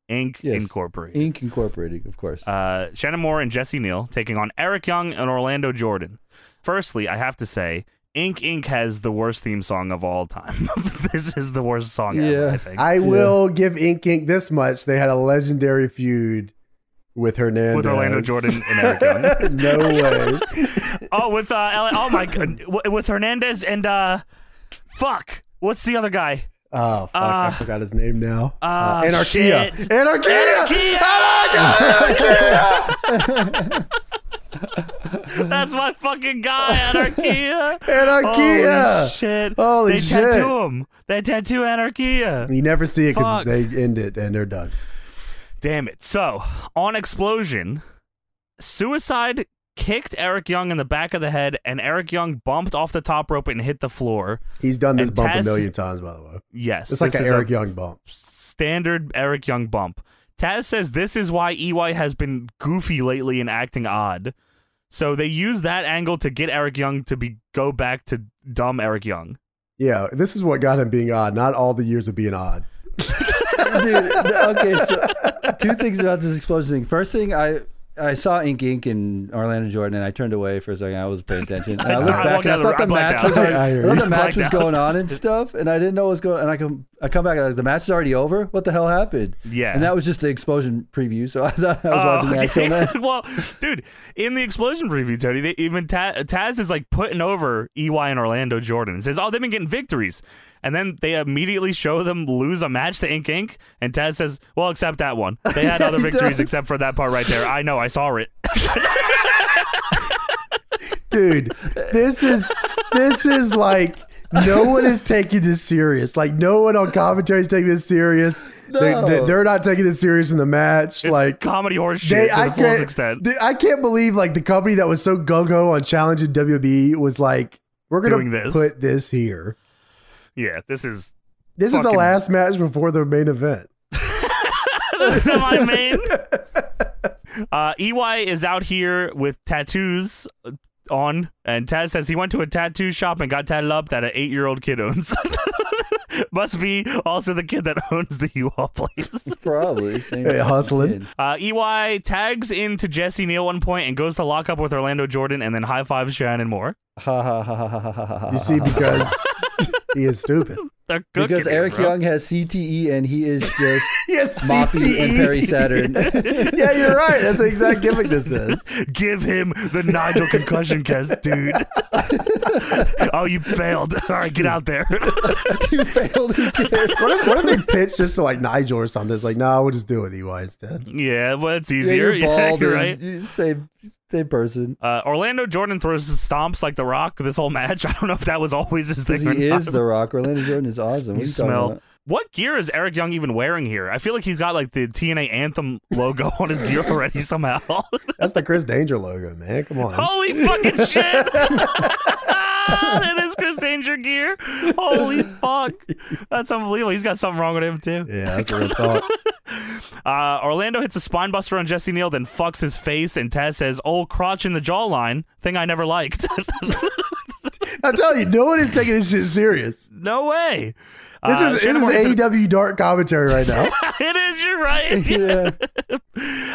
B: Ink
C: Yes.
B: Incorporated.
C: Inc. Incorporated, of course.
B: uh, Shannon Moore and Jesse Neal taking on Eric Young and Orlando Jordan. Firstly, I have to say, Ink Ink has the worst theme song of all time. this is the worst song ever.
C: Yeah.
B: I think.
A: I will give Ink Ink this much. They had a legendary feud with Hernandez.
B: with Orlando Jordan and Eric Young.
A: no way.
B: Oh, with uh, L- oh my god, w- with Hernandez and uh, fuck, what's the other guy?
A: Oh, fuck.
B: Uh,
A: I forgot his name now.
B: uh,
A: Anarchia.
B: shit.
A: Anarchia.
B: Anarchia!
A: Anarchia!
B: That's my fucking guy, Anarchia.
A: Anarchia.
B: Holy shit!
A: Holy
B: they
A: shit.
B: tattoo him. They tattoo Anarchia.
A: You never see it because
B: Fuck.
A: they end it and they're done.
B: Damn it. So, on explosion, suicide kicked Eric Young in the back of the head, and Eric Young bumped off the top rope and hit the floor.
A: He's done this
B: And
A: bump a
B: Taz-
A: million times, by the way.
B: Yes,
A: It's like
B: this
A: an
B: is a
A: Eric Young bump.
B: standard Eric Young bump. Taz says this is why EY has been goofy lately and acting odd. So they use that angle to get Eric Young to be go back to dumb Eric Young.
A: Yeah, this is what got him being odd. Not all the years of being odd.
C: Dude, the- okay, so two things about this explosion thing. First thing, I I saw Ink Ink and Orlando Jordan, and I turned away for a second. I was paying attention. And I looked
B: I
C: back,
B: walked
C: and
B: out
C: I thought
B: of
C: the
B: the- I blacked
C: match was
A: out.
C: already, I
A: I
C: thought the match
B: blacked
C: was
B: out.
C: going on and stuff, and I didn't know what was going. on. And I come I come back, and I, the match is already over. What the hell happened?
B: Yeah.
C: and that was just the explosion preview. So I thought I was
B: Oh,
C: watching the match. on
B: yeah.
C: that.
B: well, dude, in the explosion preview, Tony, they even Ta- Taz is like putting over EY and Orlando Jordan and says, "Oh, they've been getting victories," and then they immediately show them lose a match to Ink Ink, and Taz says, "Well, except that one. They had other
C: He
B: victories
C: does.
B: except for that part right there. I know, I saw it."
A: Dude, this is this is like no one is taking this serious. Like no one on commentary is taking this serious.
C: No.
A: They, are not taking this serious in the match.
B: It's
A: like
B: comedy horse shit
A: they,
B: to
A: I
B: the fullest
A: can't.
B: extent.
A: th- I can't believe like the company that was so gung ho on challenging WB was like, we're gonna
B: Doing this.
A: put this here.
B: yeah, this is
A: This is
B: Fucking-
A: the last match before the main event.
B: this is my main. Uh, EY is out here with tattoos on, and Taz says he went to a tattoo shop and got tatted up that an eight-year-old kid owns. Must be also the kid that owns the U-Haul place.
C: Probably same
A: Hey, hustling.
C: kid.
B: Uh, EY tags into Jesse Neal one point and goes to lock up with Orlando Jordan and then high fives Shannon Moore.
C: Ha ha ha ha ha ha ha, ha.
A: You see,
C: ha.
A: because he is stupid.
B: They're cooking
C: because
B: it,
C: Eric
B: bro.
C: Young has CTE and he is just
A: Yes,
C: Moppy and Perry
B: E.
C: Saturn.
A: E. yeah, you're right. That's the exact gimmick this is.
B: Give him the Nigel concussion test, dude. oh, you failed. All right, get out there.
C: you failed. Who cares?
A: What if, what if they pitch just to like Nigel or something? It's like, nah, we'll just do it with EY instead.
B: yeah, well, it's
C: Yeah,
B: easier.
C: you're bald.
B: you're
C: and you- Same, same person.
B: Uh, Orlando Jordan throws his stomps like The Rock this whole match. I don't know if that was always his
C: 'Cause
B: thing.
C: He
B: or
C: is
B: not.
C: the Rock. Orlando Jordan is awesome. What
B: You
C: are you
B: smell.
C: talking
B: What gear is Eric Young even wearing here? I feel like he's got like the TNA anthem logo on his gear already somehow.
A: That's the Chris Danger logo, man. Come on.
B: Holy fucking shit! that is Chris Danger gear. Holy fuck, that's unbelievable. He's got something wrong with him too.
A: Yeah, that's what I thought.
B: Uh, Orlando hits a spine buster on Jesse Neal, then fucks his face, and Taz says, "Old crotch in the jawline, thing I never liked."
A: I'm telling you, no one is taking this shit serious.
B: no way.
A: This
B: Uh,
A: is E
B: Shannon Moore
A: this
B: hits
A: is
B: a-
A: AEW dark commentary right now.
B: it is. You're right.
C: about? Yeah.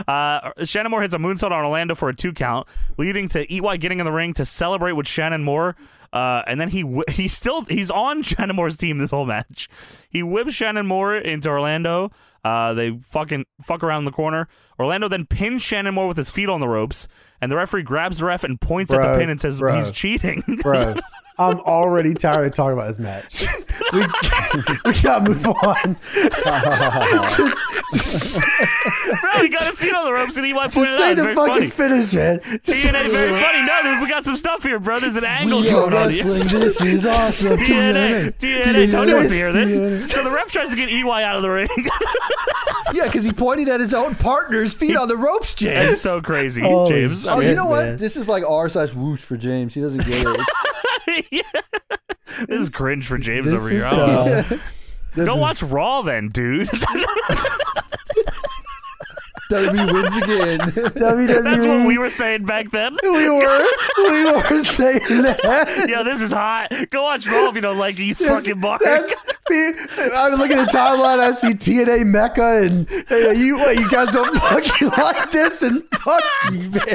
B: Uh, Shannon Moore hits a moonsault on Orlando for a two count, leading to EY getting in the ring to celebrate with Shannon Moore. Uh, and then he wh- he still he's on Shannon Moore's team this whole match. He whips Shannon Moore into Orlando. Uh, they fucking fuck around the corner. Orlando then pins Shannon Moore with his feet on the ropes, and the referee grabs the ref and points at
A: Bro,
B: the pin and says
A: bro.
B: he's cheating.
A: Bro, I'm already tired of talking about this match. We, we gotta move on. just just,
B: bro, he got his feet on the ropes and EY pointed
A: just
B: it out.
A: say
B: It's
A: the
B: very
A: fucking
B: funny.
A: finish, man. Just-
B: TNA very funny. No, dude, we got some stuff here, bro. There's an angle
C: We are
B: going on.
C: wrestling.
B: here.
C: This is awesome.
B: DNA, DNA. Tony wants to hear this. So the ref tries to get EY out of the ring.
C: Yeah, because he pointed at his own partner's feet on the ropes, James.
B: That's so crazy,
A: Holy
B: James.
A: shit.
C: Oh, you know
A: man.
C: what? This is like R slash whoosh for James. He doesn't get it.
B: Yeah. This is cringe for James
A: This
B: over
A: is,
B: here. I don't know.
A: uh, this
B: Go
A: is-
B: watch Raw then, dude.
C: WWE wins again.
A: WWE.
B: That's what we were saying back then.
A: E. we were we were saying that.
B: Yo, this is hot. Go watch Raw if you don't like it, you fucking mark.
A: That's me. I was looking at the timeline. I see TNA Mecca, and hey, you what, you guys don't fucking like this, and fuck you, man.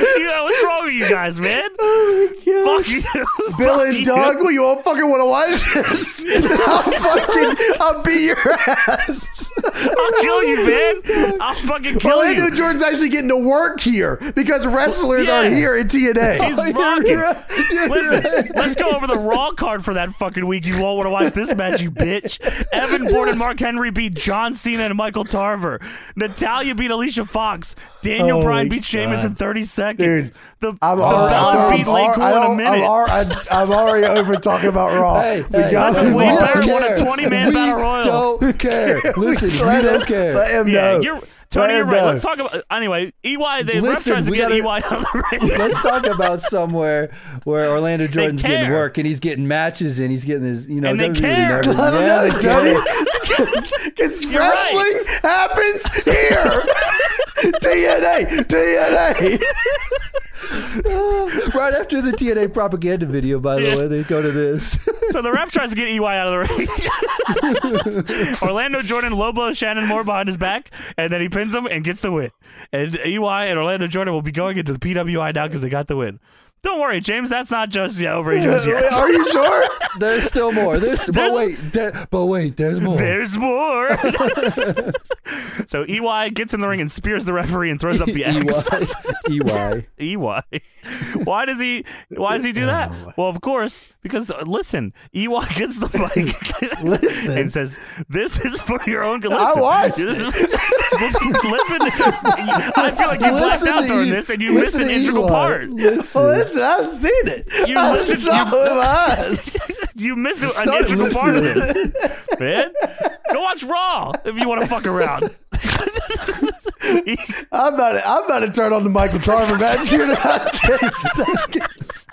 B: You know, what's wrong with you guys, man?
A: Oh my God.
B: Fuck you.
A: Bill
B: Fuck
A: and
B: you.
A: Doug, well, you all fucking want to watch this? I'll fucking, I'll beat your ass.
B: I'll kill you, man. I'll fucking kill
A: Orlando
B: you.
A: Jordan's actually getting to work here because wrestlers
B: Yeah.
A: are here in TNA.
B: He's rocking. Listen, let's go over the Raw card for that fucking week. You all want to watch this match, you bitch. Evan Bourne and Mark Henry beat John Cena and Michael Tarver. Natalia beat Alicia Fox. Daniel
A: Holy
B: Bryan beat Sheamus
A: God.
B: in 30 seconds.
A: Dude,
B: the the
A: I'm, already-
B: Bellas
A: I'm
B: beat Lee
A: already-
B: Cool
A: I
B: in a
A: don't- I'm
B: minute.
A: already- I'm already over talking about Raw.
C: Hey,
A: we
C: hey,
A: got
B: listen,
A: to
B: we
A: move
B: better
A: on.
B: won a 20-man
C: We
B: battle royal.
C: Don't care. Listen, we
A: Let him-
C: don't care.
A: Let him
B: Yeah,
A: know.
B: you're Tony.
A: Let
B: You're
A: him
B: right.
A: know.
B: Let's talk about anyway. EY. The ref
C: Listen,
B: tries to
C: we
B: get
C: gotta-
B: EY out of the ring.
C: Let's talk about somewhere where Orlando Jordan's getting
B: care.
C: work and he's getting matches and he's getting his, you know,
B: And they
C: WWE
B: care.
C: everything.
A: I don't
C: Yeah,
A: know, Tony.
C: they care.
A: Because
B: You're right.
A: wrestling happens here. TNA, TNA.
C: Right after the TNA propaganda video, by the
B: Yeah.
C: way, they go to this.
B: So the ref tries to get EY out of the ring. Orlando Jordan low blows Shannon Moore behind his back, and then he pins him and gets the win. And EY and Orlando Jordan will be going into the PWI now because they got the win. Don't worry, James. That's not just yeah, over just yet.
A: Are you sure?
C: There's still more. There's,
B: There's-
C: but wait, there- but wait, there's more.
B: There's more. so EY gets in the ring and spears the referee and throws up the
C: E
B: X.
C: EY.
B: EY. E
C: EY.
B: Why does he? Why does he do that? Well, of course, because uh, listen, EY gets the mic and says, "This is for your own good." Listen,
A: watched
B: this is- listen, I feel like you blacked
C: Listen
B: out
C: to
B: during
C: E-
B: this and you missed
C: listen
B: an
C: to
B: integral
C: EY.
B: part.
C: Listen.
A: Oh, listen, I've seen it.
B: You
A: I
B: listen-
A: saw
B: you-
A: it with my eyes.
B: You missed an
C: Stop
B: integral part of
C: listening.
B: this, man. Go watch Raw if you want to fuck around.
A: I'm about to, I'm about to turn on the Michael Tarver match here in about 10 seconds.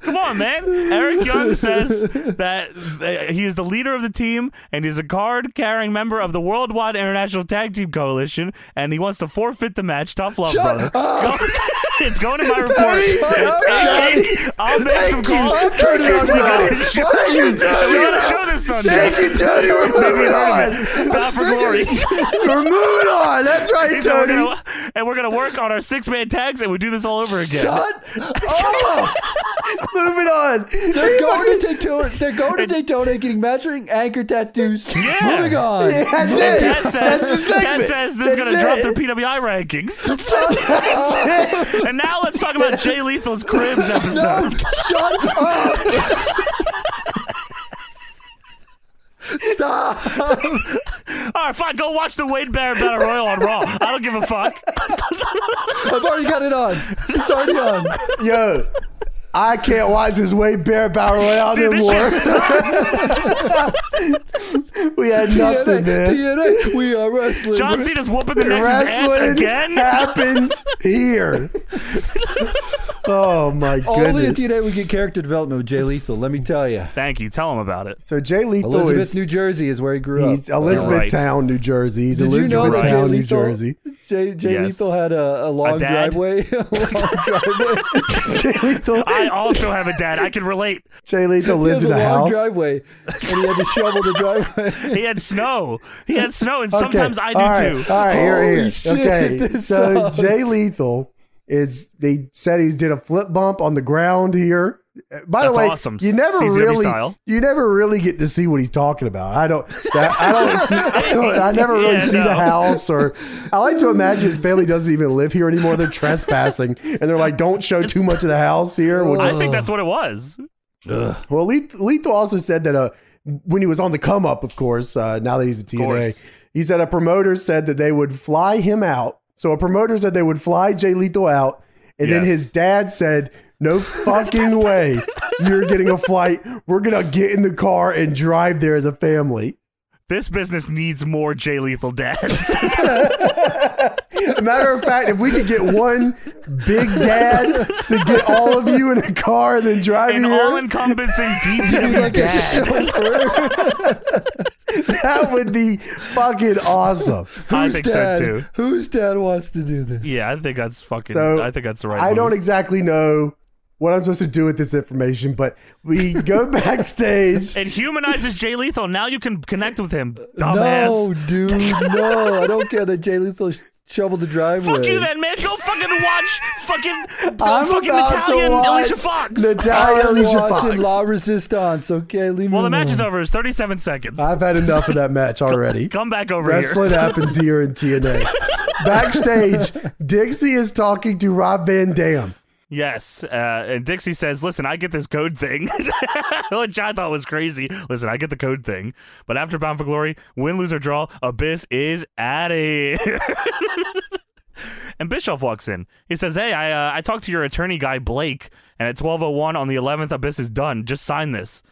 B: Come on, man. Eric Young says that uh, he is the leader of the team and he's a card carrying member of the Worldwide International Tag Team Coalition and he wants to forfeit the match. Tough love, brother. Go- it's going in my report.
A: shut up,
B: Hey, I'll make some
A: Thank you.
B: calls.
A: Turn it on,
B: We gotta
A: Johnny.
B: show-
A: Thank you,
B: we gotta
A: Johnny.
B: show this Sunday.
A: Thank you, Tony. We're
B: Maybe
A: moving
B: heard
A: on.
B: of it. Bound for glory.
A: We're moving on. That's right,
B: He said we're
A: Tony.
B: gonna- and we're going to work on our six man tags and we do this all over again.
C: Shut up!
A: Moving on.
C: They're going to Daytona. They're going to Daytona and getting matching anchor tattoos.
B: Yeah.
C: Moving on.
A: That's it.
B: Ted says,
A: That's the segment.
B: Ted says this is going to
A: That's
B: drop
A: it.
B: their PWI rankings. and now let's talk about Jay Lethal's Cribs
C: No,
B: episode.
C: shut up. Stop.
B: All right, fine. Go watch the Wade Barrett Battle Royal on Raw. I don't give a fuck.
C: I've already got it on. It's already on.
A: Yo, I can't watch this way bear battle royale
B: Dude, this
A: anymore.
B: shit sucks.
A: we had nothing,
C: TNA,
A: man.
C: TNA, we are wrestling.
B: John Cena's whooping the next ass
A: Wrestling
B: again.
A: happens here. Oh my
C: Only in
A: goodness!
C: TNA we get character development with Jay Lethal. Let me tell you.
B: Thank you. Tell him about it.
A: So Jay Lethal
C: Elizabeth,
A: is
C: New Jersey is where he grew
A: he's
C: up.
A: Elizabethtown, New Jersey. He's
C: Did you know that Jay
A: Elizabethtown, New
C: Lethal,
A: Jersey.
C: Jay, Jay
B: Yes.
C: Lethal had a, a long
B: dad?
C: driveway? a long driveway.
A: Jay Lethal,
B: I also have a dad. I can relate.
A: Jay Lethal
C: He
A: lives
C: has
A: in
C: a
A: a
C: long
A: house.
C: driveway, and he had to shovel the driveway.
B: He had snow. He had snow, and sometimes I do
A: all right,
B: too.
A: All right, here,
C: Holy
A: here.
C: shit,
A: okay,
C: this
A: so
C: sucks.
A: Jay Lethal is they said he did a flip bump on the ground here. Uh, By
B: That's
A: the way,
B: awesome.
A: you never
B: CZW
A: really,
B: style.
A: you never really get to see what he's talking about. I don't, that, I don't, see, I, don't- I never really
B: Yeah,
A: see
B: no.
A: the house or. I like to imagine his family doesn't even live here anymore. They're trespassing, and they're like, "Don't show too much of the house here." We'll
B: I
A: just-
B: think that's what it was.
A: well, Leth- Lethal also said that uh, when he was on the come up, of course, uh, now that he's a TNA,
B: course.
A: he said a promoter said that they would fly him out. So a promoter said they would fly Jay Lethal out, and then
B: Yes.
A: his dad said, "No fucking way, you're getting a flight. We're gonna get in the car and drive there as a family."
B: This business needs more Jay Lethal dads.
A: Matter of fact, if we could get one big dad to get all of you in a car and then drive
B: An
A: you
B: all
A: here,
B: encompassing DPW
C: like a chauffeur.
A: that would be fucking awesome.
B: I
C: Whose
B: think
C: dad,
B: so too.
C: Whose dad wants to do this?
B: Yeah, I think that's fucking.
A: So,
B: I think that's the right.
A: I
B: move.
A: don't exactly know what I'm supposed to do with this information, but we go backstage.
B: It humanizes Jay Lethal. Now you can connect with him, dumbass.
C: No, dude, no. I don't care that Jay Lethal shovel the driveway.
B: Fuck you then, man. Go fucking watch fucking,
C: I'm
B: fucking
C: about to
B: Italian
C: watch
B: Alicia Fox.
A: Natalia
C: I'm
A: Alicia
C: watching
A: Fox.
C: La Resistance. Okay, leave me
B: well, the match
C: alone.
B: is over. It's 37 seconds.
A: I've had enough of that match already.
B: Come back over
A: Wrestling happens here in TNA. Backstage, Dixie is talking to Rob Van Dam.
B: here. Yes. Uh, and Dixie says, listen, I get this code thing, which I thought was crazy. Listen, I get the code thing. But after Bound for Glory, win, lose, or draw, Abyss is at it. And Bischoff walks in. He says, "Hey, I uh, I talked to your attorney guy Blake, and at twelve oh one on the eleventh, Abyss is done. Just sign this."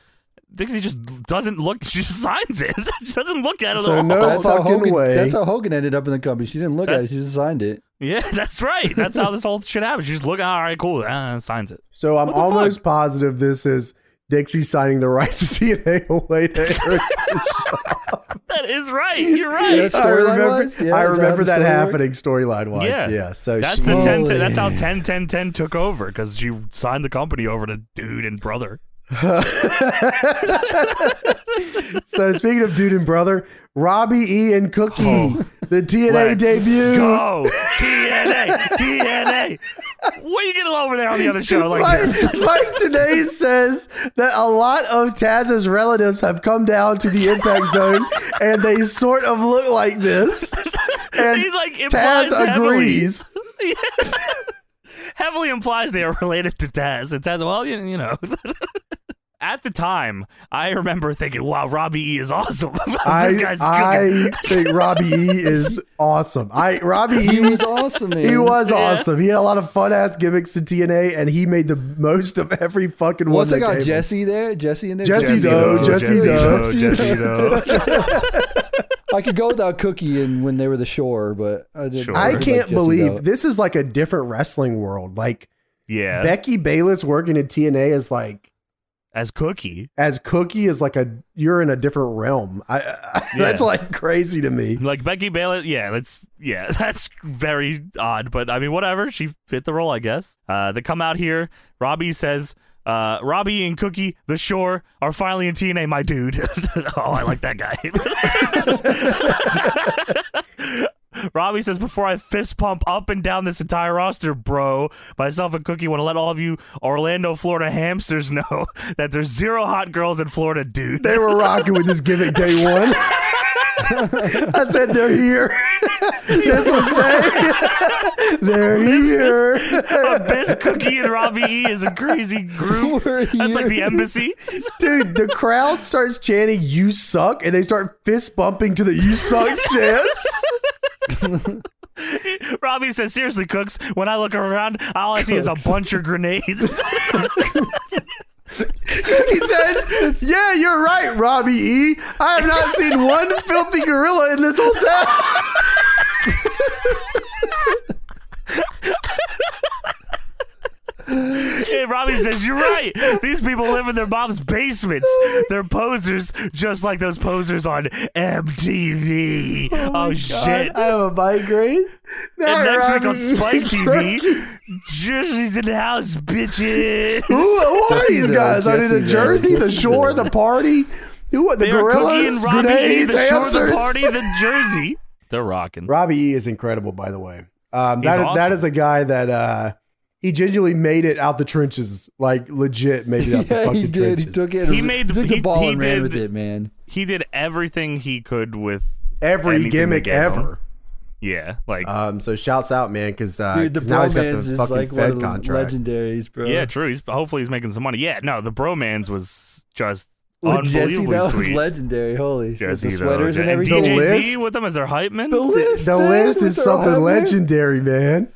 B: Dixie just doesn't look. She just signs it. she doesn't look at it
A: So
B: at all.
A: no
C: That's how,
A: fucking
C: Hogan,
A: way.
C: that's how Hogan ended up in the company. She didn't look at
B: That's-
C: it. She just signed it.
B: Yeah, that's right. That's how this whole shit happens. You just look, all right, cool, uh, signs it.
A: So I'm
B: What the
A: almost positive this is Dixie signing the rights to TNA away to Eric. Bischoff.
B: That is right. You're right.
C: Yes.
A: I remember,
C: Storyline-wise? Yeah,
A: I
C: is that
A: remember
C: how
A: that
C: the story
A: happening storyline wise.
B: Yeah.
A: Yeah. So
B: that's
A: she,
B: the 10,
C: Holy.
B: That's how 10, 10, 10 took over because she signed the company over to dude and brother.
A: so speaking of dude and brother, Robbie E and Cookie, the TNA
B: Oh, Let's
A: debut.
B: Go TNA, TNA. What are you getting over there on the other show like
A: Mike,
B: this?
A: Mike today says that a lot of Taz's relatives have come down to the impact zone and they sort of look like this. And
B: He's like implies
A: Taz
B: heavily-
A: agrees.
B: heavily implies they are related to Taz. And Taz, well, you, you know. At the time, I remember thinking, wow, Robbie E is awesome. this
A: I,
B: guy's cooking.
A: I think Robbie E is awesome. I Robbie E
C: He was awesome, man.
A: He was
B: Yeah.
A: awesome. He had a lot of fun ass gimmicks in TNA, and he made the most of every fucking one.
C: What's it
A: That
C: got?
A: came.
C: Jesse there? Jesse in there?
A: Jesse Doe, Jesse Doe,
B: Jesse Doe.
C: I could go without Cookie and when they were the shore, but I didn't.
B: Sure.
C: I
A: I
C: didn't
A: can't
C: like Jesse
A: believe
C: Doe.
A: this is like a different wrestling world. Like
B: Yeah,
A: Becky Bayless working in TNA is like
B: as Cookie.
A: as Cookie is like a you're in a different realm. I, I that's
B: Yeah.
A: like crazy to me.
B: Like Becky Bayless, yeah, that's yeah, that's very odd, but I mean, whatever. She fit the role, I guess. Uh, they come out here. Robbie says, uh, "Robbie and Cookie, the Shore, are finally in TNA, my dude." oh, I like that guy. Robbie says, "Before I fist pump up and down this entire roster, bro, myself and Cookie want to let all of you Orlando, Florida hamsters know that there's zero hot girls in Florida, dude."
A: They were rocking with this gimmick day one. I said they're here. this was they. they're here.
B: Abyss, Cookie, and Robbie E is a crazy group.
C: We're
B: That's like the
C: here.
B: embassy.
A: Dude, the crowd starts chanting "You suck" and they start fist bumping to the "You suck" chants.
B: Robbie says, seriously, Cooks, when I look around, all I see is a bunch of grenades.
A: He says, "Yeah, you're right, Robbie E. I have not seen one filthy gorilla in this whole town."
B: and Robbie says, you're right. These people live in their mom's basements. They're posers, just like those posers on MTV. Oh, shit.
A: I have a migraine. Not
B: and next week
A: Robbie
B: on
A: E.
B: Spike TV, Jersey's in the house, bitches.
A: Who, who are
C: Jesse
A: these
C: Doe,
A: guys? I mean, the
C: Jesse Doe,
A: jersey, the
C: Jesse
A: shore,
C: Doe.
A: the party. Who are the
B: They are Cookie
A: gorillas?
B: and Robbie E,
A: Grenades,
B: the shore, the
A: hamsters.
B: party, the Jersey. They're rocking.
A: Robbie E is incredible, by the way. Um, that,
B: He's
A: that
B: awesome.
A: is a guy that uh, he genuinely made it out the trenches, like legit made it out the
C: Yeah,
A: fucking
C: he did.
A: trenches.
C: He took it.
B: He
C: He
B: made-
C: made took
B: he-
C: the ball
B: he
C: and ran
B: did-
C: with it, man.
B: he did everything he could with
A: Every
B: anything
A: gimmick
B: they gave him.
A: ever.
B: yeah like
A: Um, so shouts out, man, because uh,
C: Dude, the
A: 'cause now he's got the
C: bromance is
A: fucking
C: like one
A: Fed
C: of the
A: contract.
C: legendaries, bro.
B: yeah true he's hopefully he's making some money yeah no the bromans was just
C: With Jesse,
B: unbelievably
C: that was
B: sweet
C: legendary. Holy shit.
B: Jesse
C: The
B: though,
C: sweaters and
B: and
C: everything.
A: The
B: DJZ
A: list?
B: with them as their hype man
C: The
B: the,
C: list,
A: The
C: man,
A: list
C: with
A: is
C: the
A: something
C: Rockman.
A: legendary, man.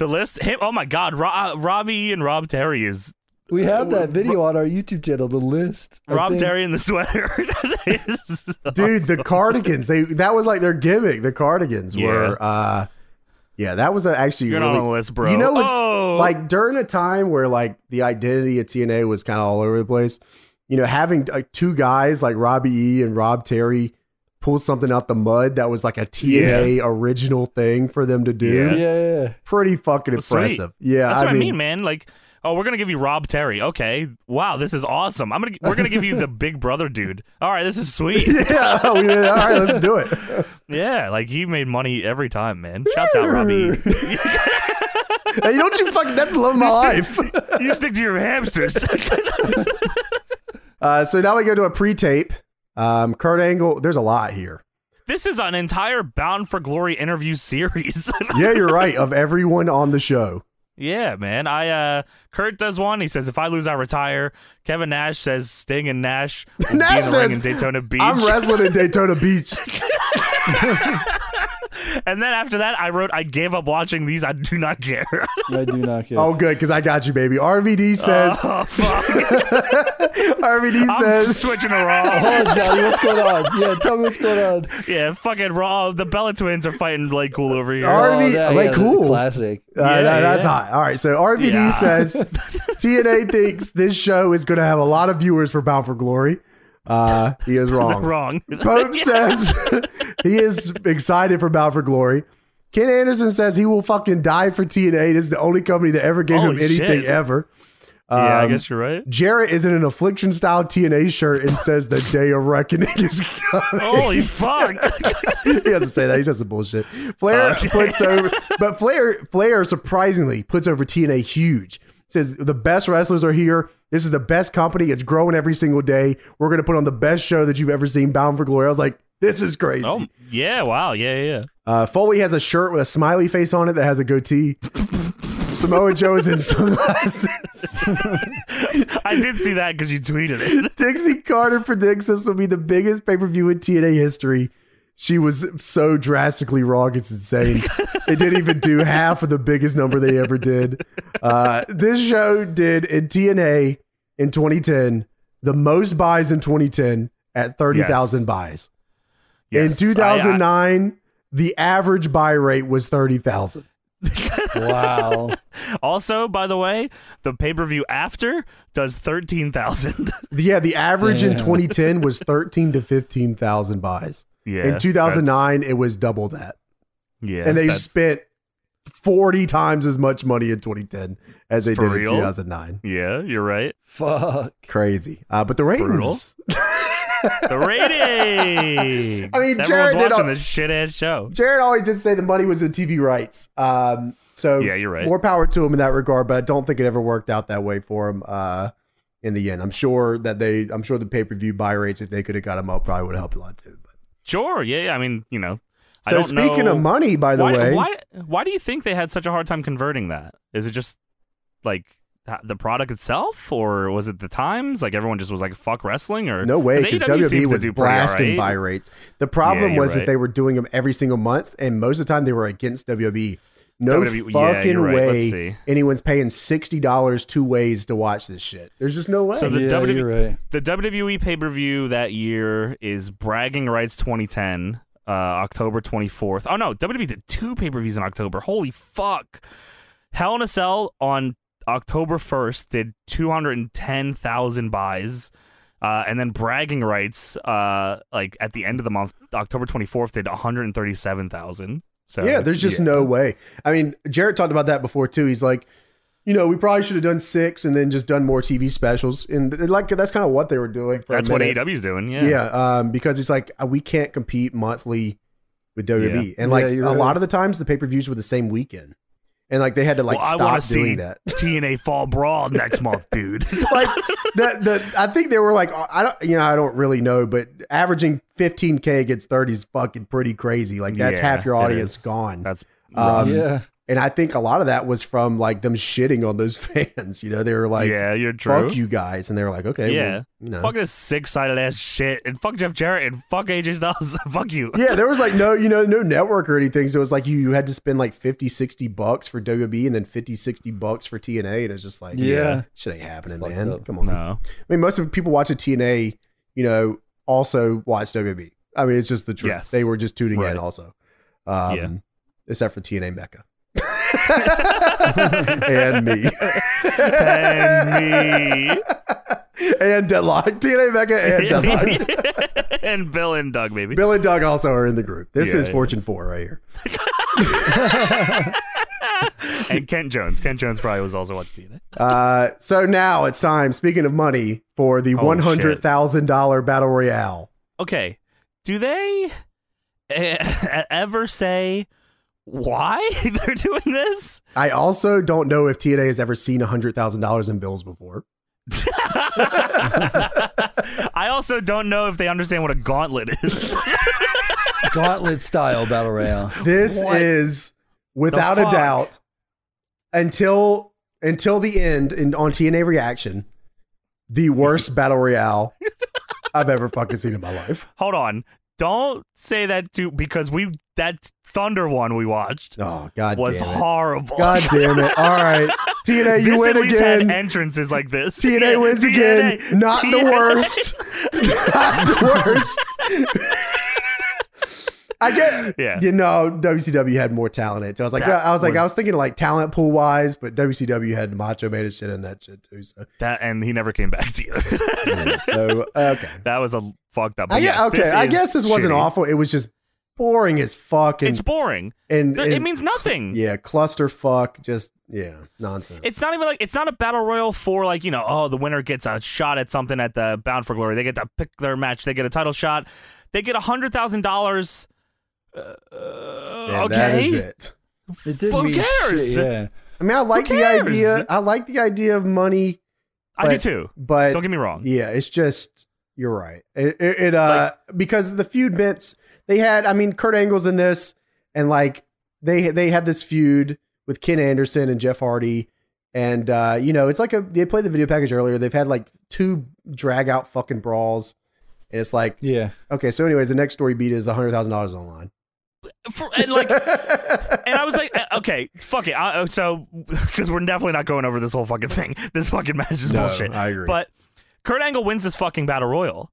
B: list him oh my god Ro- uh, Robbie and Rob Terry is
C: We have that video on our YouTube channel. The list. I
B: Rob
C: think.
B: Terry in the sweater Is-
A: Dude, the cardigans, they that was like their gimmick. The cardigans
B: Yeah.
A: were uh yeah, that was a, actually
B: you're
A: really,
B: not on the list bro
A: You know what's
B: oh
A: like during a time where like the identity of TNA was kind of all over the place. You know, having like two guys like Robbie E and Rob Terry pull something out the mud that was like a TNA original thing for them to do.
B: Yeah.
C: Yeah, yeah.
A: Pretty fucking
B: Well, sweet.
A: impressive. Yeah,
B: that's
A: I
B: what
A: mean,
B: I mean man like oh, we're gonna give you Rob Terry. Okay, wow, this is awesome. I'm gonna we're gonna give you the Big Brother dude. All right, this is sweet.
A: yeah, we, all right, let's do it.
B: Yeah, like he made money every time, man. Shouts out, Robbie.
A: Hey, don't you fucking that's the love of my life.
B: you stick to your hamsters.
A: Uh, so now we go to a pre-tape. Um, Kurt Angle, there's a lot here.
B: this is an entire Bound for Glory interview series.
A: Yeah, you're right. Of everyone on the show,
B: yeah, man. I uh Kurt does one. He says, "If I lose, I retire." Kevin Nash says, "Sting and Nash will be in
A: Nash
B: the ring
A: says,
B: in Daytona Beach."
A: I'm wrestling in Daytona Beach.
B: and then after that, I wrote, "I gave up watching these. I do not care."
C: I do not care.
A: Oh, good, because I got you, baby. RVD says.
B: oh, fuck.
A: RVD
B: I'm
A: says.
B: switching to Raw.
C: Oh, Johnny, what's going on? Yeah, tell me what's going on.
B: yeah, fucking Raw. The Bella Twins are fighting Blake Cool over here.
A: All right. RV
C: Oh, that-
A: like,
C: yeah, the
A: cool.
C: Classic.
A: Uh,
B: Yeah,
A: that- that's
B: yeah.
A: hot. All right, so RVD
B: Yeah.
A: says TNA thinks this show is going to have a lot of viewers for Bound for Glory. Uh, he is wrong.
B: Wrong.
A: Pope says he is excited for Bound for Glory. Ken Anderson says he will fucking die for TNA. This is the only company that ever gave him
B: Holy
A: anything
B: shit.
A: ever.
B: yeah, I
A: Um,
B: guess you're right.
A: Jarrett is in an affliction style TNA shirt and says the day of reckoning is coming.
B: Holy fuck.
A: he doesn't say that. He says some bullshit. Flair
B: Okay.
A: puts over, but Flair, Flair surprisingly puts over TNA huge. Says the best wrestlers are here. This is the best company. It's growing every single day. We're gonna put on the best show that you've ever seen. Bound for Glory. I was like, this is crazy.
B: Oh yeah! Wow! Yeah, yeah, yeah.
A: Uh, Foley has a shirt with a smiley face on it that has a goatee. Samoa Joe is in sunglasses.
B: I did see that because you tweeted it.
A: Dixie Carter predicts this will be the biggest pay per view in TNA history. She was so drastically wrong; it's insane. it didn't even do half of the biggest number they ever did. Uh, this show did in TNA in 2010 the most buys in 2010 at 30,000 buys. in
B: Yes, I- I-
A: 2009, the average buy rate was 30,000.
C: Wow.
B: also, by the way, the pay per view after does thirteen thousand.
A: Yeah, the average in
C: Damn.
A: 2010 was 13 to 15,000 buys.
B: yeah.
A: in 2009, it was double that.
B: that's- Yeah.
A: and they
B: that's-
A: spent 40 times as much money in 2010 as they
B: For
A: did
B: real?
A: in 2009.
B: Yeah, you're right.
C: Fuck.
A: Crazy. Uh, but the ratings.
B: The ratings.
A: I mean,
B: everyone's
A: Jared did
B: watching
A: a-
B: this shit ass show.
A: Jared always did say the money was in TV rights. Um, so
B: Yeah, you're right.
A: More power to him in that regard, but I don't think it ever worked out that way for him. Uh, in the end, I'm sure that they, I'm sure the pay per view buy rates, if they could have got him up, probably would have helped a lot too. But.
B: Sure. Yeah. yeah, I mean, you know. I
A: So
B: don't
A: speaking
B: know,
A: of money, by the
B: why,
A: way,
B: why why do you think they had such a hard time converting that? Is it just like ha- the product itself, or was it the times? Like everyone just was like, "Fuck wrestling," or
A: No way, because
B: AEW
A: WWE
B: E seems to
A: E was
B: do pretty
A: blasting
B: alright.
A: buy rates. The problem
B: you're
A: was that
B: right.
A: they were doing them every single month, and most of the time they were against WWE. No
B: WWE yeah,
A: fucking
B: you're right. Let's
A: way
B: see.
A: anyone's paying sixty dollars two ways to watch this shit. There's just no way.
B: So the
C: yeah,
B: WWE
C: you're right.
B: The WWE pay per view that year is Bragging Rights 2010, uh, October 24th. Oh no, WWE did two pay per views in October. Holy fuck! Hell in a Cell on October 1st did 210,000 buys. Uh, and then bragging rights, uh, like at the end of the month, October twenty fourth, did one hundred and thirty seven thousand. So
A: yeah, there's just
B: yeah.
A: no way. I mean, Jarrett talked about that before too. He's like, you know, we probably should have done six and then just done more TV specials, and th- like that's kind of what they were doing. For a
B: that's what E
A: minute.
B: AEW's doing. Yeah,
A: Yeah, um, because it's like uh, we can't compete monthly with WWE, and like
C: Yeah,
A: a
C: you're right.
A: lot of the times the pay per views were the same weekend, and like they had to like
B: Well, I
A: stop
B: wanna
A: doing
B: see-
A: that.
B: TNA Fall Brawl next month, dude.
A: like the the I think they were like uh, I don't you know I don't really know, but averaging 15k against 30 is fucking pretty crazy. Like that's
B: Yeah,
A: half your
B: it
A: audience
B: is.
A: gone.
B: That's
A: Um,
C: yeah.
A: and I think a lot of that was from like them shitting on those fans. You know, they were like,
B: yeah, you're true.
A: "Fuck you guys," and they were like, "Okay,
B: Yeah.
A: well, you know."
B: Fuck this six sided ass shit, and fuck Jeff Jarrett, and fuck AJ Styles. fuck you.
A: yeah, there was like no, you know, no network or anything. So it was like you, you had to spend like 50, 60 bucks for WWE and then 50, 60 bucks for TNA. And it's just like,
C: Yeah.
A: shit ain't happening,
C: Fucked
A: man.
C: up.
A: Come on. I mean, most of the people watching TNA, you know, also watch WWE. I mean, it's just the truth.
B: Yes.
A: They were just tuning
B: Right.
A: in also. Um,
B: Yeah.
A: Except for TNA Mecca. and me.
B: And me.
A: and Deadlock. TNA Mecca and Deadlock.
B: and Bill and Doug, baby.
A: Bill and Doug also are in the group. This
B: Yeah,
A: is
B: yeah.
A: Fortune 4 right here.
B: and Kent Jones. Kent Jones probably was also watching TNA.
A: Uh, so now it's time. Speaking of money, for the
B: Oh,
A: one hundred thousand dollar battle royale.
B: Okay, do they e- ever say why they're doing this?
A: I also don't know if TNA has ever seen hundred thousand dollars in bills before.
B: I also don't know if they understand what a gauntlet is.
C: Gauntlet style battle royale.
A: This is
B: What
A: without
B: the
A: a
B: fuck?
A: doubt until until the end in, on TNA Reaction, the worst battle royale I've ever fucking seen in my life.
B: Hold on, don't say that too because we that Thunder one we watched
A: Oh god,
B: was
A: damn it.
B: horrible.
A: God damn it! All right, TNA, you
B: this
A: win
B: at least had
A: again.
B: entrances like this.
A: TNA
B: Yeah,
A: wins
B: TNA.
A: again. Not the
B: TNA.
A: worst. Not the worst. I get.
B: Yeah.
A: You know, WCW had more talent. in it. So I was like,
B: That
A: I was like,
B: was-
A: I was thinking like talent pool wise, but WCW had Macho Man and shit in that shit too. So,
B: That and he never came back to you.
A: yeah, so okay.
B: that was a fucked up.
A: I
B: but
A: guess,
B: yes,
A: okay.
B: this
A: I
B: is
A: guess this wasn't
B: shitty.
A: awful. It was just boring as fuck and
B: It's boring.
A: and,
B: Th- it
A: and-
B: means nothing.
A: yeah, clusterfuck. Just yeah, nonsense.
B: It's not even like it's not a battle royal for like you know oh the winner gets a shot at something at the Bound for Glory. They get to pick their match. They get a title shot. They get a hundred thousand dollars. Uh,
A: And
B: Okay,
A: that is it.
C: It didn't
B: Who
C: mean shit,
B: cares?
C: yeah.
A: I mean, I like the
B: cares?
A: idea. I like the idea of money,
B: I do
A: But-
B: too.
A: but
B: Don't get me wrong.
A: yeah, it's just you're right. It, it, it uh because the feud bits they had. I mean, Kurt Angle's in this, and like they they had this feud with Ken Anderson and Jeff Hardy, and uh, you know it's like a they played the video package earlier. They've had like two drag out fucking brawls, and it's like
C: Yeah.
A: okay. So, anyways, the next story beat is hundred thousand dollars online.
B: For- and like and I was like, uh, okay, fuck it. I, uh, so, because we're definitely not going over this whole fucking thing. This fucking match is
A: No,
B: bullshit.
A: I agree.
B: But Kurt Angle wins this fucking battle royal,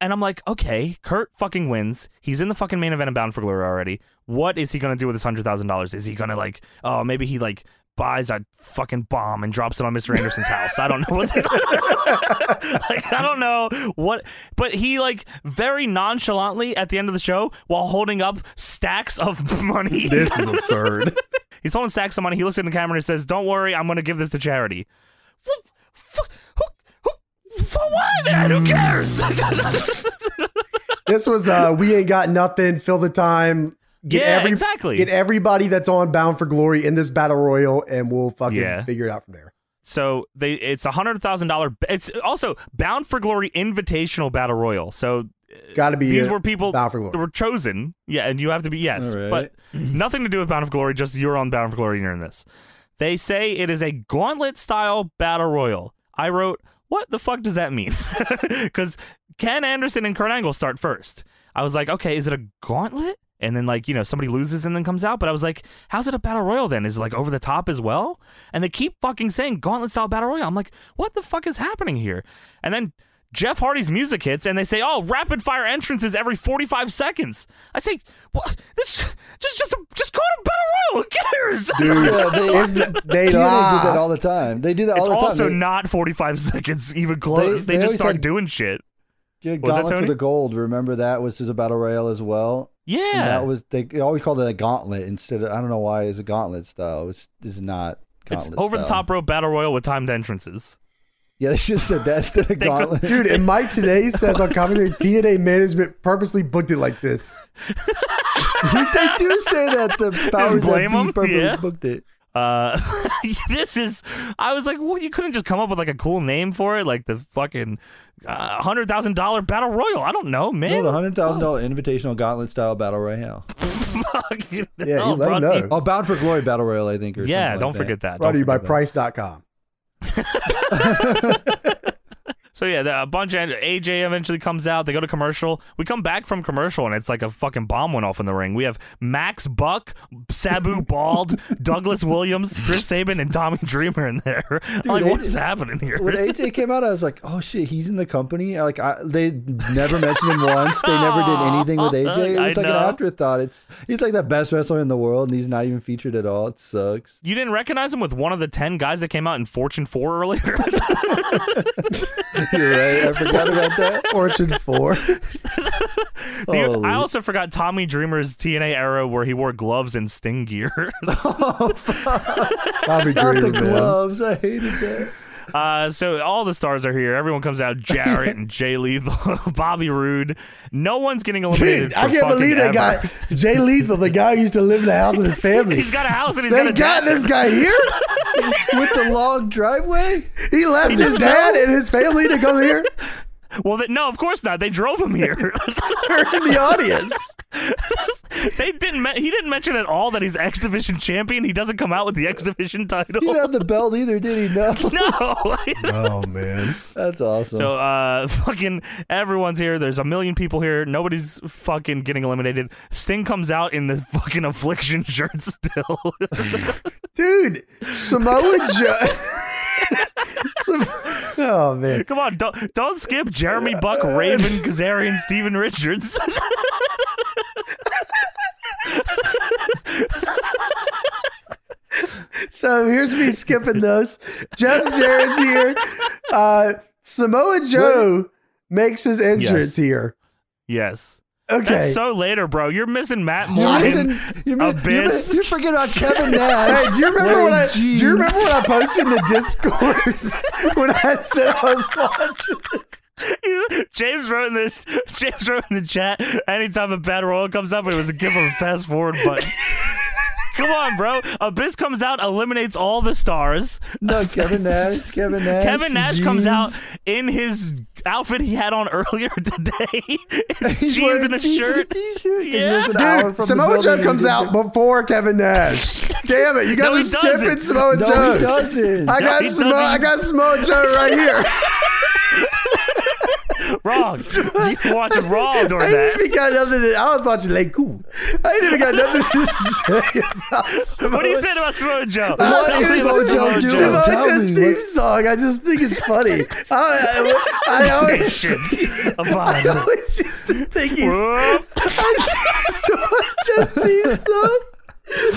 B: and I'm like, okay, Kurt fucking wins. He's in the fucking main event of Bound for Glory already. What is he gonna do with this hundred thousand dollars? Is he gonna like, oh, maybe he like buys a fucking bomb and drops it on Mr. Anderson's house. I don't know what's like I don't know what but he like very nonchalantly at the end of the show while holding up stacks of money
A: this is absurd.
B: He's holding stacks of money. He looks in the camera and he says, "Don't worry, I'm going to give this to charity." Wh- wh- Who? Who? For what? Man, who cares?
A: this was uh, we ain't got nothing. Fill the time. Get
B: yeah,
A: every
B: exactly.
A: Get everybody that's on Bound for Glory in this battle royal, and we'll fucking
B: Yeah.
A: figure it out from there.
B: so they, it's a hundred thousand dollar. It's also Bound for Glory Invitational Battle Royal. So
A: Got to be
B: these
A: uh,
B: were people
A: Bound for
B: that
A: Glory.
B: were chosen. Yeah, and you have to be yes,
C: All right.
B: but nothing to do with Bound for Glory. Just you're on Bound for Glory and you're in this. They say it is a gauntlet style battle royal. I wrote, what the fuck does that mean? Because Ken Anderson and Kurt Angle start first. I was like, okay, is it a gauntlet? And then like you know somebody loses and then comes out. But I was like, how's it a battle royal then? Is it like over the top as well? And they keep fucking saying gauntlet style battle royal. I'm like, what the fuck is happening here? And then Jeff Hardy's music hits and they say, "Oh, rapid fire entrances every 45 seconds." I say, "What? This just just just call it a battle royal. Who cares?"
C: Yeah, they,
A: It's- they
C: TNA do that
A: lie.
C: all the time. They do that
B: It's
C: all the time.
B: also
C: They-
B: not 45 seconds even close. They,
C: they
B: just
C: always
B: start
C: had-
B: doing shit.
C: Yeah,
B: Was that
C: Gauntlet
B: Tony?
C: for the Gold. Remember that was just a battle royale as well. And
B: Yeah.
C: that was they always called it a gauntlet instead of I don't know why it's a gauntlet style. It's is not
B: it's
C: gauntlet.
B: over the
C: style.
B: top row battle royal with timed entrances.
C: Yeah, they should have said that instead of gauntlet.
A: Dude, and Mike today says on commentary, TNA management purposely booked it like this.
C: they do say that the powers
B: blame
C: that
B: 'em,
C: be purposely
B: yeah.
C: booked it.
B: Uh, this is. I was like, well, you couldn't just come up with like a cool name for it, like the fucking uh, hundred thousand dollar battle royal. I don't know,
C: No,
B: man.
C: the hundred thousand dollar invitational gauntlet style battle royale.
B: Fuck.
A: Yeah,
B: Oh,
A: you let
B: bro,
A: him know.
C: Oh, Bound for Glory battle royale, I think. Or
B: Yeah,
C: something
B: don't
C: like
B: forget that. Don't
A: Brought to you by
B: forget that.
A: Price.com.
B: So yeah, the, a bunch of AJ eventually comes out. They go to commercial. We come back from commercial, and it's like a fucking bomb went off in the ring. We have Max Buck, Sabu Bald, Douglas Williams, Chris Sabin, and Tommy Dreamer in there. I'm like,
C: they
B: what is
C: did-
B: happening here?
C: When AJ came out, I was like, "Oh shit, he's in the company." Like, I, they never mentioned him once. They never did anything with AJ. It
B: I
C: was like an
B: know.
C: afterthought. It's he's like the best wrestler in the world, and he's not even featured at all. It sucks.
B: you didn't recognize him with one of the ten guys that came out in Fortune Four earlier.
C: You're right. I forgot about that.
A: Fortune 4.
B: Dude,
C: Holy-
B: I also forgot Tommy Dreamer's TNA era where he wore gloves and sting gear.
A: Tommy
C: Not
A: Dreamer,
C: the
A: man.
C: gloves. I hated that.
B: Uh, so all the stars are here. Everyone comes out. Jarrett and Jay Lethal, Bobby Roode. No one's getting eliminated.
A: Dude, I
B: for
A: can't
B: fucking
A: believe that
B: ever.
A: guy, Jay Lethal, the guy who used to live in the house with his family.
B: He's got a house and he's
A: they
B: got a
A: got
B: dad.
A: this guy here.
C: With the long driveway?
A: He left his
B: doesn't
A: dad and his family to come here.
B: Well, they, no, of course not. They drove him here.
A: They're in the audience.
B: they didn't. Me- he didn't mention at all that he's X Division champion. He doesn't come out with the X Division title.
C: He didn't have the belt either, did he? No.
B: No.
A: Oh man,
C: That's awesome.
B: So uh fucking everyone's here. There's a million people here. Nobody's fucking getting eliminated. Sting comes out in this fucking affliction shirt still.
A: dude, Samoa Joe. Sam- oh man,
B: Come on, don't don't skip Jeremy Buck, Raven, Kazarian, Steven Richards.
A: so here's me skipping those. Jeff Jarrett's here. Uh, Samoa Joe makes his entrance here.
B: yes.
A: Okay,
B: That's so later, bro. You're missing Matt
C: you're
B: Morgan.
C: missing, you're, mi- you're,
B: Abyss.
C: mi- you're forgetting about Kevin Nash.
A: Hey, do you remember
C: wearing
A: when I
C: jeans.
A: do you remember when I posted in the Discord when I said I was watching this?
B: James wrote in this. James wrote in the chat. Anytime a bad royal comes up, it was a give him a fast forward button. Come on, bro. Abyss comes out, eliminates all the stars.
C: No, Kevin Nash. Kevin Nash.
B: Kevin Nash comes
C: jeans.
B: out in his outfit he had on earlier today. It's
C: He's
B: jeans
C: wearing
B: and a
C: jeans
B: shirt.
C: And a t-shirt 'cause he
B: Yeah.
C: lives an hour
A: Dude,
C: from the E
A: Samoa Joe
C: building
A: comes
C: and he
A: out before Kevin Nash. Damn it, you guys
B: No,
A: are
B: he doesn't.
A: skipping Samoa
C: No, he
A: Joe.
C: doesn't.
A: I
B: No,
A: got
B: he
A: Samo-
B: doesn't.
A: I got Samoa Joe right here.
B: Wrong. you can watch Raw
A: I
B: during
A: ain't
B: that.
A: even got nothing. To, I was watching Lake Cool. I ain't even got nothing to say about Samoa.
B: What do you say about Samoa Joe?
A: What
B: Tell
A: is
B: me
A: Samoa
B: about
C: Joe doing?
B: Joe.
A: Samoa
C: Tell
A: Joe's
C: me
A: theme
C: what-
A: song. I just think it's funny. I, I, I always,
B: Shit.
A: I
B: Abide.
A: always used to think he's
B: Whoop.
A: I used to watch his son.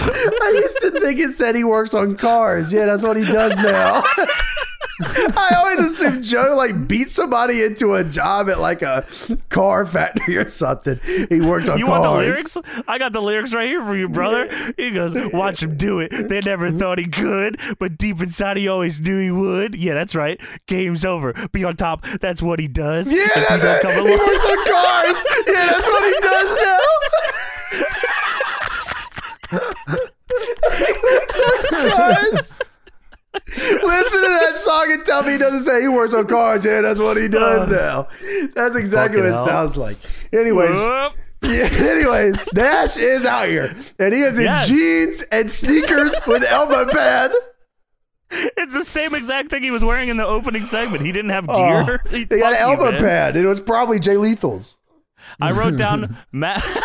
A: I used to think it said he works on cars. Yeah, that's what he does now. I always assume Joe like beat somebody into a job at like a car factory or something. He works on
B: You
A: cars.
B: want the lyrics? I got the lyrics right here for you, brother. He goes, Watch him do it. They never thought he could, but deep inside he always knew he would. Yeah, that's right. Game's over. Be on top. That's what he does.
A: Yeah,
B: If you
A: that's
B: don't
A: it.
B: come
A: He
B: along-
A: works on cars. Yeah, that's what he does now. he works on cars. Listen to that song and tell me he doesn't say he works on cars. Yeah, that's what he does now. That's exactly what it
B: Fucking hell.
A: sounds like. Anyways,
B: Whoop.
A: yeah, anyways, Nash is out here and he is in
B: Yes.
A: jeans and sneakers with elbow pad.
B: It's the same exact thing he was wearing in the opening segment. He didn't have
A: Oh,
B: gear.
A: he
B: Fuck
A: got an
B: you,
A: elbow
B: man.
A: pad. It was probably Jay Lethal's.
B: I wrote down Matt.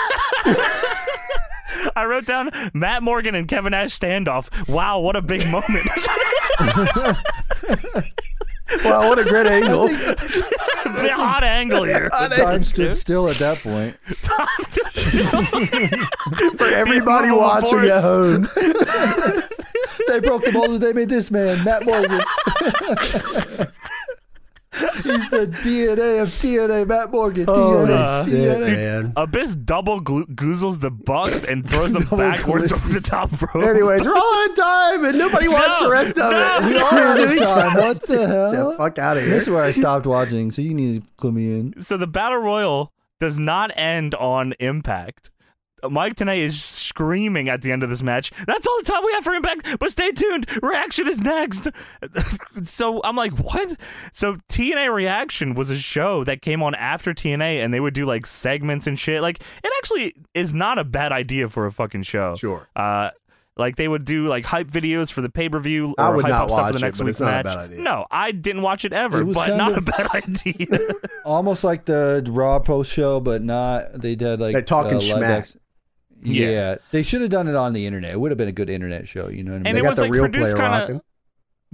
B: I wrote down Matt Morgan and Kevin Nash standoff. Wow, what a big moment!
A: Wow, what a great angle.
B: Big hot angle here.
C: Time stood still at that point.
A: for everybody
B: approval of
A: watching
B: force.
A: at home.
C: They broke the mold. They made this man, Matt Morgan. He's the DNA of TNA, Matt Morgan.
A: Holy
C: DNA,
A: shit,
C: DNA.
A: man.
B: Uh, Abyss double glu- goozles the Bucks and throws them
C: Double
B: backwards
C: goozles.
B: over the top rope.
A: Anyways, we're all out of time, and nobody wants
B: No,
A: the rest of
B: no,
A: it. We
B: no.
A: all are
C: All the
A: doing
C: time. What the
A: Get the
C: hell?
A: fuck out of here.
C: This is where I stopped watching, so you need to clue me in.
B: so the battle royal does not end on impact. Mike Tanay is screaming at the end of this match. That's all the time we have for Impact, but stay tuned. Reaction is next. so I'm like, what? So TNA Reaction was a show that came on after TNA and they would do like segments and shit. Like, it actually is not a bad idea for a fucking show.
A: Sure.
B: Uh, like they would do like hype videos for the pay per view or
A: I would
B: hype
A: not
B: up stuff for
A: watch
B: the
A: it,
B: next
A: but
B: week's
A: it's not a
B: match.
A: bad idea.
B: No, I didn't watch it ever,
C: It was
B: but
C: kind
B: not
C: of
B: a bad idea.
C: Almost like the Raw post show, but not. They did like
A: That talking
C: live
A: schmack.
C: action-
B: Yeah.
C: Yeah. they should have done it on the internet. It would have been a good internet show. You know what I mean?
B: And
A: They
B: it
A: got
B: was,
A: the
B: like,
A: real
B: produced
A: player
B: kinda-
A: rocking.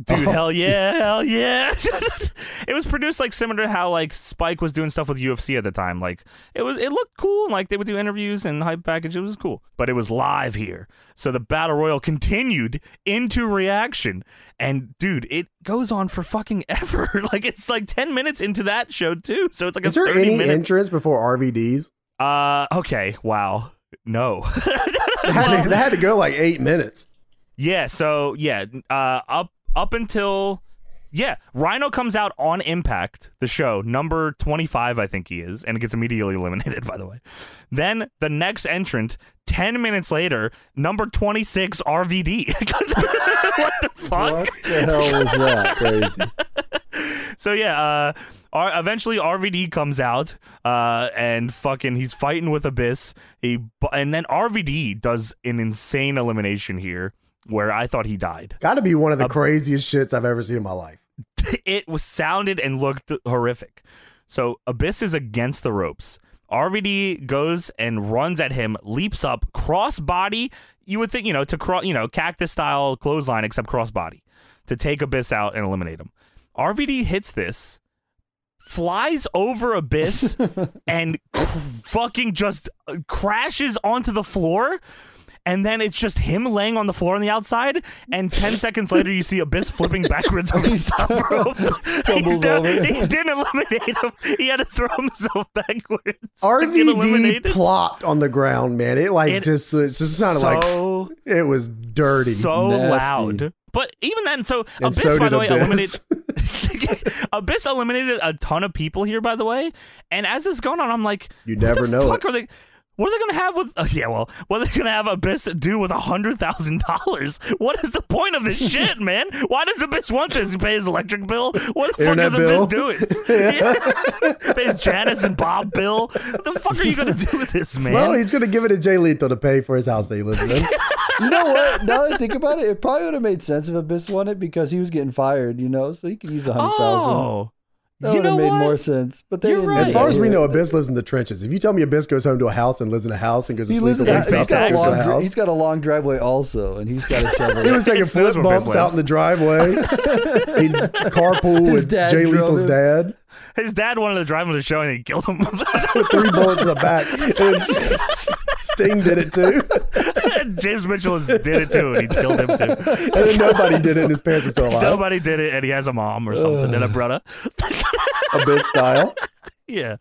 B: Dude,
C: Oh,
B: hell yeah, hell yeah. it was produced like similar to how like Spike was doing stuff with UFC at the time. Like it was it looked cool and like they would do interviews and hype package. It was cool. But it was live here. So the battle royal continued into reaction. And dude, it goes on for fucking ever. like it's like ten minutes into that show too. So it's like
A: Is
B: a
A: there
B: thirty
A: any
B: minute
A: entrance before RVD's?
B: Uh, okay. Wow. No.
A: They had, to, they had to go like eight minutes.
B: Yeah, so yeah, uh up up until yeah, Rhino comes out on Impact, the show, number 25 I think he is, and gets immediately eliminated by the way. Then the next entrant 10 minutes later, number 26 RVD. what the fuck?
C: What the hell was that? Crazy.
B: So yeah, uh, R- eventually RVD comes out, uh, and fucking he's fighting with Abyss. He bu- and then RVD does an insane elimination here, where I thought he died.
A: Got to be one of the craziest shits I've ever seen in my life.
B: it was sounded and looked horrific. So Abyss is against the ropes. RVD goes and runs at him, leaps up, cross body. You would think, you know, to cross, you know, cactus style clothesline, except cross body to take Abyss out and eliminate him. RVD hits this, flies over Abyss, and cr- fucking just uh, crashes onto the floor. And then it's just him laying on the floor on the outside. And 10 seconds later, you see Abyss flipping backwards over the top rope. He's
C: Stumbles
B: down-
C: over.
B: He didn't eliminate him. He had to throw himself backwards. to get
A: RVD
B: eliminated.
A: plopped on the ground, man. It like
B: It-
A: just it just sounded like
B: so
A: it was dirty.
B: so
C: Nasty.
B: loud. But even then, so
A: and
B: Abyss,
A: so
B: by
A: did
B: the way,
A: Abyss.
B: eliminated Abyss eliminated a ton of people here, by the way. And as this is going on, I'm like,
A: You
B: what
A: never
B: the
A: know
B: Fuck are they? What are they gonna have with? Uh, yeah, well, what are they gonna have Abyss do with a hundred thousand dollars? What is the point of this shit, man? Why does Abyss want this? He pays electric bill. What the
A: Internet
B: fuck is
A: bill.
B: Abyss doing? Yeah. pays Janice and Bob bill. What the fuck are you gonna do with this, man?
A: well, he's gonna give it to Jay Lethal to pay for his house that he lives in.
C: You know what? Now that I think about it, it probably would have made sense if Abyss won it because he was getting fired, you know, so he could use a hundred thousand.
B: oh,
C: that
B: you
C: would
B: know
C: have made
B: what?
C: more sense. But they
B: You're
C: didn't
B: right.
A: as far as we
C: Yeah.
A: know, Abyss lives in the trenches. If you tell me Abyss goes home to a house and lives in a house and goes to
C: he
A: sleep
C: lives in
A: and
C: a,
A: wakes
C: he's
A: up
C: got a
A: and goes to
C: long
A: a house,
C: he's got a long driveway also, and he's got a shovel.
A: he was taking
B: It's those
A: flip
B: where
A: bumps
B: Abyss
A: out in the driveway. He'd carpool with
C: dad
A: Jay
C: drove
A: Lethal's
C: him.
A: dad.
B: His dad wanted to drive him to the show and he killed him.
A: with three bullets in the back. And then S- S- Sting did it too.
B: James Mitchell is- did it too and he killed him too.
A: And then nobody did it and his parents are still alive.
B: Nobody did it and he has a mom or something and a brother.
A: Abyss style.
B: yeah.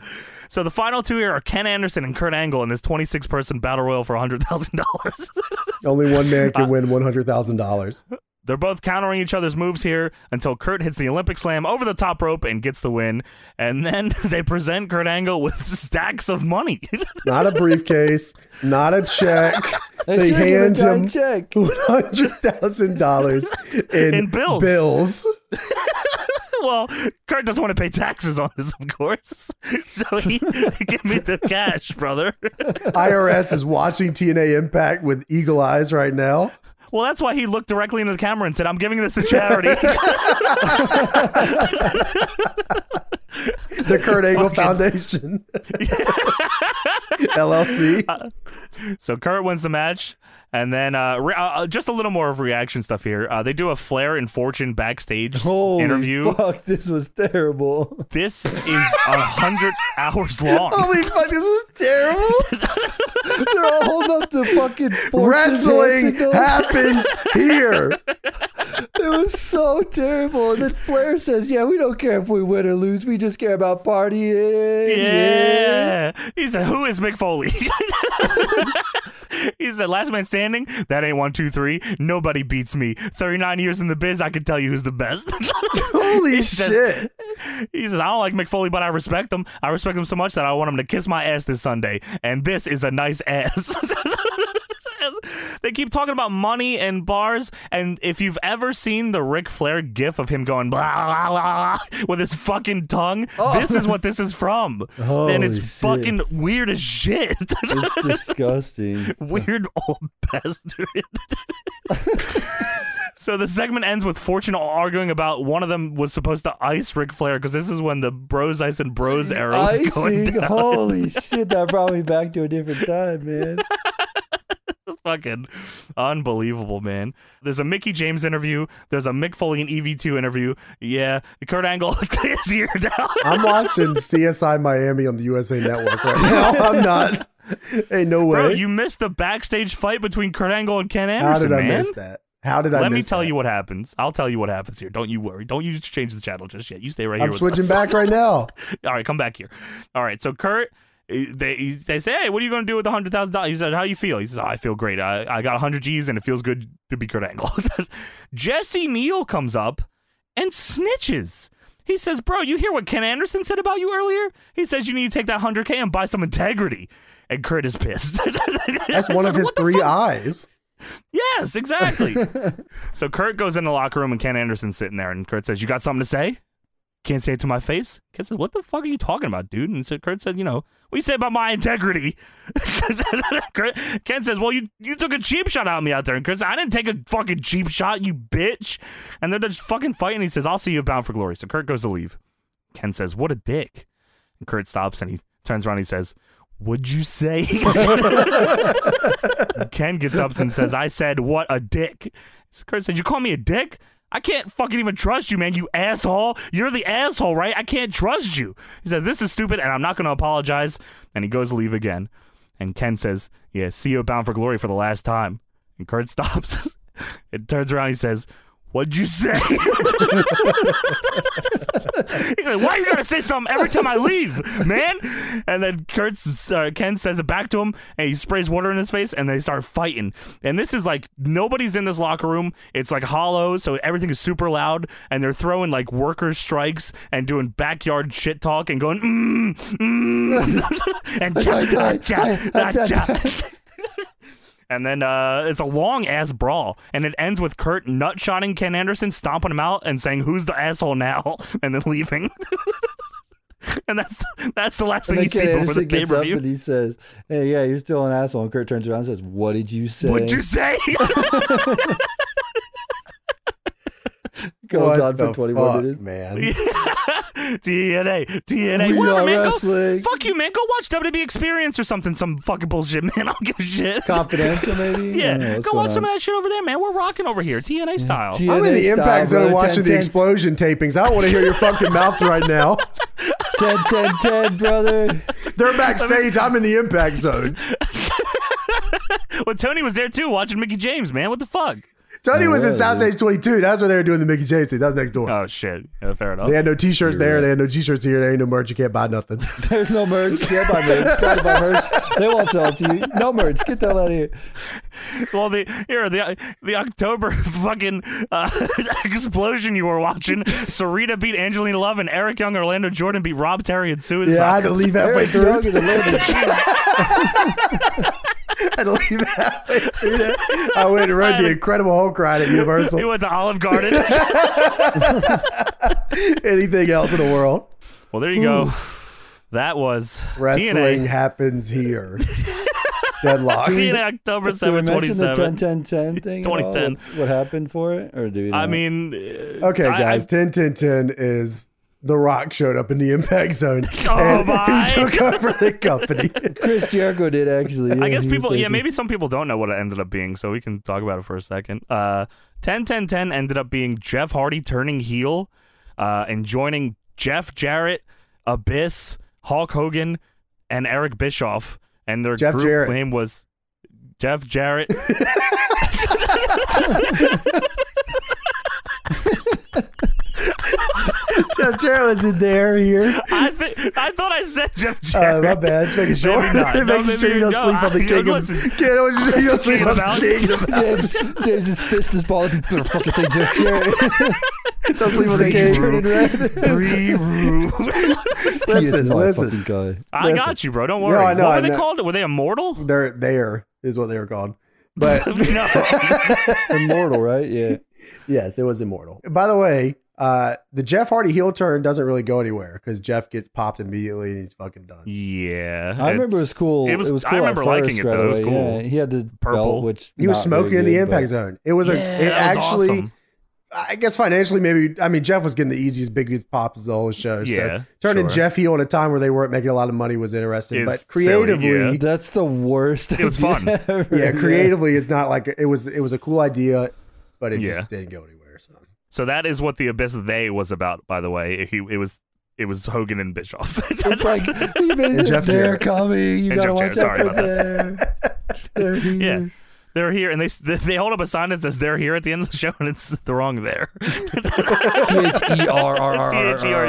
B: So the final two here are Ken Anderson and Kurt Angle in this 26 person battle royal for $100,000.
A: Only one man can win $100,000.
B: They're both countering each other's moves here until Kurt hits the Olympic slam over the top rope and gets the win. And then they present Kurt Angle with stacks of money.
A: Not a briefcase, not a check. They hand him
C: check.
A: $100,000 in,
B: In bills.
A: bills.
B: well, Kurt doesn't want to pay taxes on this, of course. So he, give me the cash, brother.
A: IRS is watching TNA Impact with eagle eyes right now.
B: Well, that's why he looked directly into the camera and said, "I'm giving this to charity."
A: The Kurt Angle Foundation. LLC.
B: Uh, so Kurt wins the match, and then uh, re- uh, uh, just a little more of reaction stuff here. Uh, they do a Flair and Fortune backstage
C: Holy
B: interview.
C: Fuck, this was terrible.
B: This is a hundred hours long.
C: Oh,
A: Holy fuck, this is terrible.
C: They're all holding up the fucking fortune
A: Wrestling
C: dancing doll.
A: happens here.
C: It was so terrible. And then Flair says, "Yeah, we don't care if we win or lose. We just care about partying."
B: Yeah. He said, Who is Mick Foley? he said, Last man standing? That ain't one, two, three. Nobody beats me. 39 years in the biz, I can tell you who's the best.
A: Holy
B: says-
A: shit.
B: he says, I don't like Mick Foley, but I respect him. I respect him so much that I want him to kiss my ass this Sunday. And this is a nice ass. They keep talking about money and bars, and if you've ever seen the Ric Flair gif of him going blah blah blah, blah with his fucking tongue, this is what this is from, and it's
C: Oh. Holy shit.
B: fucking weird as shit.
C: It's disgusting.
B: weird old bastard. so the segment ends with Fortune arguing about one of them was supposed to ice Ric Flair because this is when the bros ice and bros era was going
C: Icing.
B: down.
C: Holy shit, that brought me back to a different time, man.
B: Fucking unbelievable, man. There's a Mickey James interview. There's a Mick Foley and EV2 interview. Yeah, Kurt Angle is here now.
A: I'm watching CSI Miami on the USA Network right now. I'm not. Ain't no way.
B: Bro, you missed the backstage fight between Kurt Angle and Ken
A: How
B: Anderson,
A: did I
B: man.
A: miss that? How did I
B: Let
A: miss
B: me tell
A: that?
B: you what happens. I'll tell you what happens here. Don't you worry. Don't you change the channel just yet. You stay right here.
A: I'm
B: with
A: switching
B: us.
A: back right now.
B: All right, come back here. All right, so Kurt eh, they they say, "Hey, what are you going to do with the hundred thousand dollars?" He said, "How you feel?" He says, "I feel great. I, I got hundred G's, and it feels good to be Kurt Angle." Jesse Neal comes up and snitches. He says, "Bro, you hear what Ken Anderson said about you earlier?" He says, "You need to take that hundred K and buy some integrity." And Kurt is pissed.
A: That's one of his three eyes.
B: Yes, exactly. so Kurt goes in the locker room and Ken Anderson's sitting there, and Kurt says, "You got something to say? Can't say it to my face." Ken says, "What the fuck are you talking about, dude?" And so Kurt said, "You know, what you say about my integrity?" Kurt, Ken says, "Well, you you took a cheap shot at me out there," and Kurt said, "I didn't take a fucking cheap shot, you bitch." And they're just fucking fighting. He says, "I'll see you at bound for glory." So Kurt goes to leave. Ken says, "What a dick," and Kurt stops and he turns around. And he says. Would you say? Ken gets up and says, I said, what a dick. So Kurt says, You call me a dick? I can't fucking even trust you, man, you asshole. You're the asshole, right? I can't trust you. He said, This is stupid and I'm not going to apologize. And he goes to leave again. And Ken says, Yeah, see you at Bound for Glory for the last time. And Kurt stops and turns around. And he says, What'd you say? He's like, Why are you going to say something every time I leave, man? And then Kurt's, uh, Ken says it back to him and he sprays water in his face and they start fighting. And this is like nobody's in this locker room. It's like hollow, so everything is super loud. And they're throwing like worker strikes and doing backyard shit talk and going, mm, mm, and cha,
C: I-
B: cha,
C: I- I-
B: cha, cha. And then uh, it's a long ass brawl, and it ends with Kurt nutshotting Ken Anderson, stomping him out, and saying, "Who's the asshole now?" and then leaving. and that's that's the last
C: And
B: thing
C: then
B: you see
C: Ken
B: before the
C: Anderson
B: pay
C: gets up
B: per view.
C: and he says, "Hey, yeah, you're still an asshole." And Kurt turns around and says, "What did you say?"
B: What'd you say?
C: Goes
A: What
C: on for
A: the
C: 21
A: fuck,
C: minutes.
A: man.
B: DNA, DNA.
C: We
B: Whatever,
C: are
B: man. Go-
C: wrestling.
B: fuck you, man. Go watch WWE Experience or something. Some fucking bullshit, man. I don't give a shit.
C: Confidential, maybe. I don't know
B: yeah,
C: what's
B: go
C: going
B: watch some
C: on.
B: of that shit over there, man. We're rocking over here, TNA style.
A: I'm in
C: TNA
A: the
C: style,
A: impact
C: brother.
A: zone watching
C: 10,
A: the
C: 10,
A: explosion tapings. I don't want to hear your fucking mouth right now.
C: 10, 10, 10, brother.
A: They're backstage. I'm in the impact zone.
B: Well, Tony was there too, watching Mickey James, man. What the fuck?
A: Tony was in
C: really,
A: South
C: dude.
A: Stage 22. That's where they were doing the Mickey James thing. That was next door.
B: Oh shit. Yeah, fair enough.
A: They had no T-shirts there. They had no T-shirts here. There ain't no merch. You can't buy nothing.
C: There's no merch. Can't buy merch. Try to buy merch. They won't sell it to you. No merch. Get the hell out of here.
B: Well, the here the the October fucking uh, explosion you were watching. Sarita beat Angelina Love and Eric Young, Orlando Jordan beat Rob Terry and Suicide.
A: Yeah, I had to leave halfway
C: Eric
A: through.
C: Young and the Lady.
A: I had to leave halfway through. that. I went and read the Incredible Hulk ride at
B: He
A: Universal.
B: went to Olive Garden.
A: Anything else in the world?
B: well, there you go. That was
A: Wrestling
B: TNA.
A: happens here. Deadlock.
B: TNA October
C: Did we
B: seventh, twenty
C: mention the 10,
B: seven.
C: 10, 10 thing? at all?
B: 2010.
C: What, what happened for it? Or do we
B: I
C: not?
B: mean,
A: Okay,
B: I- I-
A: guys. 10 10 10 is The Rock showed up in the Impact Zone.
B: Oh,
A: and
B: my.
A: He took over the company.
C: Chris Jericho did actually.
B: I
C: yeah,
B: guess
C: he was
B: people, yeah,
C: there, too.
B: maybe some people don't know what it ended up being, so we can talk about it for a second. Uh, 10 10 10 ended up being Jeff Hardy turning heel uh, and joining Jeff Jarrett, Abyss, Hulk Hogan, and Eric Bischoff. And their
A: Jeff
B: group
A: Jarrett.
B: name was Jeff Jarrett.
A: Jeff Jarrett was in there here.
B: I, th- I thought I said Jeff
A: Uh,
B: Jarrett.
A: my bad. Just making sure.
B: Maybe not. No,
A: making sure you don't
B: maybe- no,
A: sleep on the
B: I-
A: king. Of,
B: listen.
A: Yeah, I want you to- you don't sleep
B: King
A: on
B: of
A: the
B: Mountains.
A: king. of-
C: James, James has fist his ball at people for fucking saying Jeff Jarrett.
A: Don't sleep on the
C: His face
A: king.
C: turning red.
B: Re-roo.
C: He is
A: Listen,
C: not a
A: listen.
C: fucking guy.
B: I
A: Listen.
B: got you, bro. Don't worry.
A: I know,
B: what were
A: I
B: they
A: know.
B: called? Were they immortal?
A: They're there is what they were called. But
B: no.
C: Immortal, right? Yeah.
A: yes, it was immortal. By the way, uh, the Jeff Hardy heel turn doesn't really go anywhere because Jeff gets popped immediately and he's fucking done.
B: Yeah.
C: I remember
B: it's-
C: it was cool. It was, cool.
B: I remember
C: at
B: liking
C: first
B: it
C: right
B: though. It was
C: away,
B: cool.
C: Yeah. He had the
B: Purple.
C: Belt, which
A: He was
C: not
A: smoking
C: very
A: in the
C: good,
A: impact
C: but-
A: zone. It was a.
B: Yeah,
A: it
B: that was
A: actually.
B: awesome.
A: I guess financially, maybe. I mean, Jeff was getting the easiest, biggest pops of the whole show.
B: Yeah,
A: so turning
B: sure.
A: Jeff heel in a time where they weren't making a lot of money was interesting.
B: Is
A: but
B: silly,
A: creatively,
B: yeah.
C: That's the worst. It
B: was fun.
A: yeah. creatively, it's not like it was. It was a cool idea, but it
B: Yeah.
A: just didn't go anywhere. So
B: So that is what the Abyss They was about, by the way. He, it was it was Hogan and Bischoff.
C: It's like we made
A: And Jeff
C: it. They're
A: Jarrett.
C: coming. You
B: And
C: gotta
B: Jeff
C: watch
B: Jarrett,
C: out
B: sorry
C: for them. They're
B: yeah.
A: Mm-hmm.
C: here.
B: They're here, and they s- they hold up a sign that says "They're here" at the end of the show, and it's the wrong "there."
C: T H E R R R R
B: T H E R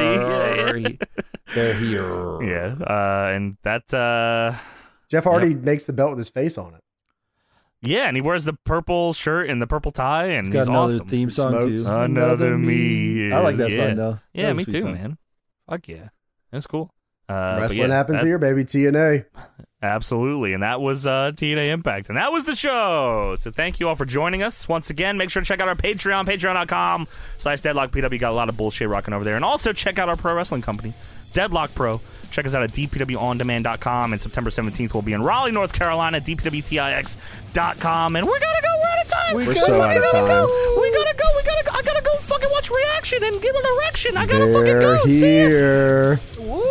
B: E.
C: R. They're here.
B: Yeah, uh, and that uh,
A: Jeff Hardy makes the belt with his face on it.
B: yeah, and he wears the purple shirt and the purple tie, and
C: It's got
B: he's
C: another
B: awesome.
C: theme song
A: Smokes. Oh,
C: too.
B: Another me.
C: I like that
B: Yeah.
C: song though.
B: Yeah,
C: That was a
B: me
C: sweet
B: too,
C: song.
B: man. Fuck yeah, that's cool. Uh, but
A: Wrestling
B: yeah,
A: happens
B: that-
A: here, baby. TNA.
B: Absolutely. And that was uh, TNA Impact. And that was the show. So thank you all for joining us. Once again, make sure to check out our Patreon, patreon.com slash deadlockpw. Got a lot of bullshit rocking over there. And also check out our pro wrestling company, Deadlock Pro. Check us out at dpwondemand.com. And September 17th, we'll be in Raleigh, North Carolina, dpwtix.com. And we're going to go. We're out of time.
A: We're so out of time.
B: We gotta go. We gotta go. I gotta go fucking watch Reaction and get an erection. I gotta fucking
A: They're
B: go. See ya.
A: here.
B: Woo.